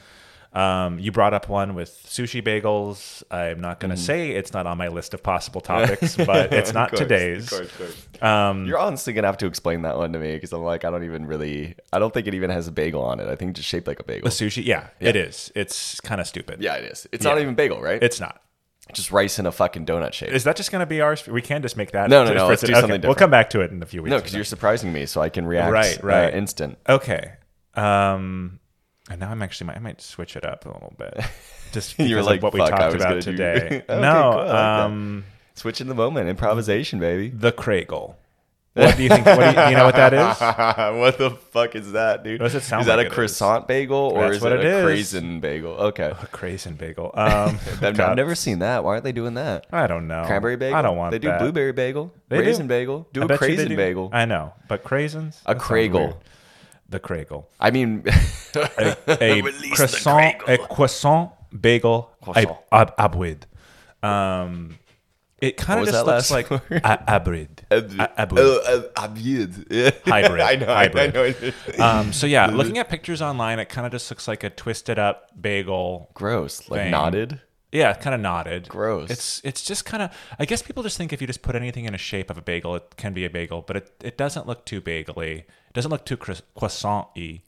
Speaker 2: Um, you brought up one with sushi bagels. I'm not going to say it's not on my list of possible topics, but it's not
Speaker 1: course, Mm-hmm. of
Speaker 2: today's.
Speaker 1: course, of course.
Speaker 2: Um,
Speaker 1: You're honestly gonna have to explain that one to me because I'm like, I don't even really, I don't think it even has a bagel on it. I think it's just shaped like a bagel.
Speaker 2: the sushi. Yeah, it is. It's kind of stupid.
Speaker 1: yeah, it is. It's not even bagel, right? It's
Speaker 2: It's not.
Speaker 1: just rice in a fucking donut shape.
Speaker 2: Is that just going to be ours? We can just make that.
Speaker 1: No, no, no,
Speaker 2: for
Speaker 1: let's
Speaker 2: today.
Speaker 1: do
Speaker 2: Okay,
Speaker 1: something
Speaker 2: We'll
Speaker 1: different.
Speaker 2: come back to it in a few weeks.
Speaker 1: no,
Speaker 2: or
Speaker 1: because you're surprising me, so I can react
Speaker 2: Right, right.
Speaker 1: uh, instant.
Speaker 2: Okay. Um, and now I'm actually I might switch it up a little bit. Just
Speaker 1: You were
Speaker 2: because
Speaker 1: like,
Speaker 2: of what we
Speaker 1: "Fuck, I
Speaker 2: talked
Speaker 1: was
Speaker 2: about
Speaker 1: gonna do-
Speaker 2: today.
Speaker 1: Okay,
Speaker 2: no,
Speaker 1: cool, I like that.
Speaker 2: um,
Speaker 1: Switch in the moment, improvisation, baby.
Speaker 2: the Craigle. What do you think? What do you, do you know what that is?
Speaker 1: what the fuck is that, dude?
Speaker 2: What does it sound
Speaker 1: is that
Speaker 2: like
Speaker 1: a
Speaker 2: it is?
Speaker 1: croissant bagel or
Speaker 2: That's
Speaker 1: is
Speaker 2: what
Speaker 1: it,
Speaker 2: it
Speaker 1: a
Speaker 2: is.
Speaker 1: craisin bagel? Okay,
Speaker 2: A Craisin bagel. Um,
Speaker 1: I've, I've
Speaker 2: God,
Speaker 1: never seen that. Why aren't they doing that?
Speaker 2: I don't know.
Speaker 1: Cranberry bagel.
Speaker 2: Oh, I don't want
Speaker 1: They do
Speaker 2: that.
Speaker 1: blueberry bagel,
Speaker 2: They do.
Speaker 1: raisin bagel. Do
Speaker 2: I
Speaker 1: a
Speaker 2: bet you they
Speaker 1: craisin
Speaker 2: do.
Speaker 1: bagel.
Speaker 2: I know, but craisins.
Speaker 1: A
Speaker 2: That sounds
Speaker 1: Craigle.
Speaker 2: weird. The Craigle.
Speaker 1: I mean,
Speaker 2: a
Speaker 1: Release the
Speaker 2: croissant,
Speaker 1: Kragel.
Speaker 2: a croissant bagel,
Speaker 1: Croissant.
Speaker 2: ab- ab- abrid. Um, it kind
Speaker 1: What
Speaker 2: of
Speaker 1: was
Speaker 2: just
Speaker 1: that last
Speaker 2: looks like
Speaker 1: word?
Speaker 2: a- abrid. A- abrid.
Speaker 1: Oh, uh, abrid. Yeah.
Speaker 2: Hybrid.
Speaker 1: I know.
Speaker 2: Hybrid.
Speaker 1: I, I know. it is.
Speaker 2: Um, so yeah, looking at pictures online, it kind of just looks like a twisted up bagel.
Speaker 1: Gross. Like
Speaker 2: Thing.
Speaker 1: knotted.
Speaker 2: Yeah, kind of knotted.
Speaker 1: Gross.
Speaker 2: It's it's just kind of. I guess people just think if you just put anything in a shape of a bagel, it can be a bagel, but it, it doesn't look too bagely. It doesn't look too croissant y.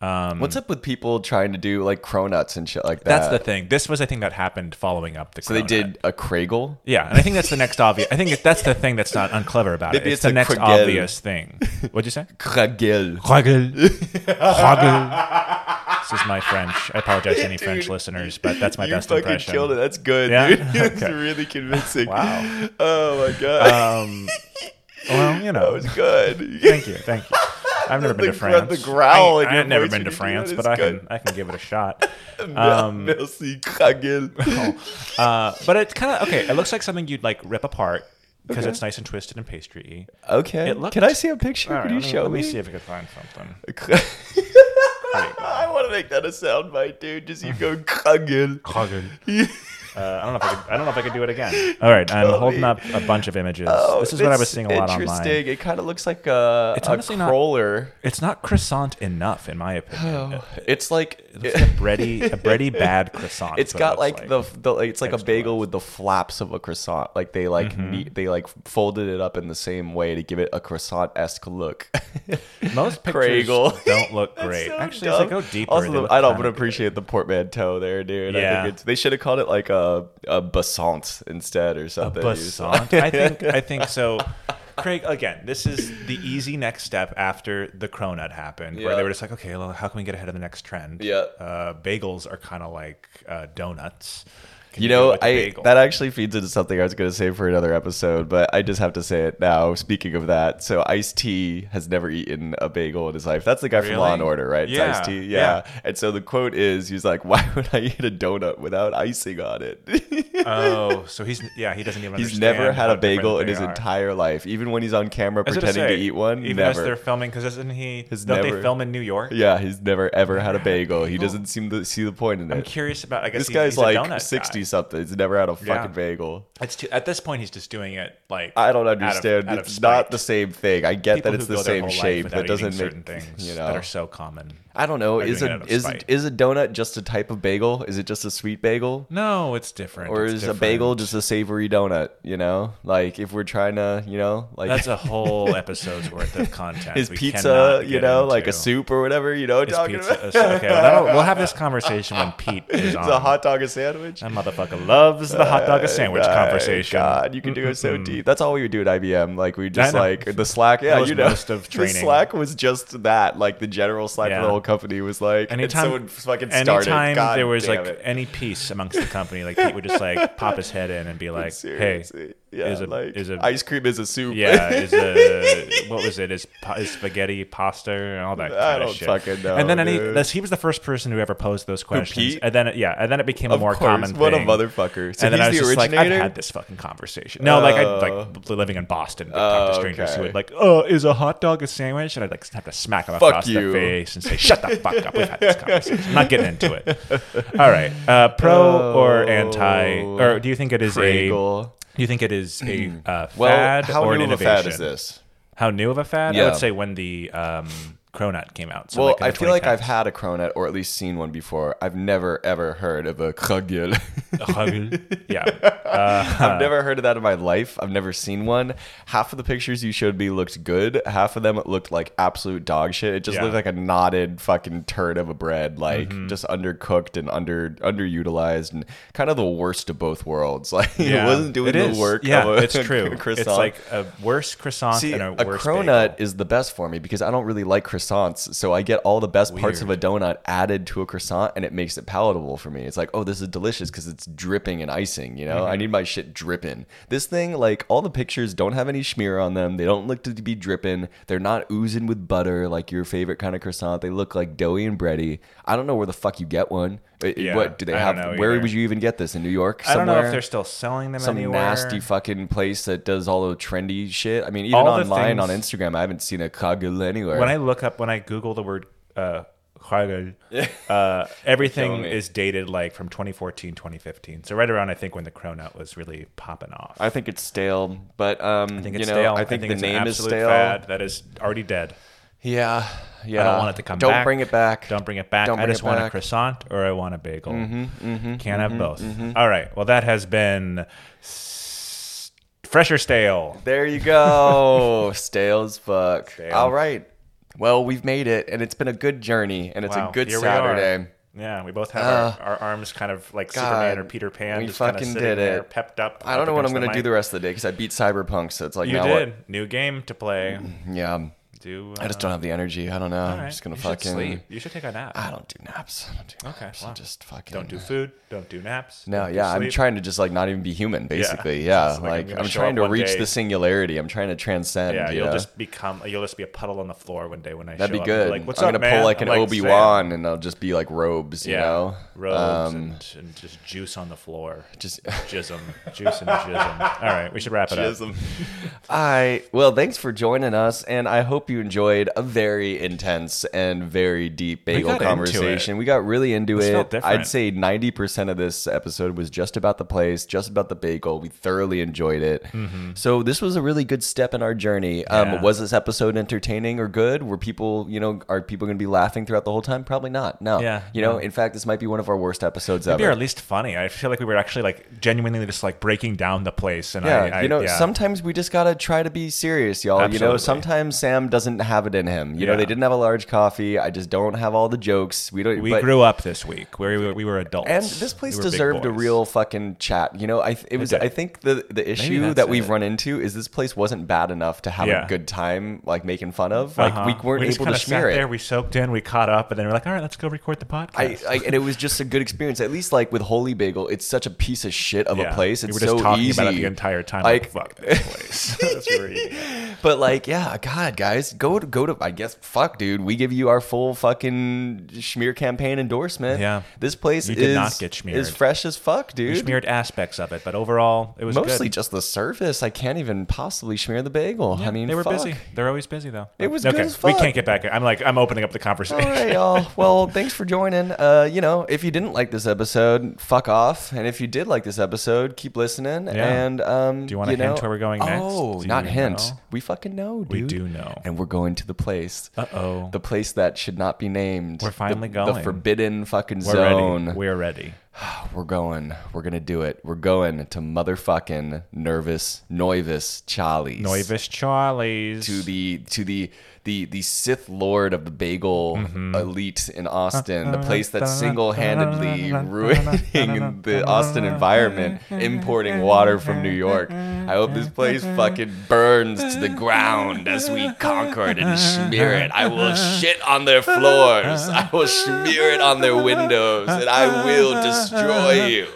Speaker 2: Um,
Speaker 1: What's up with people trying to do like cronuts and shit like that?
Speaker 2: that's the thing. This was, I think, that happened following up the.
Speaker 1: so they
Speaker 2: Corona.
Speaker 1: did a Craigle.
Speaker 2: Yeah, and I think that's the next obvious. I think that- that's the thing that's not unclever about
Speaker 1: Maybe
Speaker 2: it. It's,
Speaker 1: it's
Speaker 2: the
Speaker 1: a
Speaker 2: next
Speaker 1: Kragel.
Speaker 2: obvious thing. What'd you say?
Speaker 1: Craigle.
Speaker 2: Kragel. Kragel. This is my French. I apologize to any
Speaker 1: Dude,
Speaker 2: French listeners, but that's my
Speaker 1: you
Speaker 2: best
Speaker 1: fucking
Speaker 2: impression.
Speaker 1: killed it. That's good,
Speaker 2: Yeah?
Speaker 1: dude. That's
Speaker 2: Okay.
Speaker 1: really convincing.
Speaker 2: Wow.
Speaker 1: Oh my god,
Speaker 2: Um, well, you
Speaker 1: that
Speaker 2: know,
Speaker 1: was good.
Speaker 2: thank you, thank you. I've never been
Speaker 1: The gr-
Speaker 2: to France.
Speaker 1: the growl in
Speaker 2: I,
Speaker 1: your
Speaker 2: I've never
Speaker 1: voice
Speaker 2: been
Speaker 1: when
Speaker 2: to
Speaker 1: you do
Speaker 2: France,
Speaker 1: that
Speaker 2: but
Speaker 1: is
Speaker 2: I
Speaker 1: good.
Speaker 2: can I can give it a shot.
Speaker 1: Um, Merci, Craigle.
Speaker 2: Uh, but it's kind of okay. It looks like something you'd like rip apart because it's nice and twisted and pastry.
Speaker 1: Okay.
Speaker 2: It looked-
Speaker 1: Can I see a picture?
Speaker 2: All right,
Speaker 1: Can you
Speaker 2: let me,
Speaker 1: show
Speaker 2: let
Speaker 1: me?
Speaker 2: me see if I can find something.
Speaker 1: I want to make that a soundbite, dude. Just you go Kragel.
Speaker 2: Uh, I don't know if I could, I don't know if I could do it again. All right, I'm holding
Speaker 1: me.
Speaker 2: up a bunch of images.
Speaker 1: Oh,
Speaker 2: this is what I was
Speaker 1: that's
Speaker 2: seeing a lot online.
Speaker 1: Interesting. It kind of looks like a,
Speaker 2: It's
Speaker 1: a
Speaker 2: honestly not-
Speaker 1: crawler.
Speaker 2: It's not croissant enough, in my opinion.
Speaker 1: Oh. It's like
Speaker 2: Oh. It looks like a bready, a bready bad croissant.
Speaker 1: it's
Speaker 2: is what
Speaker 1: got
Speaker 2: it
Speaker 1: like,
Speaker 2: looks
Speaker 1: the the like, it's like a
Speaker 2: Next to
Speaker 1: bagel with the flaps of a croissant. Like they like
Speaker 2: Mm-hmm.
Speaker 1: ne- they like folded it up in the same way to give it a croissant esque look.
Speaker 2: most pictures
Speaker 1: Craigle.
Speaker 2: don't look
Speaker 1: That's
Speaker 2: great.
Speaker 1: so
Speaker 2: Actually, if they
Speaker 1: dumb.
Speaker 2: go deeper,
Speaker 1: Also,
Speaker 2: they
Speaker 1: the-
Speaker 2: look
Speaker 1: I don't
Speaker 2: kinda
Speaker 1: appreciate the portmanteau there, dude. I
Speaker 2: Yeah.
Speaker 1: think it's, they should have called it like a a bassant instead or something.
Speaker 2: Basant. I think I think so. Craig, again, this is the easy next step after the cronut happened, where
Speaker 1: Yeah.
Speaker 2: they were just like, okay, well, how can we get ahead of the next trend?
Speaker 1: Yeah.
Speaker 2: Uh, bagels are kind of like uh, donuts. Can
Speaker 1: You
Speaker 2: do it
Speaker 1: know,
Speaker 2: with a
Speaker 1: I
Speaker 2: bagel?
Speaker 1: that actually feeds into something I was going to say for another episode, but I just have to say it now. Speaking of that, so Ice T has never eaten a bagel in his life. That's the guy from Law and
Speaker 2: Really?
Speaker 1: Order, right?
Speaker 2: Yeah,
Speaker 1: It's Ice T, yeah. And so the quote is, he's like, "Why would I eat a donut without icing on it?"
Speaker 2: oh, so he's yeah, he doesn't even.
Speaker 1: he's
Speaker 2: understand
Speaker 1: never had
Speaker 2: how
Speaker 1: a bagel
Speaker 2: different
Speaker 1: in his
Speaker 2: they are.
Speaker 1: entire life, even when he's on camera
Speaker 2: I was gonna
Speaker 1: pretending to
Speaker 2: say,
Speaker 1: eat one.
Speaker 2: even as
Speaker 1: never.
Speaker 2: they're filming. Because isn't he?
Speaker 1: Has
Speaker 2: don't
Speaker 1: never-
Speaker 2: they film in New York?
Speaker 1: Yeah, he's never ever had a bagel. He doesn't seem to see the point in
Speaker 2: I'm
Speaker 1: it.
Speaker 2: curious about. I guess
Speaker 1: This
Speaker 2: he's-
Speaker 1: guy's
Speaker 2: he's a
Speaker 1: like
Speaker 2: donut
Speaker 1: sixty
Speaker 2: guy.
Speaker 1: something. He's never had a fucking bagel.
Speaker 2: It's too, at this point he's just doing it like
Speaker 1: I don't
Speaker 2: out of-
Speaker 1: understand.
Speaker 2: out of
Speaker 1: it's
Speaker 2: spite.
Speaker 1: not the same thing. I get
Speaker 2: People
Speaker 1: that it's
Speaker 2: who
Speaker 1: the
Speaker 2: go their
Speaker 1: same
Speaker 2: whole life
Speaker 1: shape.
Speaker 2: without
Speaker 1: That
Speaker 2: eating
Speaker 1: doesn't
Speaker 2: certain
Speaker 1: make
Speaker 2: things
Speaker 1: You
Speaker 2: that
Speaker 1: know.
Speaker 2: are so common.
Speaker 1: I don't know.
Speaker 2: are
Speaker 1: Is
Speaker 2: doing
Speaker 1: a
Speaker 2: it out of
Speaker 1: is
Speaker 2: spite.
Speaker 1: is a donut just a type of bagel? Is it just a sweet bagel?
Speaker 2: No, it's different.
Speaker 1: Or
Speaker 2: It's
Speaker 1: is a
Speaker 2: different.
Speaker 1: bagel just a savory donut? You know, like if we're trying to, you know, like
Speaker 2: That's a whole episode's worth of content.
Speaker 1: is
Speaker 2: we
Speaker 1: pizza,
Speaker 2: cannot
Speaker 1: you
Speaker 2: get
Speaker 1: know, like a
Speaker 2: into.
Speaker 1: soup or whatever. You know, what I'm
Speaker 2: Is
Speaker 1: talking
Speaker 2: pizza
Speaker 1: about.
Speaker 2: a soup? okay, well, that'll- we'll have this conversation when Pete is
Speaker 1: It's
Speaker 2: on.
Speaker 1: a hot dog, a sandwich.
Speaker 2: that motherfucker loves the hot dog a sandwich
Speaker 1: My
Speaker 2: conversation. Mm-hmm.
Speaker 1: God, you can do Uh, it so deep. That's all we would do at IBM. Like we just
Speaker 2: know.
Speaker 1: like the Slack. Yeah,
Speaker 2: was
Speaker 1: you know,
Speaker 2: most of
Speaker 1: The
Speaker 2: training.
Speaker 1: Slack was just that. Like the general Slack for
Speaker 2: Yeah.
Speaker 1: the whole company was like. and
Speaker 2: Anytime,
Speaker 1: someone fucking started.
Speaker 2: anytime
Speaker 1: God
Speaker 2: there was
Speaker 1: damn
Speaker 2: like
Speaker 1: it.
Speaker 2: any peace amongst the company, like Pete would just like pop his head in and be like, "Hey,
Speaker 1: Seriously. yeah,
Speaker 2: is a-
Speaker 1: like
Speaker 2: is a-
Speaker 1: ice cream is a soup.
Speaker 2: Yeah, is a what was it? Is, pa- is spaghetti pasta and all that? Kind
Speaker 1: I
Speaker 2: of
Speaker 1: don't
Speaker 2: shit.
Speaker 1: fucking know,
Speaker 2: And then any
Speaker 1: dude.
Speaker 2: this, he was the first person who ever posed those questions.
Speaker 1: Pete?
Speaker 2: And then it- yeah, and then it became
Speaker 1: of
Speaker 2: a more
Speaker 1: course.
Speaker 2: common
Speaker 1: What a
Speaker 2: thing.
Speaker 1: motherfucker! So
Speaker 2: and then I was
Speaker 1: he's the
Speaker 2: just like, I've
Speaker 1: originator.
Speaker 2: had this fucking conversation. No, like I like living in Boston, would talk to
Speaker 1: Oh,
Speaker 2: strangers who
Speaker 1: okay.
Speaker 2: would like, "Oh, is a hot dog a sandwich?" And I'd like have to smack them across
Speaker 1: you.
Speaker 2: the face and say, "Shut the fuck up! We've had this conversation. I'm not getting into it." All right, uh, pro or
Speaker 1: Oh,
Speaker 2: anti, or do you think it is a?
Speaker 1: Craigle.
Speaker 2: Do you think it is a uh, fad
Speaker 1: Hmm. Well, how
Speaker 2: or
Speaker 1: new
Speaker 2: an
Speaker 1: of a
Speaker 2: innovation?
Speaker 1: fad is this?
Speaker 2: How new of a fad? I
Speaker 1: Yeah.
Speaker 2: would say when the um, Cronut came out. So
Speaker 1: Well,
Speaker 2: like in
Speaker 1: I
Speaker 2: the
Speaker 1: feel like I've had
Speaker 2: 2010s.
Speaker 1: a cronut or at least seen one before. I've never ever heard of a kragel.
Speaker 2: Oh, yeah.
Speaker 1: I've never heard of that in my life. I've never seen one. Half of the pictures you showed me looked good. Half of them looked like absolute dog shit. It just
Speaker 2: Yeah. Mm-hmm.
Speaker 1: looked like a knotted fucking turd of a bread, like just undercooked and under underutilized and kind of the worst of both worlds. Like
Speaker 2: Yeah.
Speaker 1: it wasn't doing
Speaker 2: It
Speaker 1: the
Speaker 2: is.
Speaker 1: work.
Speaker 2: Yeah,
Speaker 1: of a,
Speaker 2: it's true. It's
Speaker 1: croissant.
Speaker 2: like a worse croissant
Speaker 1: See,
Speaker 2: and a,
Speaker 1: a
Speaker 2: worse
Speaker 1: cronut
Speaker 2: bagel.
Speaker 1: is the best for me because I don't really like croissants. So I get all the best parts of a donut added to a croissant and it makes it palatable for me. It's like, oh, this is delicious because it's dripping and icing, you know?
Speaker 2: Mm-hmm.
Speaker 1: I need my shit dripping. This thing, like, all the pictures don't have any schmear on them. They don't look to be dripping. They're not oozing with butter like your favorite kind of croissant. They look like doughy and bready. I don't know where the fuck you get one. It- it-
Speaker 2: Yeah,
Speaker 1: what do they
Speaker 2: I
Speaker 1: have?
Speaker 2: don't know
Speaker 1: Where
Speaker 2: either.
Speaker 1: would you even get this? In New York?
Speaker 2: I don't know if
Speaker 1: somewhere?
Speaker 2: they're still selling them
Speaker 1: some
Speaker 2: anywhere.
Speaker 1: nasty fucking place that does all the trendy shit. I mean, even
Speaker 2: All the
Speaker 1: online on
Speaker 2: things-
Speaker 1: Instagram, I haven't seen a kaggle anywhere.
Speaker 2: when I look up, when I Google the word uh, Hagel, uh, everything
Speaker 1: me.
Speaker 2: is dated like from 2014, 2015. So right around, I think, when the Cronut was really popping off.
Speaker 1: I think it's stale, but um,
Speaker 2: think
Speaker 1: you
Speaker 2: it's
Speaker 1: know,
Speaker 2: stale.
Speaker 1: I think,
Speaker 2: it's
Speaker 1: the
Speaker 2: an
Speaker 1: name is
Speaker 2: absolute
Speaker 1: stale.
Speaker 2: Fad that is already dead.
Speaker 1: Yeah, yeah.
Speaker 2: I don't want it to come
Speaker 1: Uh, Don't
Speaker 2: back.
Speaker 1: bring it back.
Speaker 2: Don't bring it back.
Speaker 1: Don't
Speaker 2: I
Speaker 1: bring
Speaker 2: just
Speaker 1: it
Speaker 2: want a
Speaker 1: back. Mm-hmm,
Speaker 2: croissant or I want a bagel. Can't have both. All right. Well, that has been s- fresh or stale.
Speaker 1: There you go. stale as fuck. All right, Well, we've made it, and it's been a good journey, and it's
Speaker 2: Wow,
Speaker 1: a good
Speaker 2: here we are.
Speaker 1: Saturday. Uh,
Speaker 2: Yeah, we both have our, our arms kind of like Superman
Speaker 1: God,
Speaker 2: or Peter Pan.
Speaker 1: we
Speaker 2: just kinda
Speaker 1: fucking
Speaker 2: sitting
Speaker 1: did
Speaker 2: there,
Speaker 1: it.
Speaker 2: Pepped up.
Speaker 1: I don't
Speaker 2: up
Speaker 1: know what I'm
Speaker 2: against
Speaker 1: going to do the
Speaker 2: mic.
Speaker 1: rest of the day because I beat Cyberpunk, so it's like
Speaker 2: You
Speaker 1: now
Speaker 2: did new game to play.
Speaker 1: what? Yeah,
Speaker 2: Do
Speaker 1: I just don't have the energy. I don't know. I'm just going to fucking.
Speaker 2: sleep. Uh, You should take a nap.
Speaker 1: I don't do naps. I don't do
Speaker 2: Okay,
Speaker 1: naps.
Speaker 2: wow.
Speaker 1: I'm just fucking.
Speaker 2: don't do food. Don't do naps.
Speaker 1: No,
Speaker 2: don't do
Speaker 1: yeah, I'm
Speaker 2: sleep.
Speaker 1: trying to just like not even be human, basically.
Speaker 2: Yeah.
Speaker 1: Yeah,
Speaker 2: It's like, I'm
Speaker 1: like,
Speaker 2: gonna
Speaker 1: I'm,
Speaker 2: show up
Speaker 1: trying to
Speaker 2: one
Speaker 1: reach
Speaker 2: day.
Speaker 1: the singularity. I'm trying to transcend.
Speaker 2: Yeah,
Speaker 1: you
Speaker 2: you'll
Speaker 1: know?
Speaker 2: just become. You'll just be a puddle on the floor one day when I
Speaker 1: that'd
Speaker 2: show
Speaker 1: be
Speaker 2: up.
Speaker 1: good.
Speaker 2: Like, what's
Speaker 1: I'm
Speaker 2: up,
Speaker 1: gonna
Speaker 2: man?"
Speaker 1: pull like an
Speaker 2: I'm like,
Speaker 1: Obi
Speaker 2: "Sam."
Speaker 1: Wan, and I'll just be like robes, you
Speaker 2: Yeah,
Speaker 1: know,
Speaker 2: robes
Speaker 1: Um,
Speaker 2: and, and just juice on the floor.
Speaker 1: just.
Speaker 2: Jism, juice and jism. All right, we should wrap it up.
Speaker 1: I well, thanks for joining us, and I hope you enjoyed a very intense and very deep bagel
Speaker 2: got into
Speaker 1: conversation. We got really into
Speaker 2: This felt
Speaker 1: it.
Speaker 2: different.
Speaker 1: I'd say ninety percent of this episode was just about the place, just about the bagel. We thoroughly enjoyed it. So this was a really good step in our journey.
Speaker 2: Mm-hmm. Yeah.
Speaker 1: Um, was this episode entertaining or good? Were people, you know, are people going to be laughing throughout the whole time? Probably not. No.
Speaker 2: Yeah,
Speaker 1: You know, in fact, this might be one of our worst episodes
Speaker 2: Maybe
Speaker 1: ever.
Speaker 2: or at least funny. I feel like we were actually like genuinely just like breaking down the place. And
Speaker 1: Yeah,
Speaker 2: I, I,
Speaker 1: you know,
Speaker 2: yeah.
Speaker 1: sometimes we just gotta try to be serious, y'all. You know,
Speaker 2: Absolutely.
Speaker 1: sometimes Sam doesn't have it in him. You
Speaker 2: Yeah.
Speaker 1: know, they didn't have a large coffee. I just don't have all the jokes. We don't.
Speaker 2: we
Speaker 1: but,
Speaker 2: grew up this week. We were, we were adults,
Speaker 1: and this place
Speaker 2: We were big
Speaker 1: deserved a
Speaker 2: boys.
Speaker 1: real fucking chat. You know, I it was.
Speaker 2: did.
Speaker 1: I think the the issue
Speaker 2: that's
Speaker 1: that we've
Speaker 2: it.
Speaker 1: run into is this place wasn't bad enough to have
Speaker 2: Yeah.
Speaker 1: a good time, like making fun of. Like
Speaker 2: Uh-huh.
Speaker 1: we weren't
Speaker 2: just
Speaker 1: able to
Speaker 2: kinda sat
Speaker 1: smear it.
Speaker 2: There, we soaked in, we caught up, and then we're like, all right, let's go record the podcast.
Speaker 1: I, I, and it was just a good experience. At least like with Holy Bagel, it's such a piece of shit of
Speaker 2: Yeah.
Speaker 1: a place. It's
Speaker 2: we were
Speaker 1: so
Speaker 2: just talking
Speaker 1: easy.
Speaker 2: about it the entire time. Like,
Speaker 1: Like,
Speaker 2: fuck this place. That's what we were eating.
Speaker 1: But like, yeah, God, guys, go to go to. I guess, fuck, dude, we give you our full fucking schmear campaign endorsement.
Speaker 2: Yeah.
Speaker 1: this place
Speaker 2: You
Speaker 1: is
Speaker 2: did not get schmeared.
Speaker 1: is fresh as fuck,
Speaker 2: We
Speaker 1: dude.
Speaker 2: smeared aspects of it, but overall, it was
Speaker 1: Mostly
Speaker 2: Good.
Speaker 1: just the surface. I can't even possibly smear the bagel. I mean,
Speaker 2: they were
Speaker 1: fuck.
Speaker 2: busy. They're always busy though.
Speaker 1: It was
Speaker 2: okay.
Speaker 1: good as
Speaker 2: We
Speaker 1: fuck.
Speaker 2: can't get back. I'm like, I'm opening up the
Speaker 1: All
Speaker 2: conversation.
Speaker 1: right, y'all. Well, thanks for joining. Uh, you know, if you didn't like this episode, fuck off. And if you did like this episode, keep listening.
Speaker 2: Yeah.
Speaker 1: And um,
Speaker 2: Do you wanna
Speaker 1: know-
Speaker 2: hint where we're going next?
Speaker 1: Oh,
Speaker 2: Do
Speaker 1: not
Speaker 2: you
Speaker 1: hint.
Speaker 2: know?
Speaker 1: We fucking know, dude.
Speaker 2: We do know.
Speaker 1: And we're going to the place.
Speaker 2: Uh oh.
Speaker 1: the place that should not be named.
Speaker 2: We're finally
Speaker 1: the,
Speaker 2: going.
Speaker 1: The forbidden fucking
Speaker 2: We're
Speaker 1: zone.
Speaker 2: ready. We're ready.
Speaker 1: We're going. We're gonna do it. We're going to motherfucking nervous Noivus Chalies.
Speaker 2: Noivus Charlie's.
Speaker 1: To the to the the the Sith Lord of the Bagel elite in Austin, the place that's single-handedly ruining the Austin environment, importing water from New York. I hope this place fucking burns to the ground as we conquer it and smear it. I will shit on their floors. I will smear it on their windows, and I will destroy you.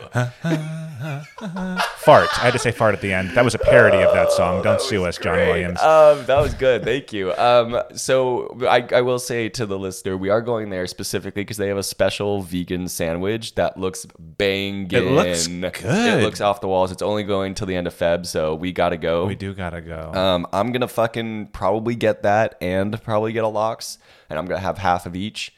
Speaker 2: fart. I had to say fart at the end. That was a parody of that song. Don't sue us, John
Speaker 1: Great.
Speaker 2: Williams.
Speaker 1: Um, that was good. Thank you. Um, so I, I will say to the listener, we are going there specifically because they have a special vegan sandwich that looks banging.
Speaker 2: It looks good.
Speaker 1: It looks off the walls. It's only going till the end of Feb, so we gotta go.
Speaker 2: we do gotta go.
Speaker 1: Um, I'm gonna fucking probably get that and probably get a lox, and I'm gonna have half of each.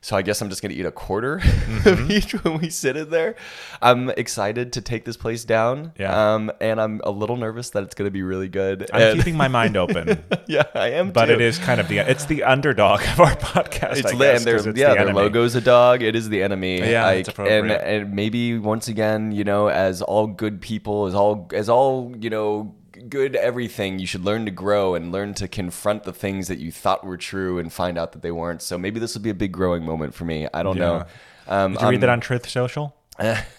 Speaker 1: So I guess I'm just gonna eat a quarter
Speaker 2: Mm-hmm.
Speaker 1: of each when we sit in there. I'm excited to take this place down.
Speaker 2: Yeah.
Speaker 1: Um, and I'm a little nervous that it's gonna be really good.
Speaker 2: I'm
Speaker 1: And-
Speaker 2: keeping my mind open,
Speaker 1: yeah, I am.
Speaker 2: but
Speaker 1: too.
Speaker 2: it is kind of the it's the underdog of our podcast.
Speaker 1: It's
Speaker 2: I
Speaker 1: lit,
Speaker 2: guess,
Speaker 1: and their
Speaker 2: 'cause it's
Speaker 1: yeah,
Speaker 2: the
Speaker 1: their
Speaker 2: enemy.
Speaker 1: logo's a dog. It is the enemy.
Speaker 2: Yeah,
Speaker 1: like,
Speaker 2: it's appropriate.
Speaker 1: And, and maybe once again, you know, as all good people, as all as all you know, good everything, you should learn to grow and learn to confront the things that you thought were true and find out that they weren't. So maybe this will be a big growing moment for me. I don't know. Um, Eh.
Speaker 2: Did you read that on Truth Social?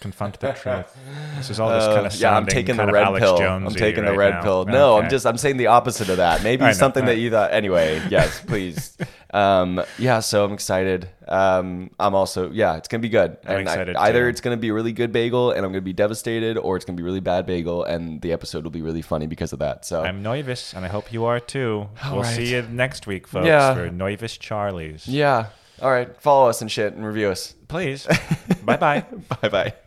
Speaker 2: Confront the truth. This is all this kind of
Speaker 1: Uh, yeah, I'm
Speaker 2: sounding
Speaker 1: taking
Speaker 2: kind
Speaker 1: the
Speaker 2: of
Speaker 1: red
Speaker 2: Alex
Speaker 1: pill.
Speaker 2: Jones-y
Speaker 1: I'm taking the
Speaker 2: right
Speaker 1: red
Speaker 2: now.
Speaker 1: pill. No,
Speaker 2: Okay.
Speaker 1: I'm just I'm saying the opposite of that. Maybe
Speaker 2: I know,
Speaker 1: something
Speaker 2: I-
Speaker 1: that you thought. Anyway, yes, please. um, yeah, so I'm excited. Um, I'm also yeah, it's gonna be good.
Speaker 2: I'm
Speaker 1: And
Speaker 2: excited,
Speaker 1: I,
Speaker 2: too.
Speaker 1: either it's gonna be a really good bagel and I'm gonna be devastated, or it's gonna be really bad bagel and the episode will be really funny because of that. So
Speaker 2: I'm Noivis, and I hope you are too.
Speaker 1: All
Speaker 2: we'll
Speaker 1: right.
Speaker 2: see you next week, folks,
Speaker 1: Yeah.
Speaker 2: for Noivis Charlie's.
Speaker 1: yeah, all right, follow us and shit and review us.
Speaker 2: Please. bye bye.
Speaker 1: Bye bye.